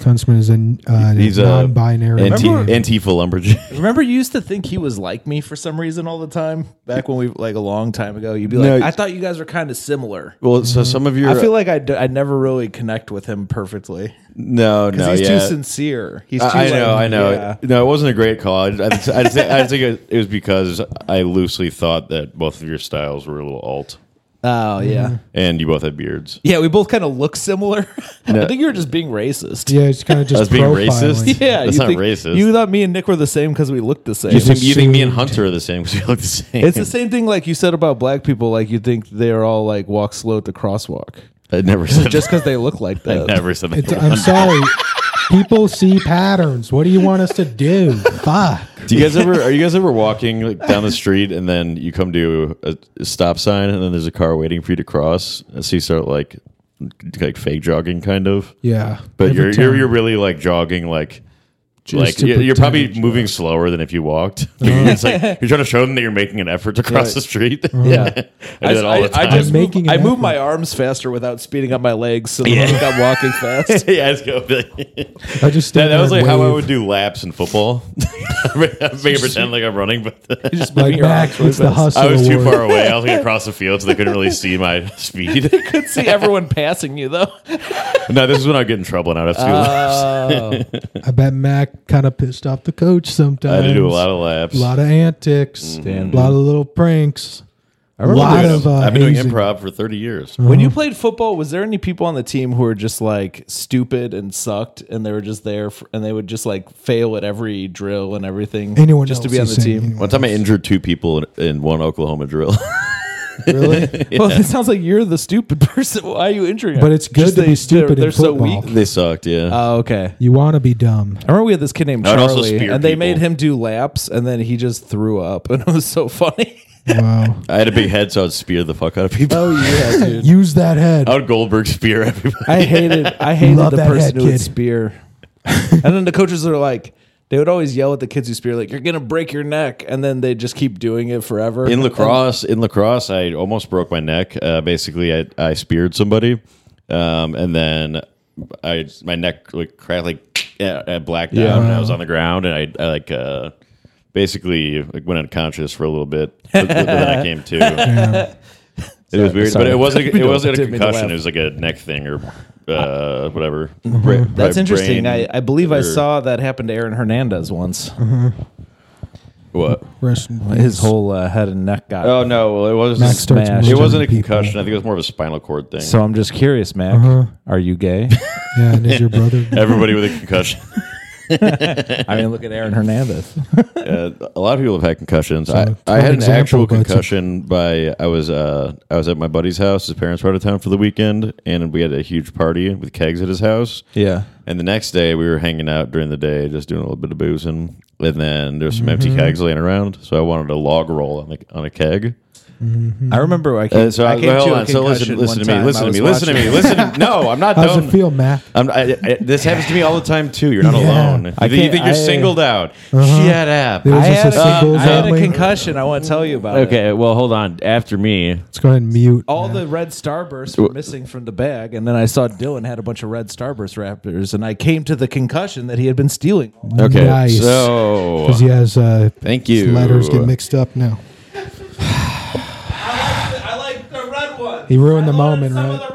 [SPEAKER 2] Huntsman is a uh,
[SPEAKER 1] He's a
[SPEAKER 2] non-binary.
[SPEAKER 1] Anti-
[SPEAKER 2] man.
[SPEAKER 1] Antifa lumberjack.
[SPEAKER 3] Remember, you used to think he was like me for some reason all the time. Back when we like a long time ago, you'd be
[SPEAKER 1] No,
[SPEAKER 3] like,
[SPEAKER 1] y-
[SPEAKER 3] "I thought you guys were kind of similar."
[SPEAKER 1] Well, so some of your
[SPEAKER 3] I feel like I, d- I never really connect with him perfectly
[SPEAKER 1] no,
[SPEAKER 3] because
[SPEAKER 1] no,
[SPEAKER 3] he's
[SPEAKER 1] yeah.
[SPEAKER 3] too sincere. He's too.
[SPEAKER 1] I, I know,
[SPEAKER 3] like,
[SPEAKER 1] I know.
[SPEAKER 3] yeah.
[SPEAKER 1] No, it wasn't a great call. I, I, I, think, I think it, it was because I loosely thought that both of your styles were a little alt,
[SPEAKER 3] Oh yeah.
[SPEAKER 1] and you both had beards.
[SPEAKER 3] Yeah, we both kind of look similar. I think you were just being racist.
[SPEAKER 2] yeah, it's kind of just
[SPEAKER 1] I was being
[SPEAKER 2] profiling.
[SPEAKER 1] racist.
[SPEAKER 3] Yeah,
[SPEAKER 1] That's
[SPEAKER 3] you
[SPEAKER 1] not
[SPEAKER 3] think-
[SPEAKER 1] racist.
[SPEAKER 3] You thought me and Nick were the same because we looked the same.
[SPEAKER 1] You think, you think me and
[SPEAKER 2] assumed.
[SPEAKER 1] Hunter are the same because we look the same.
[SPEAKER 3] It's the same thing like you said about black people. Like you think they're all like walk slow at the crosswalk
[SPEAKER 1] I never said
[SPEAKER 3] just because they look like that.
[SPEAKER 1] that. I never said that.
[SPEAKER 2] It's- I'm sorry. People see patterns. What do you want us to do? Fuck.
[SPEAKER 1] Do you guys ever are you guys ever walking like, down the street and then you come to a, a stop sign and then there's a car waiting for you to cross? And so you start like like fake jogging kind of.
[SPEAKER 2] Yeah.
[SPEAKER 1] But
[SPEAKER 2] Every
[SPEAKER 1] you're, you're
[SPEAKER 2] time.
[SPEAKER 1] you're really like jogging like
[SPEAKER 2] Just
[SPEAKER 1] like
[SPEAKER 2] to
[SPEAKER 1] you're, you're
[SPEAKER 2] pretend
[SPEAKER 1] probably
[SPEAKER 2] it's- Uh-huh.
[SPEAKER 1] moving slower than if you walked. it's like you're trying to show them that you're making an effort to cross the street.
[SPEAKER 2] Uh-huh.
[SPEAKER 3] Yeah.
[SPEAKER 1] I do that all the time.
[SPEAKER 3] I just
[SPEAKER 2] I'm making
[SPEAKER 3] move, I
[SPEAKER 2] an
[SPEAKER 3] move
[SPEAKER 2] effort.
[SPEAKER 3] my arms faster without speeding up my legs, so that I think I'm walking fast.
[SPEAKER 1] yeah, I just go. that,
[SPEAKER 2] I just
[SPEAKER 1] that was like how I would
[SPEAKER 2] would
[SPEAKER 1] do laps in football. I'm making pretend like I'm running, but
[SPEAKER 3] Just
[SPEAKER 2] like
[SPEAKER 3] moving your
[SPEAKER 2] back.
[SPEAKER 3] arms really
[SPEAKER 2] It's the
[SPEAKER 3] fast.
[SPEAKER 2] hustle.
[SPEAKER 1] I was too
[SPEAKER 2] award.
[SPEAKER 1] far away. I was like across the field, so they couldn't really see my speed.
[SPEAKER 3] Could see everyone passing you though.
[SPEAKER 1] no, this is when I get in trouble, and I'd have to do
[SPEAKER 2] Uh,
[SPEAKER 1] laps.
[SPEAKER 3] Uh,
[SPEAKER 2] I bet Mac kind of pissed off the coach
[SPEAKER 1] I
[SPEAKER 2] sometimes.
[SPEAKER 1] had to do a lot of Mm-hmm. laps.
[SPEAKER 2] A lot of antics.
[SPEAKER 3] Damn,
[SPEAKER 2] A lot of little pranks. A lot
[SPEAKER 1] I've been
[SPEAKER 2] of.
[SPEAKER 1] doing-
[SPEAKER 2] Uh,
[SPEAKER 1] I've been doing
[SPEAKER 2] hazing.
[SPEAKER 1] improv for 30 years.
[SPEAKER 3] When you played football, was there any people on the team who were just like stupid and sucked, and they were just there, for, and they would just like fail at every drill and everything?
[SPEAKER 2] Anyone
[SPEAKER 3] just to
[SPEAKER 2] else
[SPEAKER 3] be on the
[SPEAKER 2] he's saying,
[SPEAKER 3] team.
[SPEAKER 1] One time I injured two people in, in one Oklahoma drill.
[SPEAKER 2] Really?
[SPEAKER 3] Well, it sounds like you're the stupid person. Why are you injuring?
[SPEAKER 2] But
[SPEAKER 3] them?
[SPEAKER 2] it's good
[SPEAKER 3] Just
[SPEAKER 2] to be
[SPEAKER 3] they're-
[SPEAKER 2] stupid in
[SPEAKER 3] They're, so
[SPEAKER 2] football.
[SPEAKER 3] weak.
[SPEAKER 1] they sucked, yeah.
[SPEAKER 2] Uh,
[SPEAKER 3] Oh, okay.
[SPEAKER 2] you want to be dumb.
[SPEAKER 3] I remember we had this kid named
[SPEAKER 1] I would also
[SPEAKER 3] Charlie,
[SPEAKER 1] spear
[SPEAKER 3] and they
[SPEAKER 1] people.
[SPEAKER 3] made him do laps, and then he just threw up, and it was so funny.
[SPEAKER 2] Wow.
[SPEAKER 1] I had a big head, so I'd spear the fuck out of people.
[SPEAKER 2] Oh,
[SPEAKER 3] yeah, dude.
[SPEAKER 2] Use that head.
[SPEAKER 1] I would Goldberg spear everybody.
[SPEAKER 3] I hated. I hated
[SPEAKER 2] Love
[SPEAKER 3] the
[SPEAKER 2] that
[SPEAKER 3] person
[SPEAKER 2] head,
[SPEAKER 3] who would
[SPEAKER 2] kid.
[SPEAKER 3] spear. and then the coaches are like, they would always yell at the kids who spear, like, "You're gonna break your neck," and then they just keep doing it forever.
[SPEAKER 1] in
[SPEAKER 3] And-
[SPEAKER 1] lacrosse in lacrosse i almost broke my neck uh, basically I, I speared somebody um, and then i my neck like cracked like yeah, I blacked out and i was on the ground and i, I like uh, basically like went unconscious for a little bit but, but then i came to it was weird but
[SPEAKER 3] sorry.
[SPEAKER 1] it wasn't it wasn't a
[SPEAKER 3] Didn't mean to
[SPEAKER 1] concussion
[SPEAKER 3] laugh.
[SPEAKER 1] it was like a neck thing or uh, whatever Bra-
[SPEAKER 3] That's
[SPEAKER 1] bra-
[SPEAKER 3] interesting.
[SPEAKER 1] brain-
[SPEAKER 3] I, I believe I
[SPEAKER 1] or-
[SPEAKER 3] saw that happen to Aaron Hernandez once.
[SPEAKER 2] Mm-hmm.
[SPEAKER 1] what
[SPEAKER 2] Rest in peace.
[SPEAKER 3] His whole uh, head and neck got.
[SPEAKER 1] oh no well, it was
[SPEAKER 2] Max starts
[SPEAKER 3] smashed.
[SPEAKER 1] it
[SPEAKER 2] murdering
[SPEAKER 1] wasn't a
[SPEAKER 2] people.
[SPEAKER 1] concussion i think it was more of a spinal cord thing
[SPEAKER 3] So I'm just curious, Mac.
[SPEAKER 2] Uh-huh.
[SPEAKER 3] Are you gay?
[SPEAKER 2] Yeah, and is your brother.
[SPEAKER 1] everybody with a concussion
[SPEAKER 3] I mean, look at Aaron Hernandez.
[SPEAKER 1] Uh, a lot of people have had concussions.
[SPEAKER 2] So,
[SPEAKER 1] I, I had an
[SPEAKER 2] example,
[SPEAKER 1] actual
[SPEAKER 2] but it's a-
[SPEAKER 1] concussion by I was uh, I was at my buddy's house. His parents were out of town for the weekend, and we had a huge party with kegs at his house.
[SPEAKER 3] Yeah.
[SPEAKER 1] And the next day, we were hanging out during the day, just doing a little bit of boozing, and then there's some
[SPEAKER 2] Mm-hmm.
[SPEAKER 1] empty kegs laying around. So I wanted a log roll on the on a keg.
[SPEAKER 3] I remember I came,
[SPEAKER 1] Uh, so
[SPEAKER 3] I
[SPEAKER 1] I,
[SPEAKER 3] came
[SPEAKER 1] hold
[SPEAKER 3] to
[SPEAKER 1] on.
[SPEAKER 3] a
[SPEAKER 1] So listen,
[SPEAKER 3] concussion one
[SPEAKER 1] listen to me,
[SPEAKER 3] time.
[SPEAKER 1] listen
[SPEAKER 3] I
[SPEAKER 1] to me,
[SPEAKER 3] was
[SPEAKER 1] listen to me,
[SPEAKER 3] watching-
[SPEAKER 1] listen. to- No, I'm not
[SPEAKER 2] How does
[SPEAKER 1] done.
[SPEAKER 2] it feel, Mac?
[SPEAKER 1] I'm, I, I, this happens to me all the time too. You're not
[SPEAKER 2] Yeah.
[SPEAKER 1] alone.
[SPEAKER 3] I
[SPEAKER 1] You think- you
[SPEAKER 3] can't-
[SPEAKER 1] think you're
[SPEAKER 3] I-
[SPEAKER 1] singled out?
[SPEAKER 2] Uh-huh.
[SPEAKER 1] Shut up.
[SPEAKER 2] There was
[SPEAKER 3] I
[SPEAKER 2] just
[SPEAKER 3] had,
[SPEAKER 2] a
[SPEAKER 3] a,
[SPEAKER 2] singles
[SPEAKER 3] I had a
[SPEAKER 2] only.
[SPEAKER 3] concussion. I want to tell you about it.
[SPEAKER 6] Okay, well, hold on. After me,
[SPEAKER 2] Let's go ahead and mute.
[SPEAKER 3] All the red starbursts were missing from the bag, and then I saw Dylan had a bunch of red starburst raptors, and I came to the concussion that he had been stealing.
[SPEAKER 1] Okay,
[SPEAKER 2] Nice.
[SPEAKER 1] so
[SPEAKER 2] Because he has. Uh,
[SPEAKER 1] Thank
[SPEAKER 2] his
[SPEAKER 1] you.
[SPEAKER 2] Letters get mixed up now.
[SPEAKER 3] I like the red one.
[SPEAKER 2] He ruined the moment, right?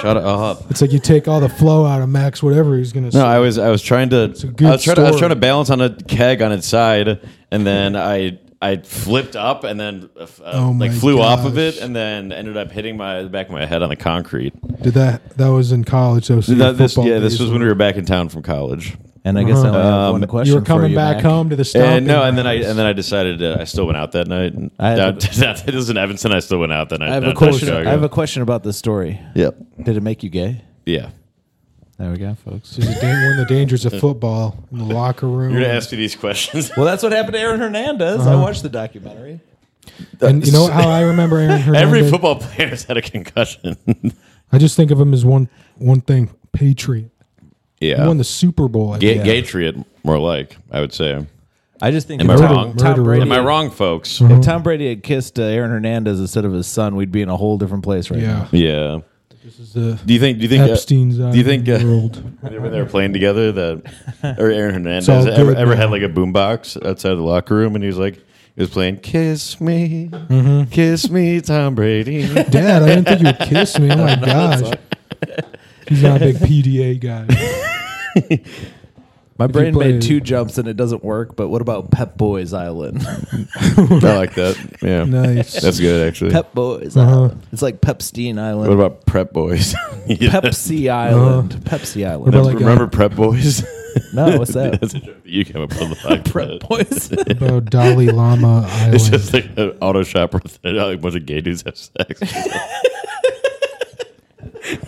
[SPEAKER 1] Shut up.
[SPEAKER 2] It's like you take all the flow out of Max, whatever he's gonna say.
[SPEAKER 1] No, I was I was trying to I was
[SPEAKER 2] a good
[SPEAKER 1] trying, to I was
[SPEAKER 2] story.
[SPEAKER 1] trying to balance on a keg on its side, and then I I flipped up and then uh, f- uh,
[SPEAKER 2] Oh my
[SPEAKER 1] like flew off of
[SPEAKER 2] gosh.
[SPEAKER 1] it, and then ended up hitting my the back of my head on the concrete.
[SPEAKER 2] Did that? That was in college. That was your
[SPEAKER 1] That- this,
[SPEAKER 2] football
[SPEAKER 1] yeah, this
[SPEAKER 2] days.
[SPEAKER 1] was when we were back in town from college.
[SPEAKER 3] And I guess I only have one question.
[SPEAKER 2] Uh-huh. Um, You were
[SPEAKER 3] for
[SPEAKER 2] coming back
[SPEAKER 3] Mac.
[SPEAKER 2] home to the stomping.
[SPEAKER 1] And Eh, no, and then I
[SPEAKER 2] grounds.
[SPEAKER 1] and then I decided uh, I still went out that night. And
[SPEAKER 3] I have
[SPEAKER 1] that, that is in Evanston. I still went out that night.
[SPEAKER 3] I have
[SPEAKER 1] down
[SPEAKER 3] a
[SPEAKER 1] in
[SPEAKER 3] question.
[SPEAKER 1] Chicago.
[SPEAKER 3] I have a question about this story.
[SPEAKER 1] yep.
[SPEAKER 3] Did it make you gay?
[SPEAKER 1] Yeah.
[SPEAKER 3] There we go, folks.
[SPEAKER 2] This is dan- one of the dangers of football in the locker room.
[SPEAKER 1] You're gonna ask me these questions.
[SPEAKER 3] Well, that's what happened to Aaron Hernandez.
[SPEAKER 2] Uh-huh.
[SPEAKER 3] I watched the documentary.
[SPEAKER 2] and you know how I remember Aaron Hernandez?
[SPEAKER 1] Every football player's had a concussion.
[SPEAKER 2] I just think of him as one one thing: patriot. He
[SPEAKER 1] yeah.
[SPEAKER 2] won the Super Bowl. I
[SPEAKER 1] Ga-
[SPEAKER 2] think.
[SPEAKER 1] Gatriot, more like I would say.
[SPEAKER 3] I just think
[SPEAKER 1] Am I
[SPEAKER 3] if Tom,
[SPEAKER 1] wrong?
[SPEAKER 3] Tom
[SPEAKER 2] Murderer.
[SPEAKER 3] Brady.
[SPEAKER 1] Am I wrong, folks?
[SPEAKER 3] If Tom Brady had kissed uh, Aaron Hernandez instead of his son, we'd be in a whole different place right
[SPEAKER 2] Yeah.
[SPEAKER 3] now.
[SPEAKER 1] Yeah.
[SPEAKER 2] This is the
[SPEAKER 1] Do you think? Do you think? uh,
[SPEAKER 2] Epstein's
[SPEAKER 1] do you think? Uh,
[SPEAKER 2] world.
[SPEAKER 1] when they were playing together, that or Aaron Hernandez
[SPEAKER 2] all good
[SPEAKER 1] ever, ever
[SPEAKER 2] now.
[SPEAKER 1] had like a boombox outside the locker room, and he was like, he was playing "Kiss Me, Kiss Me, Tom Brady."
[SPEAKER 2] Dad, I didn't think you would kiss me. Oh my gosh. He's not a big PDA guy.
[SPEAKER 3] My brain
[SPEAKER 2] play-
[SPEAKER 3] made two jumps and it doesn't work. But what about Pep Boys Island?
[SPEAKER 1] I like that. Yeah,
[SPEAKER 2] Nice.
[SPEAKER 1] that's good actually.
[SPEAKER 3] Pep Boys
[SPEAKER 2] Uh-huh.
[SPEAKER 3] Island. It's like Pepstein Island.
[SPEAKER 1] What about Prep Boys? Yeah.
[SPEAKER 3] Pepsi Island? Pepsi Island.
[SPEAKER 2] Uh-huh. What about like
[SPEAKER 1] Remember Prep Boys?
[SPEAKER 3] no, what's that?
[SPEAKER 1] That's a joke that you came up with on the podcast.
[SPEAKER 3] Prep Boys.
[SPEAKER 2] about Dalai Lama Island?
[SPEAKER 1] It's just like an auto shop where like, a bunch of gay dudes have sex.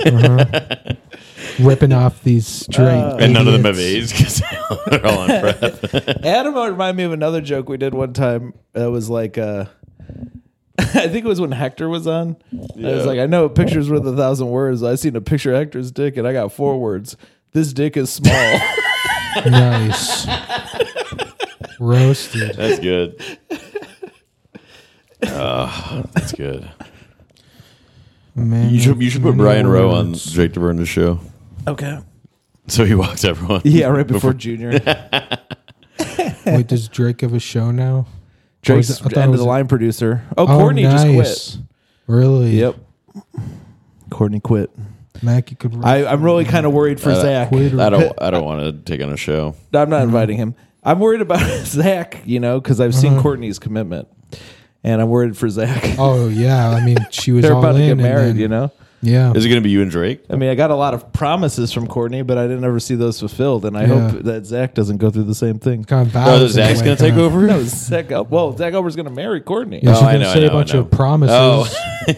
[SPEAKER 2] Uh-huh. ripping off these straight
[SPEAKER 1] Uh, and none of them have
[SPEAKER 2] idiots.
[SPEAKER 1] AIDS because they're all on prep.
[SPEAKER 3] Adam reminded me of another joke we did one time. That was like, uh, I think it was when Hector was on. I was like, I know a picture's worth a thousand words. I seen a picture of Hector's dick, and I got four words. This dick is small.
[SPEAKER 2] Nice. Roasted.
[SPEAKER 1] That's good. Ah, that's good.
[SPEAKER 2] Man,
[SPEAKER 1] You should you should put
[SPEAKER 2] man,
[SPEAKER 1] Brian
[SPEAKER 2] no
[SPEAKER 1] Rowe on
[SPEAKER 2] words.
[SPEAKER 1] Jake DeVern's show.
[SPEAKER 3] okay.
[SPEAKER 1] So he walks everyone.
[SPEAKER 3] Yeah, right before Junior.
[SPEAKER 2] Wait, does Drake have a show now?
[SPEAKER 3] Drake's
[SPEAKER 2] I thought it
[SPEAKER 3] end of
[SPEAKER 2] was-
[SPEAKER 3] the line producer. Oh,
[SPEAKER 2] Oh,
[SPEAKER 3] Courtney just
[SPEAKER 2] nice.
[SPEAKER 3] quit.
[SPEAKER 2] Really?
[SPEAKER 3] Yep. Courtney quit.
[SPEAKER 2] Mac, you could.
[SPEAKER 3] I, I'm really kind of worried for
[SPEAKER 1] Uh,
[SPEAKER 3] Zach.
[SPEAKER 2] quit or
[SPEAKER 1] I don't I don't want to take on a show.
[SPEAKER 3] No, I'm not
[SPEAKER 2] Mm-hmm.
[SPEAKER 3] inviting him. I'm worried about Zach, you know, because I've seen Courtney's commitment, and I'm worried for Zach.
[SPEAKER 2] Mm-hmm. Oh yeah, I mean she was
[SPEAKER 3] They're
[SPEAKER 2] all
[SPEAKER 3] about to
[SPEAKER 2] in
[SPEAKER 3] get
[SPEAKER 2] and
[SPEAKER 3] married,
[SPEAKER 2] then-
[SPEAKER 3] you know.
[SPEAKER 2] Yeah,
[SPEAKER 1] Is it going to be you and Drake?
[SPEAKER 3] I mean, I got a lot of promises from Courtney, but I didn't ever see those fulfilled, and I
[SPEAKER 2] Yeah.
[SPEAKER 3] hope that Zach doesn't go through the same thing.
[SPEAKER 2] kind of vows
[SPEAKER 1] Oh,
[SPEAKER 2] in a
[SPEAKER 1] Zach's
[SPEAKER 2] way,
[SPEAKER 1] going to take
[SPEAKER 2] kinda.
[SPEAKER 1] over.
[SPEAKER 3] No, Zach. uh, Well, Zach Ober's going to marry Courtney.
[SPEAKER 2] Yeah,
[SPEAKER 1] Oh,
[SPEAKER 2] she's
[SPEAKER 1] I
[SPEAKER 2] gonna
[SPEAKER 1] know, I
[SPEAKER 2] say
[SPEAKER 1] know,
[SPEAKER 2] a
[SPEAKER 1] I
[SPEAKER 2] bunch
[SPEAKER 1] know.
[SPEAKER 2] of promises.
[SPEAKER 1] Oh.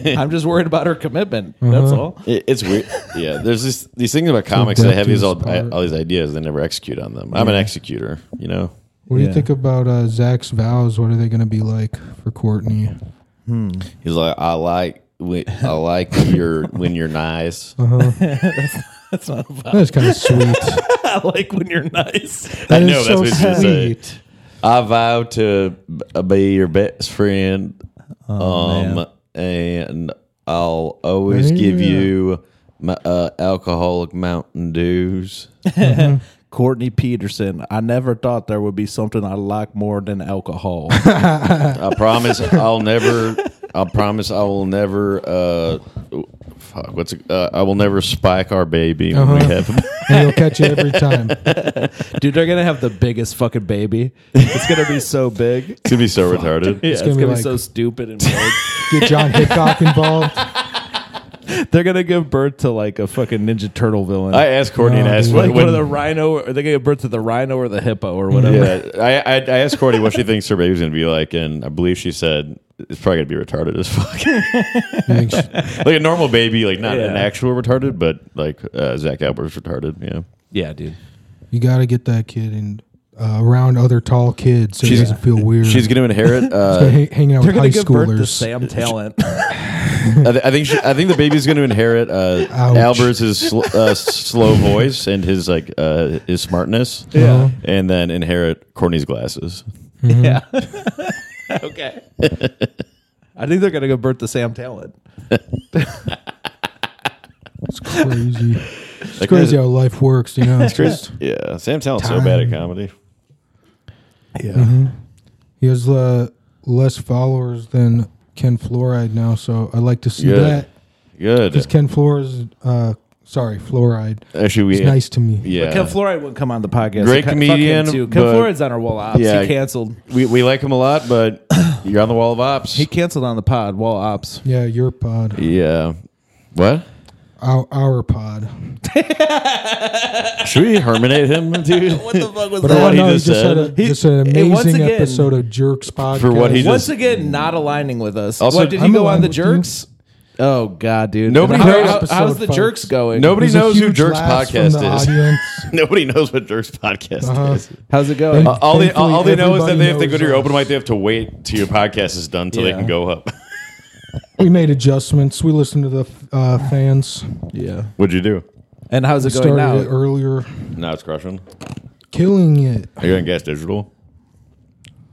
[SPEAKER 3] I'm just worried about her commitment.
[SPEAKER 2] Uh-huh.
[SPEAKER 3] That's all.
[SPEAKER 1] It, it's weird. Yeah, there's this, these things about comics. They have these all,
[SPEAKER 2] Productive part.
[SPEAKER 1] all these ideas. They never execute on them. I'm an executor. You know.
[SPEAKER 2] What do you
[SPEAKER 3] Yeah.
[SPEAKER 2] think about uh, Zach's vows? What are they going to be like for Courtney?
[SPEAKER 1] He's like, I like when- I like your when you're nice.
[SPEAKER 2] That's kind of sweet.
[SPEAKER 3] I like when you're nice.
[SPEAKER 1] I
[SPEAKER 2] That
[SPEAKER 1] know,
[SPEAKER 2] is
[SPEAKER 1] that's what he's
[SPEAKER 2] so
[SPEAKER 1] gonna say.
[SPEAKER 2] sweet.
[SPEAKER 1] I vow to b- be your best friend.
[SPEAKER 2] Oh,
[SPEAKER 1] um,
[SPEAKER 3] man.
[SPEAKER 1] and I'll always give
[SPEAKER 2] Yeah.
[SPEAKER 1] you my uh, alcoholic Mountain Dews.
[SPEAKER 3] Courtney Peterson. I never thought there would be something I like more than alcohol.
[SPEAKER 1] I promise I'll never. I promise I will never. Uh, fuck, what's it- uh, I will never spike our baby when we
[SPEAKER 2] Uh-huh.
[SPEAKER 1] have.
[SPEAKER 2] and he'll catch you every time.
[SPEAKER 3] Dude, they're gonna have the biggest fucking baby. It's gonna be so big.
[SPEAKER 1] It's gonna be so retarded.
[SPEAKER 3] Yeah, it's
[SPEAKER 2] gonna
[SPEAKER 3] gonna,
[SPEAKER 2] be
[SPEAKER 3] be,
[SPEAKER 2] like-
[SPEAKER 3] so stupid and weird.
[SPEAKER 2] Get John Hickok involved.
[SPEAKER 3] they're gonna give birth to like a fucking Ninja Turtle villain.
[SPEAKER 1] I asked Courtney and
[SPEAKER 2] No,
[SPEAKER 1] asked
[SPEAKER 2] Oh, dude.
[SPEAKER 1] what,
[SPEAKER 3] like
[SPEAKER 1] what-
[SPEAKER 3] one of the rhino. Are they gonna give birth to the rhino or the hippo or whatever?
[SPEAKER 1] yeah, I, I I asked Courtney what she thinks her baby's gonna be like, and I believe she said it's probably gonna be retarded as fuck.
[SPEAKER 2] Thanks.
[SPEAKER 1] like a normal baby, like not an
[SPEAKER 3] Yeah.
[SPEAKER 1] actual retarded, but like uh, Zach Albert's retarded. Yeah,
[SPEAKER 3] Yeah, dude.
[SPEAKER 2] You got to get that kid in uh, around other tall kids so he
[SPEAKER 1] She's-
[SPEAKER 2] doesn't feel weird.
[SPEAKER 1] she's gonna inherit. Uh,
[SPEAKER 2] Hang- hanging out
[SPEAKER 3] They're
[SPEAKER 2] with
[SPEAKER 3] gonna
[SPEAKER 2] high
[SPEAKER 3] give birth to
[SPEAKER 2] schoolers.
[SPEAKER 3] Sam Talent.
[SPEAKER 1] I, th- I think she, I think the baby's going to inherit uh,
[SPEAKER 2] Ouch.
[SPEAKER 1] Albert's his sl- uh, s- slow voice and his like uh, his smartness,
[SPEAKER 2] Yeah.
[SPEAKER 1] and then inherit Courtney's glasses.
[SPEAKER 3] yeah. okay. I think they're gonna give birth to Sam Talent.
[SPEAKER 2] It's crazy. It's
[SPEAKER 1] Like,
[SPEAKER 2] crazy how life works, you know. It's just
[SPEAKER 1] Yeah, Sam Talent's so bad at comedy.
[SPEAKER 3] Yeah.
[SPEAKER 2] he has uh, less followers than Ken Fluoride now, so I like to see
[SPEAKER 1] Good.
[SPEAKER 2] that.
[SPEAKER 1] Good.
[SPEAKER 2] Because Ken Flores, uh, sorry, fluoride.
[SPEAKER 1] Actually, we
[SPEAKER 2] It's nice to me.
[SPEAKER 1] yeah.
[SPEAKER 3] Ken Fluoride wouldn't come on the podcast.
[SPEAKER 1] Great
[SPEAKER 3] Fuck him,
[SPEAKER 1] comedian,
[SPEAKER 3] too. Ken
[SPEAKER 1] but-
[SPEAKER 3] Floride's on our wall of ops.
[SPEAKER 1] Yeah.
[SPEAKER 3] He canceled.
[SPEAKER 1] we, we like him a lot, but you're on the wall of ops.
[SPEAKER 3] He canceled on the pod. Wall ops.
[SPEAKER 2] Yeah, your pod,
[SPEAKER 1] yeah. What?
[SPEAKER 2] our, our pod.
[SPEAKER 1] Should we herminate him, dude?
[SPEAKER 3] What the fuck was
[SPEAKER 2] But I
[SPEAKER 1] what
[SPEAKER 2] want
[SPEAKER 1] he
[SPEAKER 2] to know, you
[SPEAKER 1] just
[SPEAKER 2] just
[SPEAKER 1] said.
[SPEAKER 2] had a,
[SPEAKER 3] He-
[SPEAKER 2] just an
[SPEAKER 3] hey, once
[SPEAKER 2] amazing
[SPEAKER 3] again-
[SPEAKER 2] episode of Jerks podcast.
[SPEAKER 1] For what he
[SPEAKER 3] Once again, not aligning with us.
[SPEAKER 1] Also-
[SPEAKER 3] what, did
[SPEAKER 2] I'm
[SPEAKER 3] he go on
[SPEAKER 2] aligned
[SPEAKER 3] the
[SPEAKER 2] with you.
[SPEAKER 3] jerks? Oh god, dude.
[SPEAKER 1] Nobody
[SPEAKER 3] How-
[SPEAKER 1] knows.
[SPEAKER 3] how- how's the
[SPEAKER 2] Episode,
[SPEAKER 3] jerks
[SPEAKER 2] folks.
[SPEAKER 3] going?
[SPEAKER 1] Nobody
[SPEAKER 2] There's a
[SPEAKER 1] knows who
[SPEAKER 2] huge
[SPEAKER 1] Jerks
[SPEAKER 2] laugh from
[SPEAKER 1] podcast
[SPEAKER 2] the
[SPEAKER 1] is.
[SPEAKER 2] audience.
[SPEAKER 1] Nobody knows what Jerks podcast
[SPEAKER 2] Uh-huh.
[SPEAKER 1] is.
[SPEAKER 3] How's it going?
[SPEAKER 2] Thank-
[SPEAKER 1] Uh, all they all, all they know is that
[SPEAKER 2] Everybody
[SPEAKER 1] they have to go to your
[SPEAKER 2] knows
[SPEAKER 1] open
[SPEAKER 2] us.
[SPEAKER 1] mic. They have to wait till your podcast is done till
[SPEAKER 3] Yeah.
[SPEAKER 1] they can go up.
[SPEAKER 2] we made adjustments. We listened to the uh, fans.
[SPEAKER 3] yeah.
[SPEAKER 1] What'd you do?
[SPEAKER 3] And how's it going
[SPEAKER 2] Started
[SPEAKER 3] now?
[SPEAKER 2] it earlier,
[SPEAKER 1] Now it's crushing.
[SPEAKER 2] killing it.
[SPEAKER 1] Are you on Gas Digital?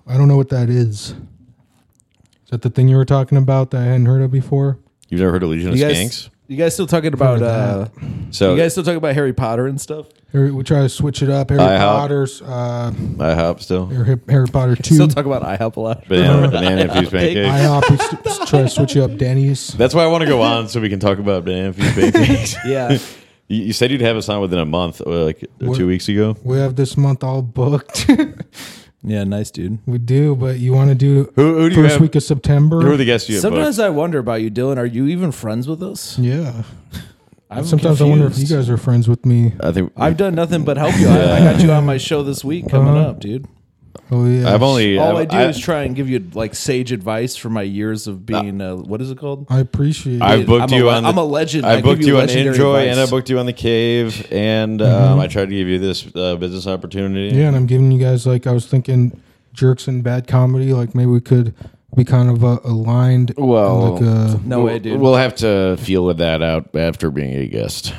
[SPEAKER 2] I don't know what that is. Is that the thing you were talking about that I hadn't heard of before?
[SPEAKER 1] You've never heard of Legion of
[SPEAKER 3] You guys-
[SPEAKER 1] Skanks?
[SPEAKER 3] You guys still talking about? uh
[SPEAKER 1] So
[SPEAKER 3] You guys still talking about Harry Potter and stuff?
[SPEAKER 2] Harry, we try to switch it up. Harry
[SPEAKER 1] IHOP.
[SPEAKER 2] Potter's, uh,
[SPEAKER 1] I hop still.
[SPEAKER 2] Harry, Harry Potter two.
[SPEAKER 3] Still talk about IHOP a lot.
[SPEAKER 1] Banana, banana infused pancakes.
[SPEAKER 2] IHOP is to try to switch you up. Denny's.
[SPEAKER 1] That's why I want to go on so we can talk about banana infused pancakes.
[SPEAKER 3] Yeah.
[SPEAKER 1] you, you said you'd have us on within a month, or like uh,
[SPEAKER 2] What?
[SPEAKER 1] two weeks ago.
[SPEAKER 2] We have this month all booked.
[SPEAKER 3] Yeah, nice dude.
[SPEAKER 2] we do, but you want to do
[SPEAKER 1] Who- who do you
[SPEAKER 2] first
[SPEAKER 1] have-
[SPEAKER 2] week of September?
[SPEAKER 1] Who are the guests you have?
[SPEAKER 3] Sometimes
[SPEAKER 1] booked?
[SPEAKER 3] I wonder about you, Dylan. Are you even friends with us?
[SPEAKER 2] yeah.
[SPEAKER 3] I'm
[SPEAKER 2] Sometimes I wonder if you
[SPEAKER 3] confused.
[SPEAKER 2] guys are friends with me.
[SPEAKER 1] I think
[SPEAKER 3] I've done nothing but help you. I, I got you on my show this week coming
[SPEAKER 2] Uh-huh.
[SPEAKER 3] up, dude.
[SPEAKER 2] Oh yeah.
[SPEAKER 1] I've only.
[SPEAKER 3] All
[SPEAKER 1] I've-
[SPEAKER 3] I do is try and give you like sage advice for my years of being uh, what is it called?
[SPEAKER 2] I appreciate
[SPEAKER 1] I
[SPEAKER 2] it.
[SPEAKER 1] booked
[SPEAKER 3] I'm a
[SPEAKER 1] you
[SPEAKER 3] le-
[SPEAKER 1] on. The,
[SPEAKER 3] I'm a legend. I
[SPEAKER 1] I
[SPEAKER 3] give
[SPEAKER 1] booked
[SPEAKER 3] you
[SPEAKER 1] you, on
[SPEAKER 3] legendary
[SPEAKER 1] Enjoy,
[SPEAKER 3] advice.
[SPEAKER 1] and I booked you on the Cave, and um, I tried to give you this uh, business opportunity.
[SPEAKER 2] Yeah, and I'm giving you guys like I was thinking jerks and bad comedy. Like maybe we could be kind of uh, aligned.
[SPEAKER 1] Well,
[SPEAKER 2] like uh,
[SPEAKER 3] No way, dude.
[SPEAKER 1] We'll have to feel that out after being a guest.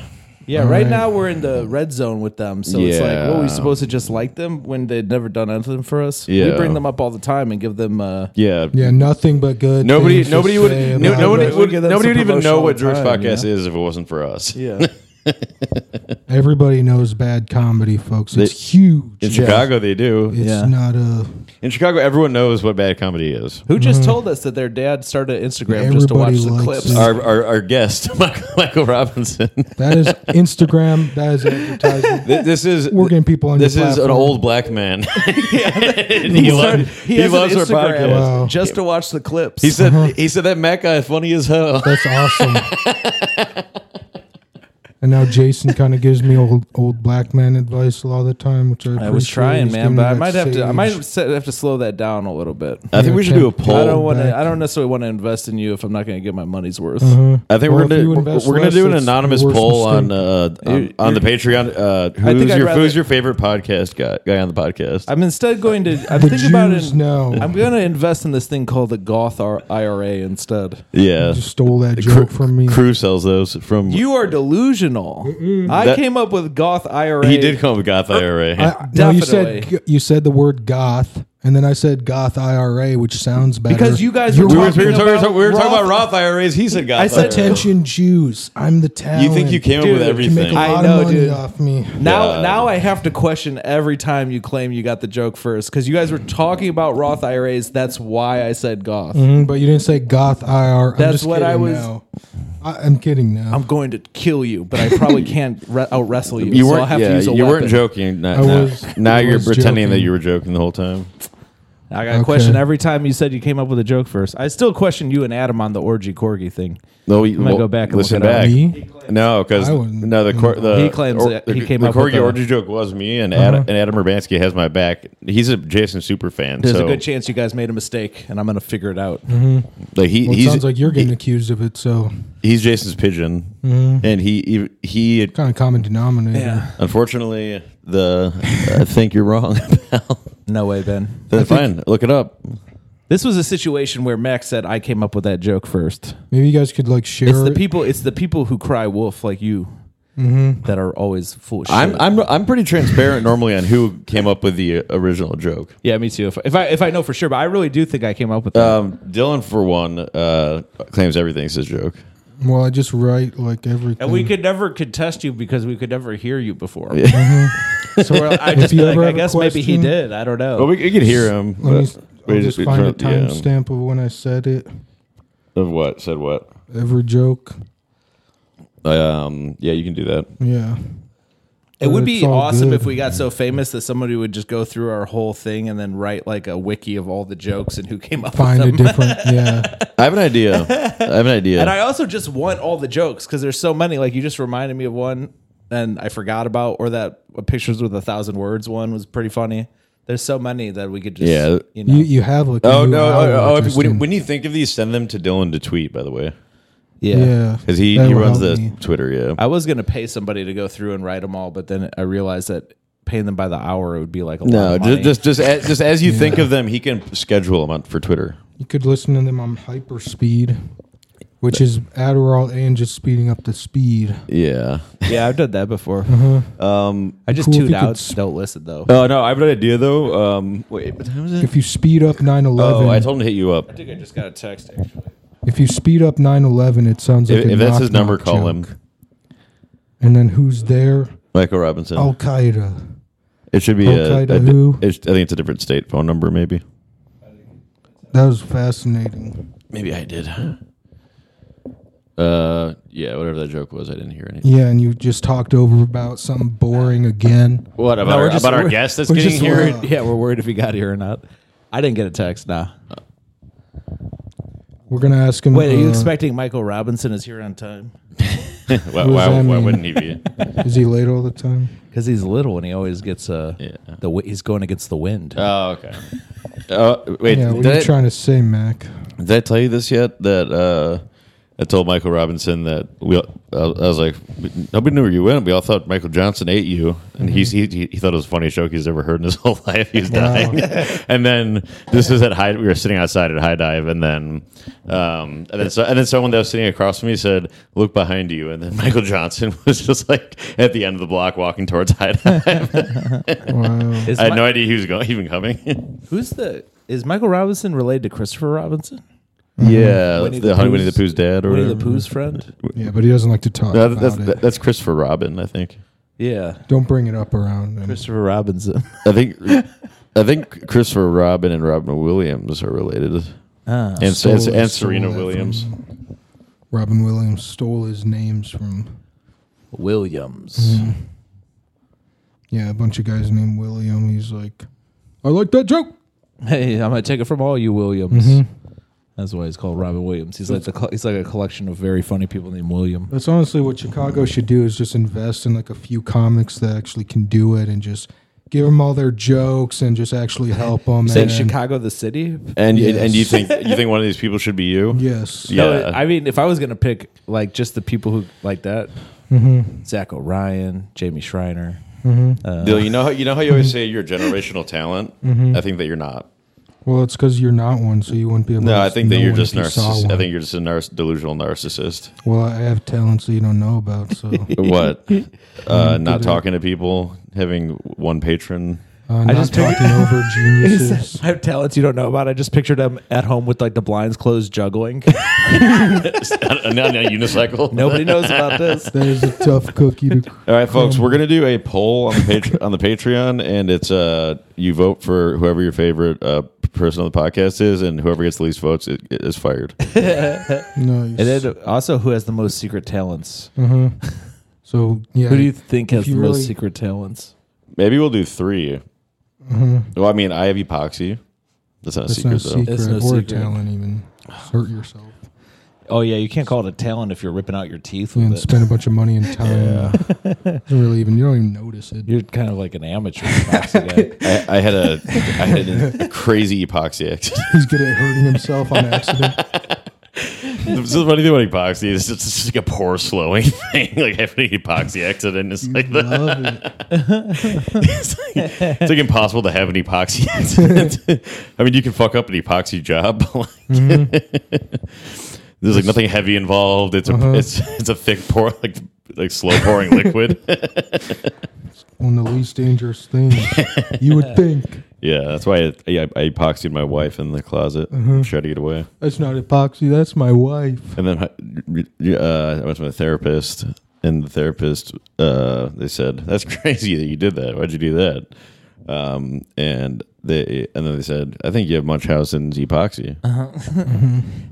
[SPEAKER 3] yeah, right,
[SPEAKER 2] right.
[SPEAKER 3] now we're in the red zone with them, so it's like, what are
[SPEAKER 1] Yeah.
[SPEAKER 3] we supposed to just like them when they've never done anything for us?
[SPEAKER 1] Yeah.
[SPEAKER 3] We bring them up all the time and give them. Uh,
[SPEAKER 1] Yeah.
[SPEAKER 2] yeah, nothing but good.
[SPEAKER 1] Nobody,
[SPEAKER 2] things to
[SPEAKER 1] nobody would,
[SPEAKER 2] say
[SPEAKER 1] no,
[SPEAKER 2] about
[SPEAKER 1] nobody
[SPEAKER 2] it.
[SPEAKER 1] would,
[SPEAKER 3] give them
[SPEAKER 1] nobody
[SPEAKER 3] some
[SPEAKER 1] would even
[SPEAKER 3] promotion
[SPEAKER 1] know
[SPEAKER 3] all
[SPEAKER 1] what
[SPEAKER 3] the
[SPEAKER 1] Drew's
[SPEAKER 3] time,
[SPEAKER 1] podcast
[SPEAKER 3] yeah.
[SPEAKER 1] is if it wasn't for us.
[SPEAKER 3] yeah,
[SPEAKER 2] Everybody knows bad comedy, folks. It's huge.
[SPEAKER 1] In
[SPEAKER 2] It's
[SPEAKER 1] Chicago, they do.
[SPEAKER 3] Yeah.
[SPEAKER 2] not a.
[SPEAKER 1] In Chicago, everyone knows what bad comedy is.
[SPEAKER 3] who just told us that their dad started Instagram just to watch
[SPEAKER 2] Mm-hmm. Everybody
[SPEAKER 3] the
[SPEAKER 2] likes
[SPEAKER 3] clips?
[SPEAKER 2] it.
[SPEAKER 1] Our, our, our guest, Michael, Michael Robinson.
[SPEAKER 2] That is Instagram. That is advertising.
[SPEAKER 1] Th- This is
[SPEAKER 2] We're getting people on your
[SPEAKER 1] This is an
[SPEAKER 2] platform.
[SPEAKER 1] old black man. And he, lo-
[SPEAKER 3] Started-
[SPEAKER 1] he
[SPEAKER 3] has an
[SPEAKER 1] loves our
[SPEAKER 3] Instagram
[SPEAKER 1] podcast.
[SPEAKER 2] Wow.
[SPEAKER 3] just to watch the clips.
[SPEAKER 1] He said he said that Matt guy is funny as hell.
[SPEAKER 2] That's awesome. and now Jason kind of gives me old old black man advice a lot of the time, which I,
[SPEAKER 3] I was
[SPEAKER 2] appreciate.
[SPEAKER 3] trying,
[SPEAKER 2] He's
[SPEAKER 3] man,
[SPEAKER 2] giving me
[SPEAKER 3] but I
[SPEAKER 2] that
[SPEAKER 3] might have to. I
[SPEAKER 2] sage.
[SPEAKER 3] might se- have to slow that down a little bit.
[SPEAKER 1] I think we should do a poll.
[SPEAKER 3] I don't want
[SPEAKER 2] back.
[SPEAKER 3] to. I don't necessarily want to invest in you if I'm not going to get my money's worth.
[SPEAKER 2] Mm-hmm.
[SPEAKER 1] I think
[SPEAKER 2] Or
[SPEAKER 1] we're
[SPEAKER 2] if you
[SPEAKER 1] gonna
[SPEAKER 2] invest
[SPEAKER 1] we're gonna
[SPEAKER 2] less,
[SPEAKER 1] do an
[SPEAKER 2] it's your
[SPEAKER 1] anonymous
[SPEAKER 2] worst
[SPEAKER 1] poll on
[SPEAKER 2] mistake.
[SPEAKER 1] uh, on, on the Patreon. Uh, who's
[SPEAKER 3] think I'd
[SPEAKER 1] your
[SPEAKER 3] rather-
[SPEAKER 1] who's your favorite podcast guy guy on the podcast?
[SPEAKER 3] I'm instead going to. I'm
[SPEAKER 2] The
[SPEAKER 3] thinking about
[SPEAKER 2] Jews
[SPEAKER 3] it.
[SPEAKER 2] know.
[SPEAKER 3] I'm going to invest in this thing called the Goth R- IRA instead.
[SPEAKER 1] yeah,
[SPEAKER 2] just stole that joke from me.
[SPEAKER 1] Crew sells those from.
[SPEAKER 3] You are delusional. I
[SPEAKER 1] That-
[SPEAKER 3] came up with Goth IRA.
[SPEAKER 1] he did come up with Goth IRA.
[SPEAKER 2] I, no, you
[SPEAKER 3] Definitely.
[SPEAKER 2] said you said the word goth, and then I said goth IRA, which sounds better.
[SPEAKER 3] because you guys
[SPEAKER 2] You're
[SPEAKER 3] were
[SPEAKER 1] we, were,
[SPEAKER 3] talking
[SPEAKER 1] we, were talking,
[SPEAKER 3] about
[SPEAKER 1] we were talking
[SPEAKER 3] Roth-
[SPEAKER 1] about Roth IRAs. He said Goth.
[SPEAKER 3] I said
[SPEAKER 1] IRA.
[SPEAKER 2] attention Jews. I'm the talent.
[SPEAKER 1] You think you came up
[SPEAKER 3] Dude,
[SPEAKER 1] with
[SPEAKER 3] you
[SPEAKER 2] You make
[SPEAKER 1] everything?
[SPEAKER 2] a
[SPEAKER 3] I
[SPEAKER 2] lot
[SPEAKER 3] know,
[SPEAKER 2] of money
[SPEAKER 3] dude.
[SPEAKER 2] off me.
[SPEAKER 3] Now,
[SPEAKER 1] Yeah.
[SPEAKER 3] now I have to question every time you claim you got the joke first because you guys were talking about Roth IRAs. That's why I said Goth.
[SPEAKER 2] Mm, but you didn't say goth IRA. I'm
[SPEAKER 3] That's
[SPEAKER 2] just
[SPEAKER 3] what
[SPEAKER 2] kidding
[SPEAKER 3] I was-
[SPEAKER 2] Now. I, am kidding now.
[SPEAKER 3] I'm going to kill you, but I probably can't re- out wrestle you.
[SPEAKER 1] You
[SPEAKER 3] so
[SPEAKER 1] weren't.
[SPEAKER 3] I'll have
[SPEAKER 1] yeah,
[SPEAKER 3] to use a
[SPEAKER 1] you weren't
[SPEAKER 3] weapon.
[SPEAKER 1] joking. Not,
[SPEAKER 2] I
[SPEAKER 1] now.
[SPEAKER 2] was-
[SPEAKER 1] now
[SPEAKER 2] I
[SPEAKER 1] you're
[SPEAKER 2] was
[SPEAKER 1] pretending that
[SPEAKER 2] joking.
[SPEAKER 1] you were joking the whole time.
[SPEAKER 3] I got a
[SPEAKER 2] Okay.
[SPEAKER 3] question every time you said you came up with a joke first. I still question you and Adam on the orgy corgi thing.
[SPEAKER 1] No, we,
[SPEAKER 3] might go back and
[SPEAKER 1] listen
[SPEAKER 3] look it up.
[SPEAKER 1] back.
[SPEAKER 2] Me?
[SPEAKER 1] No, because
[SPEAKER 2] I wouldn't.
[SPEAKER 1] no, the cor- the
[SPEAKER 3] He claims that he
[SPEAKER 1] the,
[SPEAKER 3] came
[SPEAKER 1] the
[SPEAKER 3] up with
[SPEAKER 1] Corgi
[SPEAKER 3] the-
[SPEAKER 1] orgy joke was me and Adam, and Adam Urbanski has my back. He's a Jason super fan.
[SPEAKER 3] There's
[SPEAKER 1] so,
[SPEAKER 3] a good chance you guys made a mistake, and I'm going to figure it out.
[SPEAKER 1] Like he,
[SPEAKER 2] Well, it
[SPEAKER 1] he's
[SPEAKER 2] sounds like you're getting accused of it, so
[SPEAKER 1] he's Jason's pigeon, and he he, he
[SPEAKER 2] kind of common denominator.
[SPEAKER 1] unfortunately the I think you're wrong.
[SPEAKER 3] No way, Ben.
[SPEAKER 1] Then fine, look it up.
[SPEAKER 3] This was a situation where Max said I came up with that joke first.
[SPEAKER 2] Maybe you guys could like share.
[SPEAKER 3] It's the
[SPEAKER 2] it.
[SPEAKER 3] people. It's the people who cry wolf like you
[SPEAKER 2] Mm-hmm.
[SPEAKER 3] that are always full of shit.
[SPEAKER 1] I'm I'm I'm pretty transparent normally on who came up with the uh, original joke.
[SPEAKER 3] yeah, me too. If, if I if I know for sure, but I really do think I came up with that.
[SPEAKER 1] Um, Dylan for one uh, claims everything's his joke.
[SPEAKER 2] Well, I just write like everything.
[SPEAKER 3] and we could never contest you because we could never hear you before. so we're, I just
[SPEAKER 2] Mm-hmm. you
[SPEAKER 3] be like,
[SPEAKER 2] ever
[SPEAKER 3] I
[SPEAKER 2] have a
[SPEAKER 3] guess maybe he
[SPEAKER 2] question-
[SPEAKER 3] did. I don't know.
[SPEAKER 1] But we, we could hear him.
[SPEAKER 2] Let me,
[SPEAKER 1] but we
[SPEAKER 2] I'll just
[SPEAKER 1] we
[SPEAKER 2] find a
[SPEAKER 1] try- yeah.
[SPEAKER 2] timestamp of when I said it.
[SPEAKER 1] Of what? Said what?
[SPEAKER 2] Every joke.
[SPEAKER 1] Um, yeah, you can do that.
[SPEAKER 2] Yeah.
[SPEAKER 3] It would
[SPEAKER 2] It's
[SPEAKER 3] be
[SPEAKER 2] all
[SPEAKER 3] awesome
[SPEAKER 2] good.
[SPEAKER 3] if we got so famous that somebody would just go through our whole thing and then write like a wiki of all the jokes and who came up
[SPEAKER 2] Find
[SPEAKER 3] with
[SPEAKER 2] a
[SPEAKER 3] them.
[SPEAKER 2] different. Yeah.
[SPEAKER 1] I have an idea. I have an idea.
[SPEAKER 3] And I also just want all the jokes because there's so many. Like you just reminded me of one and I forgot about, or that pictures with a thousand words one was pretty funny. There's so many that we could just,
[SPEAKER 1] Yeah.
[SPEAKER 3] you know,
[SPEAKER 2] You you have like. a
[SPEAKER 1] oh
[SPEAKER 2] new
[SPEAKER 1] no! Oh,
[SPEAKER 2] hour,
[SPEAKER 1] oh, if- when,
[SPEAKER 2] Justin.
[SPEAKER 1] when you think of these, send them to Dylan to tweet. By the way,
[SPEAKER 3] yeah.
[SPEAKER 2] yeah.
[SPEAKER 1] because he,
[SPEAKER 2] That
[SPEAKER 1] he
[SPEAKER 2] will
[SPEAKER 1] runs the
[SPEAKER 2] help me.
[SPEAKER 1] Twitter. Yeah.
[SPEAKER 3] I was gonna pay somebody to go through and write them all, but then I realized that paying them by the hour would be like a lot
[SPEAKER 1] no,
[SPEAKER 3] of
[SPEAKER 1] just
[SPEAKER 3] money.
[SPEAKER 1] just just as, just as you think of them, he can schedule them out for Twitter.
[SPEAKER 2] You could listen to them on hyper speed, which is Adderall and just speeding up the speed.
[SPEAKER 1] Yeah.
[SPEAKER 3] yeah, I've done that before.
[SPEAKER 1] Um.
[SPEAKER 3] I just tune
[SPEAKER 2] Uh-huh. Cool if you could
[SPEAKER 3] out,
[SPEAKER 2] sp-
[SPEAKER 3] don't listen though.
[SPEAKER 1] Oh no, I have an idea though. Um. Wait, what time is it?
[SPEAKER 2] If you speed up 911,
[SPEAKER 1] Oh, I told him to hit you up.
[SPEAKER 3] I think I just got a text actually.
[SPEAKER 2] If you speed up 911, it sounds like
[SPEAKER 1] If,
[SPEAKER 2] a
[SPEAKER 1] if that's his
[SPEAKER 2] knock-knock
[SPEAKER 1] number, call
[SPEAKER 2] joke.
[SPEAKER 1] him.
[SPEAKER 2] And then who's there?
[SPEAKER 1] Michael Robinson.
[SPEAKER 2] Al Qaeda.
[SPEAKER 1] it should be a, a
[SPEAKER 2] Al-Qaeda
[SPEAKER 1] di-
[SPEAKER 2] who?
[SPEAKER 1] it's- I think it's a different state phone number, maybe.
[SPEAKER 2] That was fascinating.
[SPEAKER 1] Maybe I did. Uh, yeah, whatever that joke was, I didn't hear anything.
[SPEAKER 2] Yeah, and you just talked over about something boring again.
[SPEAKER 1] What about
[SPEAKER 3] No,
[SPEAKER 1] our,
[SPEAKER 3] we're just-
[SPEAKER 1] about our
[SPEAKER 3] we're-
[SPEAKER 1] guest that's
[SPEAKER 2] we're
[SPEAKER 1] getting
[SPEAKER 2] just
[SPEAKER 1] here?
[SPEAKER 2] worried.
[SPEAKER 3] yeah, we're worried if he got here or not. I didn't get a text. Nah.
[SPEAKER 2] Uh-huh. We're gonna ask him.
[SPEAKER 3] Wait, are you
[SPEAKER 2] uh,
[SPEAKER 3] expecting Michael Robinson is here on time?
[SPEAKER 1] Why,
[SPEAKER 2] Who
[SPEAKER 1] why,
[SPEAKER 2] does that
[SPEAKER 1] why
[SPEAKER 2] mean?
[SPEAKER 1] wouldn't he be?
[SPEAKER 2] Is he late all the time?
[SPEAKER 3] Because he's little and he always gets uh,
[SPEAKER 1] Yeah.
[SPEAKER 3] the wi- he's going against the wind.
[SPEAKER 1] Oh, okay. Oh, wait.
[SPEAKER 2] yeah. What
[SPEAKER 1] did,
[SPEAKER 2] are
[SPEAKER 1] I,
[SPEAKER 2] you trying to say, Mac?
[SPEAKER 1] did I tell you this yet? That uh, I told Michael Robinson that we. all- I was like, nobody knew where you went. We all thought Michael Johnson ate you, and he's,
[SPEAKER 3] Mm-hmm.
[SPEAKER 1] he he he thought it was the funniest joke he's ever heard in his whole life. He's dying. and then this was at high. We were sitting outside at high dive, and then um, and then so, and then someone that was sitting across from me said, "Look behind you," and then Michael Johnson was just like at the end of the block, walking towards high dive.
[SPEAKER 2] Wow.
[SPEAKER 3] Is
[SPEAKER 1] I had
[SPEAKER 3] Mi-
[SPEAKER 1] no idea he was going, even coming.
[SPEAKER 3] Who's the is Michael Robinson related to Christopher Robinson?
[SPEAKER 1] Yeah,
[SPEAKER 3] Winnie
[SPEAKER 1] that's the
[SPEAKER 3] the
[SPEAKER 1] Honey Winnie the
[SPEAKER 3] Pooh's-
[SPEAKER 1] Pooh's dad or
[SPEAKER 3] Winnie the
[SPEAKER 1] whatever.
[SPEAKER 3] Pooh's friend?
[SPEAKER 2] Yeah, but he doesn't like to talk
[SPEAKER 1] No,
[SPEAKER 2] about
[SPEAKER 1] that's,
[SPEAKER 2] it.
[SPEAKER 1] that's, that's Christopher Robin, I think.
[SPEAKER 3] Yeah.
[SPEAKER 2] Don't bring it up around. him.
[SPEAKER 3] Christopher Robinson.
[SPEAKER 1] I think I think Christopher Robin and Robin Williams are related.
[SPEAKER 3] Ah.
[SPEAKER 1] and,
[SPEAKER 2] Stole-
[SPEAKER 1] and, and
[SPEAKER 2] stole
[SPEAKER 1] Serena
[SPEAKER 2] that from
[SPEAKER 1] Williams.
[SPEAKER 2] him. Robin Williams stole his names from
[SPEAKER 3] Williams.
[SPEAKER 2] yeah a bunch of guys named William. He's like, I like that joke.
[SPEAKER 3] Hey, I'm gonna take it from all you Williams. That's why he's called Robin Williams. He's like the col- he's like a collection of very funny people named William.
[SPEAKER 2] That's honestly what Chicago should do is just invest in like a few comics that actually can do it and just give them all their jokes and just actually help them.
[SPEAKER 3] Saying
[SPEAKER 2] and,
[SPEAKER 3] Chicago, the city.
[SPEAKER 1] And and- and you
[SPEAKER 2] Yes.
[SPEAKER 1] think you think one of these people should be you?
[SPEAKER 2] Yes.
[SPEAKER 1] Yeah.
[SPEAKER 3] No, I mean, if I was gonna pick like just the people who like that, Zach O'Ryan, Jamie Schreiner. Uh,
[SPEAKER 1] Dill, you know how you know how you always say you're a generational talent.
[SPEAKER 2] Mm-hmm.
[SPEAKER 1] I think that you're not.
[SPEAKER 2] Well, it's because you're not one, so you wouldn't be able.
[SPEAKER 1] No,
[SPEAKER 2] to
[SPEAKER 1] I think that
[SPEAKER 2] know
[SPEAKER 1] you're
[SPEAKER 2] one
[SPEAKER 1] just
[SPEAKER 2] if you saw
[SPEAKER 1] narcissist. I
[SPEAKER 2] one.
[SPEAKER 1] think you're just a narciss- delusional narcissist.
[SPEAKER 2] Well, I have talents that you don't know about. So
[SPEAKER 1] what? Uh, not talking to people, having one patron.
[SPEAKER 2] uh, not
[SPEAKER 3] just
[SPEAKER 2] talking over geniuses.
[SPEAKER 3] I have talents you don't know about. I just pictured him at home with like the blinds closed, juggling.
[SPEAKER 1] on a unicycle.
[SPEAKER 3] Nobody knows about this.
[SPEAKER 2] That is a tough cookie to.
[SPEAKER 1] All right, folks,
[SPEAKER 2] Um,
[SPEAKER 1] we're gonna do a poll on the Patreon, on the Patreon, and it's uh you vote for whoever your favorite uh, person on the podcast is, and whoever gets the least votes i- is fired.
[SPEAKER 2] Nice.
[SPEAKER 3] And then also, who has the most secret talents?
[SPEAKER 2] Uh-huh.
[SPEAKER 1] Mm-hmm.
[SPEAKER 2] So yeah.
[SPEAKER 3] Who do you think has
[SPEAKER 2] If you
[SPEAKER 3] the most
[SPEAKER 2] really-
[SPEAKER 3] secret talents?
[SPEAKER 1] Maybe we'll do 3 Well, I mean, I have epoxy. That's not a
[SPEAKER 2] Mm-hmm. That's
[SPEAKER 1] secret
[SPEAKER 2] not
[SPEAKER 1] though.
[SPEAKER 2] secret
[SPEAKER 3] That's no
[SPEAKER 2] or
[SPEAKER 3] secret.
[SPEAKER 2] talent even. Just hurt yourself
[SPEAKER 3] Oh yeah, you can't call it a talent if you're ripping out your teeth with
[SPEAKER 2] and
[SPEAKER 3] it.
[SPEAKER 2] spend a bunch of money and time. Doesn't really even you don't even notice it.
[SPEAKER 3] You're kind of like an amateur epoxy guy.
[SPEAKER 1] I, I had a I had a crazy epoxy accident.
[SPEAKER 2] He's good at hurting himself on accident.
[SPEAKER 1] This is the funny thing about epoxy is it's just like a pore slowing thing. Like after an epoxy accident, it's like the,
[SPEAKER 2] Love it.
[SPEAKER 1] it's, like, it's like impossible to have an epoxy accident. I mean, you can fuck up an epoxy job. but, like, There's like nothing heavy involved. It's a it's it's a thick pour like like slow pouring liquid.
[SPEAKER 2] One of the least dangerous things you would think.
[SPEAKER 1] yeah, that's why I, yeah, I epoxied my wife in the closet, shutting it away,
[SPEAKER 2] That's not epoxy. That's my wife.
[SPEAKER 1] and then uh, I went to my therapist. And the therapist, uh, they said, "That's crazy that you did that. Why'd you do that?" Um, and they, and then they said, "I think you have Munchausen's epoxy."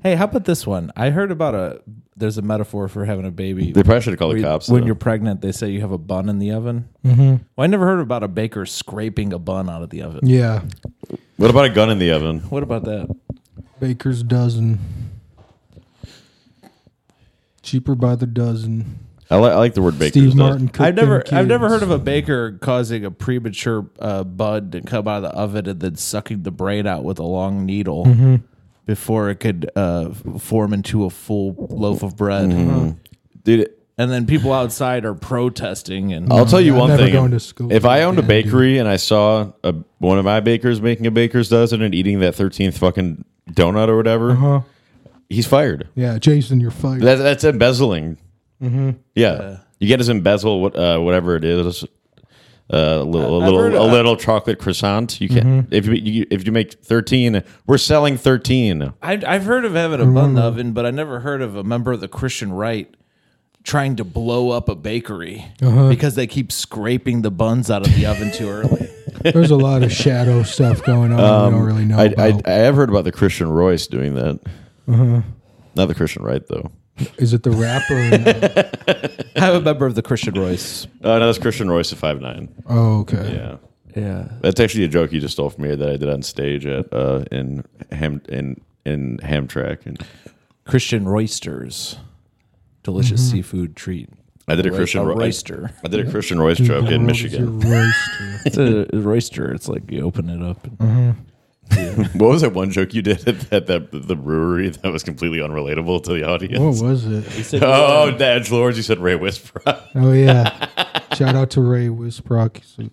[SPEAKER 3] hey, how about this one? I heard about a. There's a metaphor for having a baby.
[SPEAKER 1] They probably should have called
[SPEAKER 3] Where
[SPEAKER 1] the
[SPEAKER 3] you-
[SPEAKER 1] cops.
[SPEAKER 3] when
[SPEAKER 1] though.
[SPEAKER 3] you're pregnant, they say you have a bun in the oven. Mm-hmm. Well, I never heard about a baker scraping a bun out of the oven.
[SPEAKER 2] Yeah,
[SPEAKER 1] what about a gun in the oven?
[SPEAKER 3] What about that?
[SPEAKER 2] baker's dozen. Cheaper by the dozen.
[SPEAKER 1] I, li- I like the word baker's
[SPEAKER 2] Steve
[SPEAKER 1] dozen.
[SPEAKER 2] Martin. cooked
[SPEAKER 3] I've never,
[SPEAKER 2] them
[SPEAKER 3] I've never
[SPEAKER 2] kids.
[SPEAKER 3] heard of a baker causing a premature uh, bud to come out of the oven and then sucking the brain out with a long needle
[SPEAKER 2] Mm-hmm.
[SPEAKER 3] before it could uh, f- form into a full loaf of bread.
[SPEAKER 1] Dude,
[SPEAKER 3] And then people outside are protesting and
[SPEAKER 1] I'll tell you
[SPEAKER 2] I've
[SPEAKER 1] one
[SPEAKER 2] never
[SPEAKER 1] thing.
[SPEAKER 2] gone to school
[SPEAKER 1] if
[SPEAKER 2] for
[SPEAKER 1] I
[SPEAKER 2] that,
[SPEAKER 1] owned a
[SPEAKER 2] dude.
[SPEAKER 1] bakery and I saw a, one of my bakers making a baker's dozen and eating that 13th fucking donut or whatever,
[SPEAKER 2] Uh-huh.
[SPEAKER 1] he's fired.
[SPEAKER 2] Yeah, Jason, you're fired.
[SPEAKER 1] That, that's
[SPEAKER 2] Mm-hmm.
[SPEAKER 1] embezzling. Yeah. You get his embezzle, what, uh, whatever it is. uh, a little, a
[SPEAKER 3] I've
[SPEAKER 1] little,
[SPEAKER 3] heard-
[SPEAKER 1] a
[SPEAKER 3] I-
[SPEAKER 1] little chocolate croissant. You can
[SPEAKER 2] Mm-hmm.
[SPEAKER 1] not if you, you if you make thirteen, we're selling thirteen.
[SPEAKER 3] I, I've heard of having
[SPEAKER 2] Mm-hmm.
[SPEAKER 3] a bun oven, but I never heard of a member of the Christian right trying to blow up a bakery
[SPEAKER 2] Uh-huh.
[SPEAKER 3] because they keep scraping the buns out of the oven too early.
[SPEAKER 2] There's a lot of shadow stuff going on. we don't really
[SPEAKER 1] Um,
[SPEAKER 2] know
[SPEAKER 1] I, I
[SPEAKER 2] about. Uh-huh.
[SPEAKER 1] I have heard about the Christian Royce doing that. Not the Christian right though.
[SPEAKER 2] Is it the rapper? Or not?
[SPEAKER 3] I have a member of the Christian Royce.
[SPEAKER 1] Uh, no, that's Christian Royce at five nine.
[SPEAKER 2] oh, okay.
[SPEAKER 1] Yeah.
[SPEAKER 3] Yeah.
[SPEAKER 1] That's actually a joke you just stole from me that I did on stage at uh, in Ham in in Hamtrak, and
[SPEAKER 3] Christian Roysters. Delicious seafood treat.
[SPEAKER 1] I did a
[SPEAKER 3] Roy-
[SPEAKER 1] Christian
[SPEAKER 3] a
[SPEAKER 1] Ro- I-
[SPEAKER 3] royster.
[SPEAKER 1] I did a Christian Royce joke in Michigan.
[SPEAKER 3] It's a royster. It's like you open it up.
[SPEAKER 1] What was that one joke you did at that, that the brewery that was completely unrelatable to the
[SPEAKER 2] What
[SPEAKER 1] audience?
[SPEAKER 2] was it?
[SPEAKER 1] Oh, the Edge Lords! You said Ray Whisper.
[SPEAKER 2] Oh yeah. Shout out to Ray Wisprock. He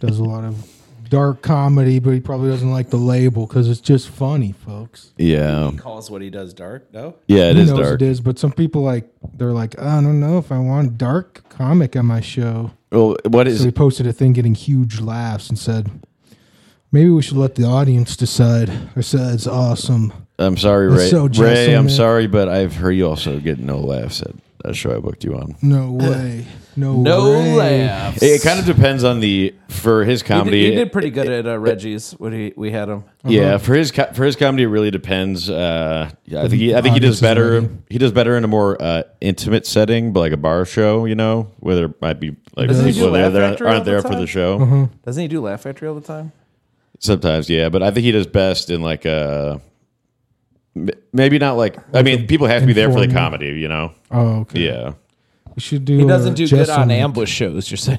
[SPEAKER 2] does a lot of dark comedy, but he probably doesn't like the label because it's just funny, folks.
[SPEAKER 1] Yeah,
[SPEAKER 3] Calls what he does dark. No.
[SPEAKER 1] yeah, it
[SPEAKER 2] He
[SPEAKER 1] is
[SPEAKER 2] knows
[SPEAKER 1] dark.
[SPEAKER 2] it is, but some people like they're like, I don't know if I want dark comic on my show.
[SPEAKER 1] Well, what
[SPEAKER 2] So
[SPEAKER 1] is
[SPEAKER 2] he posted a thing getting huge laughs and said, maybe we should let the audience decide. I said, it's awesome.
[SPEAKER 1] I'm sorry,
[SPEAKER 2] It's
[SPEAKER 1] Ray.
[SPEAKER 2] so
[SPEAKER 1] Ray, I'm
[SPEAKER 2] gentleman.
[SPEAKER 1] sorry, but I've heard you also get no laughs at a show I booked you on.
[SPEAKER 2] No way. Uh, No,
[SPEAKER 3] No
[SPEAKER 2] way.
[SPEAKER 3] laughs.
[SPEAKER 1] It, kind of depends on the for his comedy.
[SPEAKER 3] He did, pretty good at uh, Reggie's when he, we had him.
[SPEAKER 1] Yeah, for his co- for his comedy, it really depends. Uh, yeah, I think he, I think he does
[SPEAKER 2] Audience is ready.
[SPEAKER 1] better. He does better in a more uh, intimate setting, but like a bar show, you know, where there might be like
[SPEAKER 3] Doesn't he
[SPEAKER 1] people
[SPEAKER 3] do
[SPEAKER 1] there
[SPEAKER 3] Laugh
[SPEAKER 1] that
[SPEAKER 3] Factory all
[SPEAKER 1] aren't
[SPEAKER 3] the
[SPEAKER 1] there for
[SPEAKER 3] time?
[SPEAKER 1] the show.
[SPEAKER 3] Doesn't he do Laugh Factory all the time?
[SPEAKER 1] Sometimes, yeah, but I think he does best in like a m- maybe not like I mean, people have to be there for the
[SPEAKER 2] informal.
[SPEAKER 1] comedy, you know.
[SPEAKER 2] Oh, okay.
[SPEAKER 1] Yeah,
[SPEAKER 2] We should do.
[SPEAKER 3] He doesn't
[SPEAKER 2] uh,
[SPEAKER 3] do
[SPEAKER 2] Jess
[SPEAKER 3] good on
[SPEAKER 2] and-
[SPEAKER 3] ambush shows. You're saying?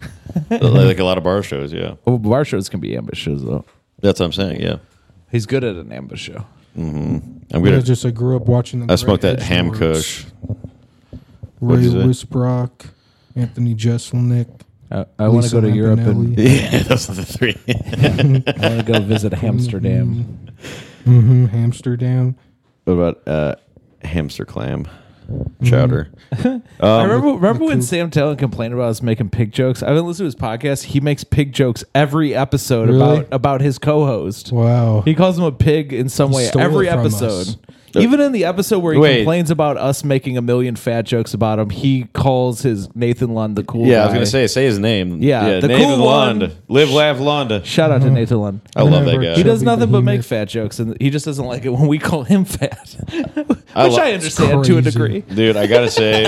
[SPEAKER 1] like a lot of bar shows. Yeah,
[SPEAKER 3] Oh, bar shows can be ambush shows though.
[SPEAKER 1] that's what I'm saying. Yeah,
[SPEAKER 3] He's good at an ambush show.
[SPEAKER 1] I'm
[SPEAKER 2] I
[SPEAKER 1] gonna.
[SPEAKER 2] just I grew up watching. The
[SPEAKER 1] I smoked
[SPEAKER 2] Great
[SPEAKER 1] that ham
[SPEAKER 2] Edgelords.
[SPEAKER 1] kush.
[SPEAKER 2] Ray
[SPEAKER 1] What'd you
[SPEAKER 2] Wisbrock, Anthony Jeselnik.
[SPEAKER 3] I, I want to go
[SPEAKER 2] Lisa
[SPEAKER 3] to Europe
[SPEAKER 2] Lampanelli.
[SPEAKER 3] and
[SPEAKER 1] Yeah, those are the three.
[SPEAKER 3] I want to go visit Amsterdam.
[SPEAKER 2] hmm Amsterdam.
[SPEAKER 1] what about uh, hamster clam chowder?
[SPEAKER 2] Um,
[SPEAKER 3] I remember remember when Sam Talent complained about us making pig jokes. I've been listening to his podcast. He makes pig jokes every episode
[SPEAKER 2] Really?
[SPEAKER 3] about about his co-host.
[SPEAKER 2] Wow.
[SPEAKER 3] He calls him a pig in some
[SPEAKER 2] He
[SPEAKER 3] way
[SPEAKER 2] stole
[SPEAKER 3] every
[SPEAKER 2] it from
[SPEAKER 3] episode.
[SPEAKER 2] us.
[SPEAKER 3] Even in the episode where he
[SPEAKER 1] Uh, Wait.
[SPEAKER 3] complains about us making a million fat jokes about him, he calls his Nathan Lund the cool.
[SPEAKER 1] Yeah, I was
[SPEAKER 3] guy.
[SPEAKER 1] gonna say say his name.
[SPEAKER 3] Yeah, the
[SPEAKER 1] the Nathan
[SPEAKER 3] cool
[SPEAKER 1] Lund.
[SPEAKER 3] one.
[SPEAKER 1] Live, laugh, Lund.
[SPEAKER 3] Shout
[SPEAKER 2] Uh-huh.
[SPEAKER 3] out to Nathan Lund.
[SPEAKER 1] I love that
[SPEAKER 2] Whenever
[SPEAKER 1] guy.
[SPEAKER 3] He does
[SPEAKER 2] Chubby
[SPEAKER 3] nothing but make
[SPEAKER 2] behemoth.
[SPEAKER 3] fat jokes, and he just doesn't like it when we call him fat, which I,
[SPEAKER 1] lo-
[SPEAKER 3] understand to a
[SPEAKER 2] It's crazy.
[SPEAKER 3] degree.
[SPEAKER 1] Dude, I gotta say,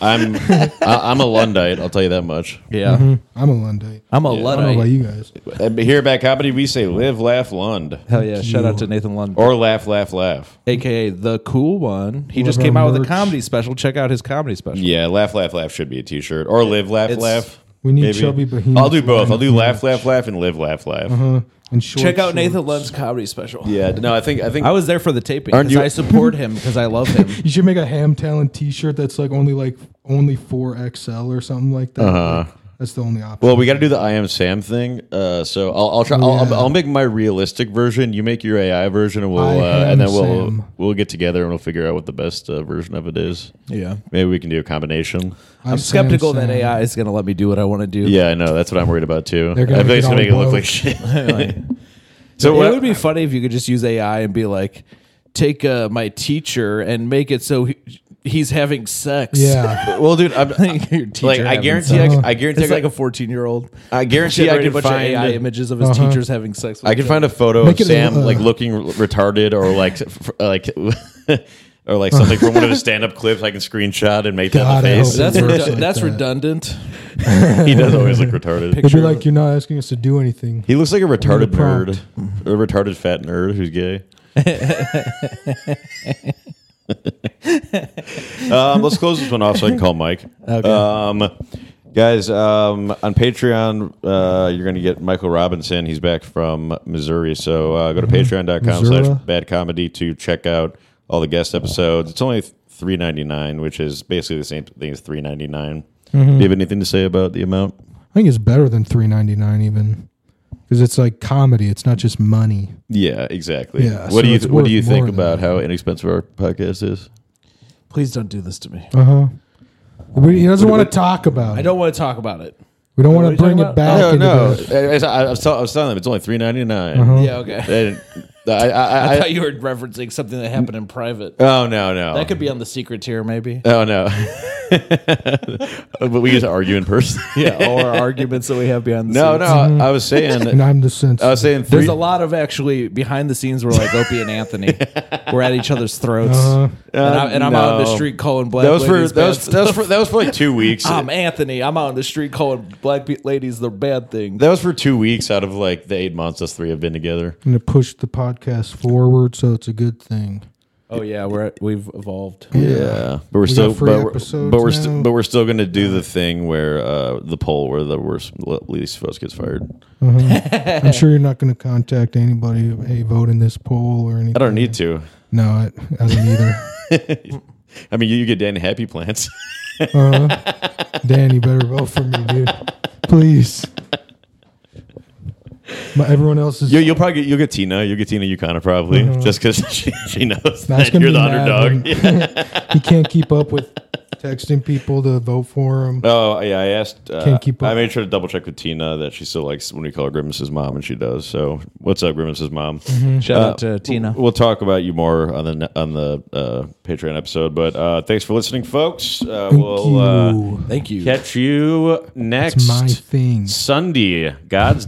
[SPEAKER 1] I'm I, I'm a Lundite. I'll tell you that much.
[SPEAKER 3] Yeah,
[SPEAKER 2] I'm a Lundite.
[SPEAKER 3] I'm a
[SPEAKER 2] Mm-hmm. I don't know about
[SPEAKER 3] luddite.
[SPEAKER 2] you guys.
[SPEAKER 1] Uh, Here at Back Comedy, we say live, laugh, Lund,
[SPEAKER 3] Hell yeah! Shout out to Nathan Lund,
[SPEAKER 1] or laugh, laugh, laugh.
[SPEAKER 3] aka the cool one. He
[SPEAKER 2] Love
[SPEAKER 3] just
[SPEAKER 2] our
[SPEAKER 3] came out with a
[SPEAKER 2] merch.
[SPEAKER 3] comedy special. Check out his comedy special.
[SPEAKER 1] Yeah, laugh, laugh, laugh should be a T-shirt, or live, laugh,
[SPEAKER 3] It's-
[SPEAKER 1] laugh.
[SPEAKER 2] We need
[SPEAKER 1] maybe.
[SPEAKER 2] chubby behemoth.
[SPEAKER 1] I'll do both. I'll do
[SPEAKER 2] lineup
[SPEAKER 1] laugh, laugh, laugh, and live, laugh, laugh.
[SPEAKER 2] And short
[SPEAKER 3] Check out Nathan
[SPEAKER 2] shorts.
[SPEAKER 3] Lund's comedy special.
[SPEAKER 1] Yeah, no, I think I think
[SPEAKER 3] I was there for the taping.
[SPEAKER 1] Aren't
[SPEAKER 3] 'cause
[SPEAKER 1] you-
[SPEAKER 3] I support him because I love him.
[SPEAKER 2] You should make a ham talent T-shirt that's like only like only four XL or something like that. Like, that's the only option.
[SPEAKER 1] Uh-huh. Well, we got to do the I am Sam thing. Uh, so I'll I'll, try, I'll, I'll
[SPEAKER 2] yeah.
[SPEAKER 1] I'll make my realistic version. You make your AI version, and
[SPEAKER 2] I
[SPEAKER 1] we'll uh,
[SPEAKER 2] am
[SPEAKER 1] and then we'll
[SPEAKER 2] Sam.
[SPEAKER 1] we'll get together and we'll figure out what the best uh, version of it is.
[SPEAKER 3] Yeah.
[SPEAKER 1] Maybe we can do a combination.
[SPEAKER 2] I
[SPEAKER 3] I'm
[SPEAKER 2] say
[SPEAKER 3] skeptical that
[SPEAKER 2] Sam.
[SPEAKER 3] AI is going to let me do what I want to do.
[SPEAKER 1] Yeah, I know. That's what I'm worried about too. I
[SPEAKER 2] They're gonna
[SPEAKER 1] think
[SPEAKER 2] get
[SPEAKER 1] it's gonna
[SPEAKER 2] all
[SPEAKER 1] make it look
[SPEAKER 2] woke.
[SPEAKER 1] like shit. so
[SPEAKER 3] it
[SPEAKER 1] what?
[SPEAKER 3] would be funny if you could just use AI and be like, take uh, my teacher and make it so he, he's having sex.
[SPEAKER 2] Yeah.
[SPEAKER 1] well, dude, I'm,
[SPEAKER 3] Your teacher
[SPEAKER 1] like I
[SPEAKER 3] having
[SPEAKER 1] guarantee, I,
[SPEAKER 3] sex.
[SPEAKER 1] I guarantee,
[SPEAKER 3] it's
[SPEAKER 1] I,
[SPEAKER 3] like a 14 year old.
[SPEAKER 1] I guarantee, I
[SPEAKER 3] a
[SPEAKER 1] can
[SPEAKER 3] bunch of
[SPEAKER 1] find
[SPEAKER 3] AI images of his teachers having sex. With
[SPEAKER 1] I can
[SPEAKER 3] each
[SPEAKER 1] find a
[SPEAKER 3] other.
[SPEAKER 1] photo
[SPEAKER 2] Make
[SPEAKER 1] of
[SPEAKER 2] it a-
[SPEAKER 1] Sam
[SPEAKER 2] uh,
[SPEAKER 1] like looking r- retarded or like f- like or like something from one of the stand-up clips. I can screenshot and make
[SPEAKER 2] God,
[SPEAKER 1] that
[SPEAKER 2] I
[SPEAKER 1] a
[SPEAKER 2] hope
[SPEAKER 1] face.
[SPEAKER 3] That's,
[SPEAKER 2] Works
[SPEAKER 3] redu-
[SPEAKER 2] like
[SPEAKER 3] that's
[SPEAKER 2] that.
[SPEAKER 3] redundant.
[SPEAKER 1] he does always look retarded.
[SPEAKER 2] It'd be like you're not asking us to do anything.
[SPEAKER 1] He looks like a retarded
[SPEAKER 2] the
[SPEAKER 1] nerd,
[SPEAKER 2] prompt.
[SPEAKER 1] a retarded fat nerd who's gay. um, let's close this one off so I can call Mike. Um, guys, um, on Patreon, uh, you're going to get Michael Robinson. He's back from Missouri. So uh, go to patreon.com
[SPEAKER 2] Missouri.
[SPEAKER 1] slash bad comedy to check out all the guest episodes. It's only three ninety nine, which is basically the same thing as three ninety nine. Do you have anything to say about the amount?
[SPEAKER 2] I think it's better than 3.99 even because it's like comedy. It's not just money.
[SPEAKER 1] Yeah, exactly.
[SPEAKER 2] Yeah,
[SPEAKER 1] what
[SPEAKER 2] so
[SPEAKER 1] do you
[SPEAKER 2] it's
[SPEAKER 1] What do you
[SPEAKER 2] worth
[SPEAKER 1] think
[SPEAKER 2] more than
[SPEAKER 1] about
[SPEAKER 2] that.
[SPEAKER 1] how inexpensive our podcast is?
[SPEAKER 3] Uh-huh. Please don't do this to me.
[SPEAKER 2] Uh huh. We, he doesn't want to talk about
[SPEAKER 7] I
[SPEAKER 2] it.
[SPEAKER 7] don't want to talk about it.
[SPEAKER 2] We don't
[SPEAKER 7] are
[SPEAKER 2] want
[SPEAKER 7] you
[SPEAKER 2] to bring
[SPEAKER 7] talking
[SPEAKER 2] it back.
[SPEAKER 1] No,
[SPEAKER 2] into
[SPEAKER 1] no.
[SPEAKER 2] the-
[SPEAKER 1] I, I- I was tell, I was telling them it's only three ninety nine.
[SPEAKER 3] Uh-huh.
[SPEAKER 7] Yeah, okay.
[SPEAKER 1] I, I, I,
[SPEAKER 7] I
[SPEAKER 1] I,
[SPEAKER 7] thought you were referencing something that happened in private.
[SPEAKER 1] oh no, no.
[SPEAKER 7] That could be on the secret tier, maybe.
[SPEAKER 1] oh no. but we used to argue in person.
[SPEAKER 3] Yeah, or arguments that we have behind the
[SPEAKER 1] No,
[SPEAKER 3] scenes.
[SPEAKER 1] no. I was saying.
[SPEAKER 2] And I'm the sense.
[SPEAKER 1] I was saying three.
[SPEAKER 3] There's a lot of actually behind the scenes. We're like Opie and Anthony. we're at each other's throats,
[SPEAKER 2] Uh-huh.
[SPEAKER 1] Uh,
[SPEAKER 3] and, I, and I'm out in the
[SPEAKER 1] no.
[SPEAKER 3] street calling black.
[SPEAKER 1] that was for
[SPEAKER 3] ladies
[SPEAKER 1] that was,
[SPEAKER 3] bad
[SPEAKER 1] that was
[SPEAKER 3] stuff.
[SPEAKER 1] for that was for like two weeks.
[SPEAKER 3] I'm Anthony. I'm out in the street calling black pe- ladies the bad thing.
[SPEAKER 1] that was for two weeks out of like the eight months us three have been together.
[SPEAKER 2] and it pushed the podcast forward, so it's a good thing.
[SPEAKER 3] Oh yeah, we're at, we've evolved.
[SPEAKER 1] Yeah, but we're still
[SPEAKER 2] got free
[SPEAKER 1] but we're,
[SPEAKER 2] episodes
[SPEAKER 1] but we're still
[SPEAKER 2] now.
[SPEAKER 1] but we're still gonna do the thing where uh, the poll where the worst least votes gets fired.
[SPEAKER 2] I'm sure you're not going to contact anybody. Hey, vote in this poll or anything.
[SPEAKER 1] I don't need to.
[SPEAKER 2] No, I, I don't either.
[SPEAKER 1] I mean, you, you get Dan happy plants.
[SPEAKER 2] Dan, you better vote for me, dude. Please. My, everyone else is.
[SPEAKER 1] you, you'll probably get, you'll get Tina. You'll get Tina Ukana probably just because she, she knows
[SPEAKER 2] Matt's
[SPEAKER 1] that you're the
[SPEAKER 2] Mm-hmm. gonna be mad
[SPEAKER 1] underdog. Yeah.
[SPEAKER 2] when- he can't keep up with texting people to vote for him.
[SPEAKER 1] Oh yeah, I asked. Uh,
[SPEAKER 2] Can't keep
[SPEAKER 1] I
[SPEAKER 2] up.
[SPEAKER 1] made sure to double check with Tina that she still likes when we call her Grimace's mom, and she does. So what's up, Grimace's mom?
[SPEAKER 2] Mm-hmm.
[SPEAKER 3] Shout out
[SPEAKER 1] Uh,
[SPEAKER 3] to Tina.
[SPEAKER 1] We'll talk about you more on the on the uh, Patreon episode. But uh, thanks for listening, folks. Uh, we'll uh,
[SPEAKER 2] you.
[SPEAKER 3] Thank you.
[SPEAKER 1] catch you
[SPEAKER 2] It's
[SPEAKER 1] next
[SPEAKER 2] my thing.
[SPEAKER 1] Sunday. God's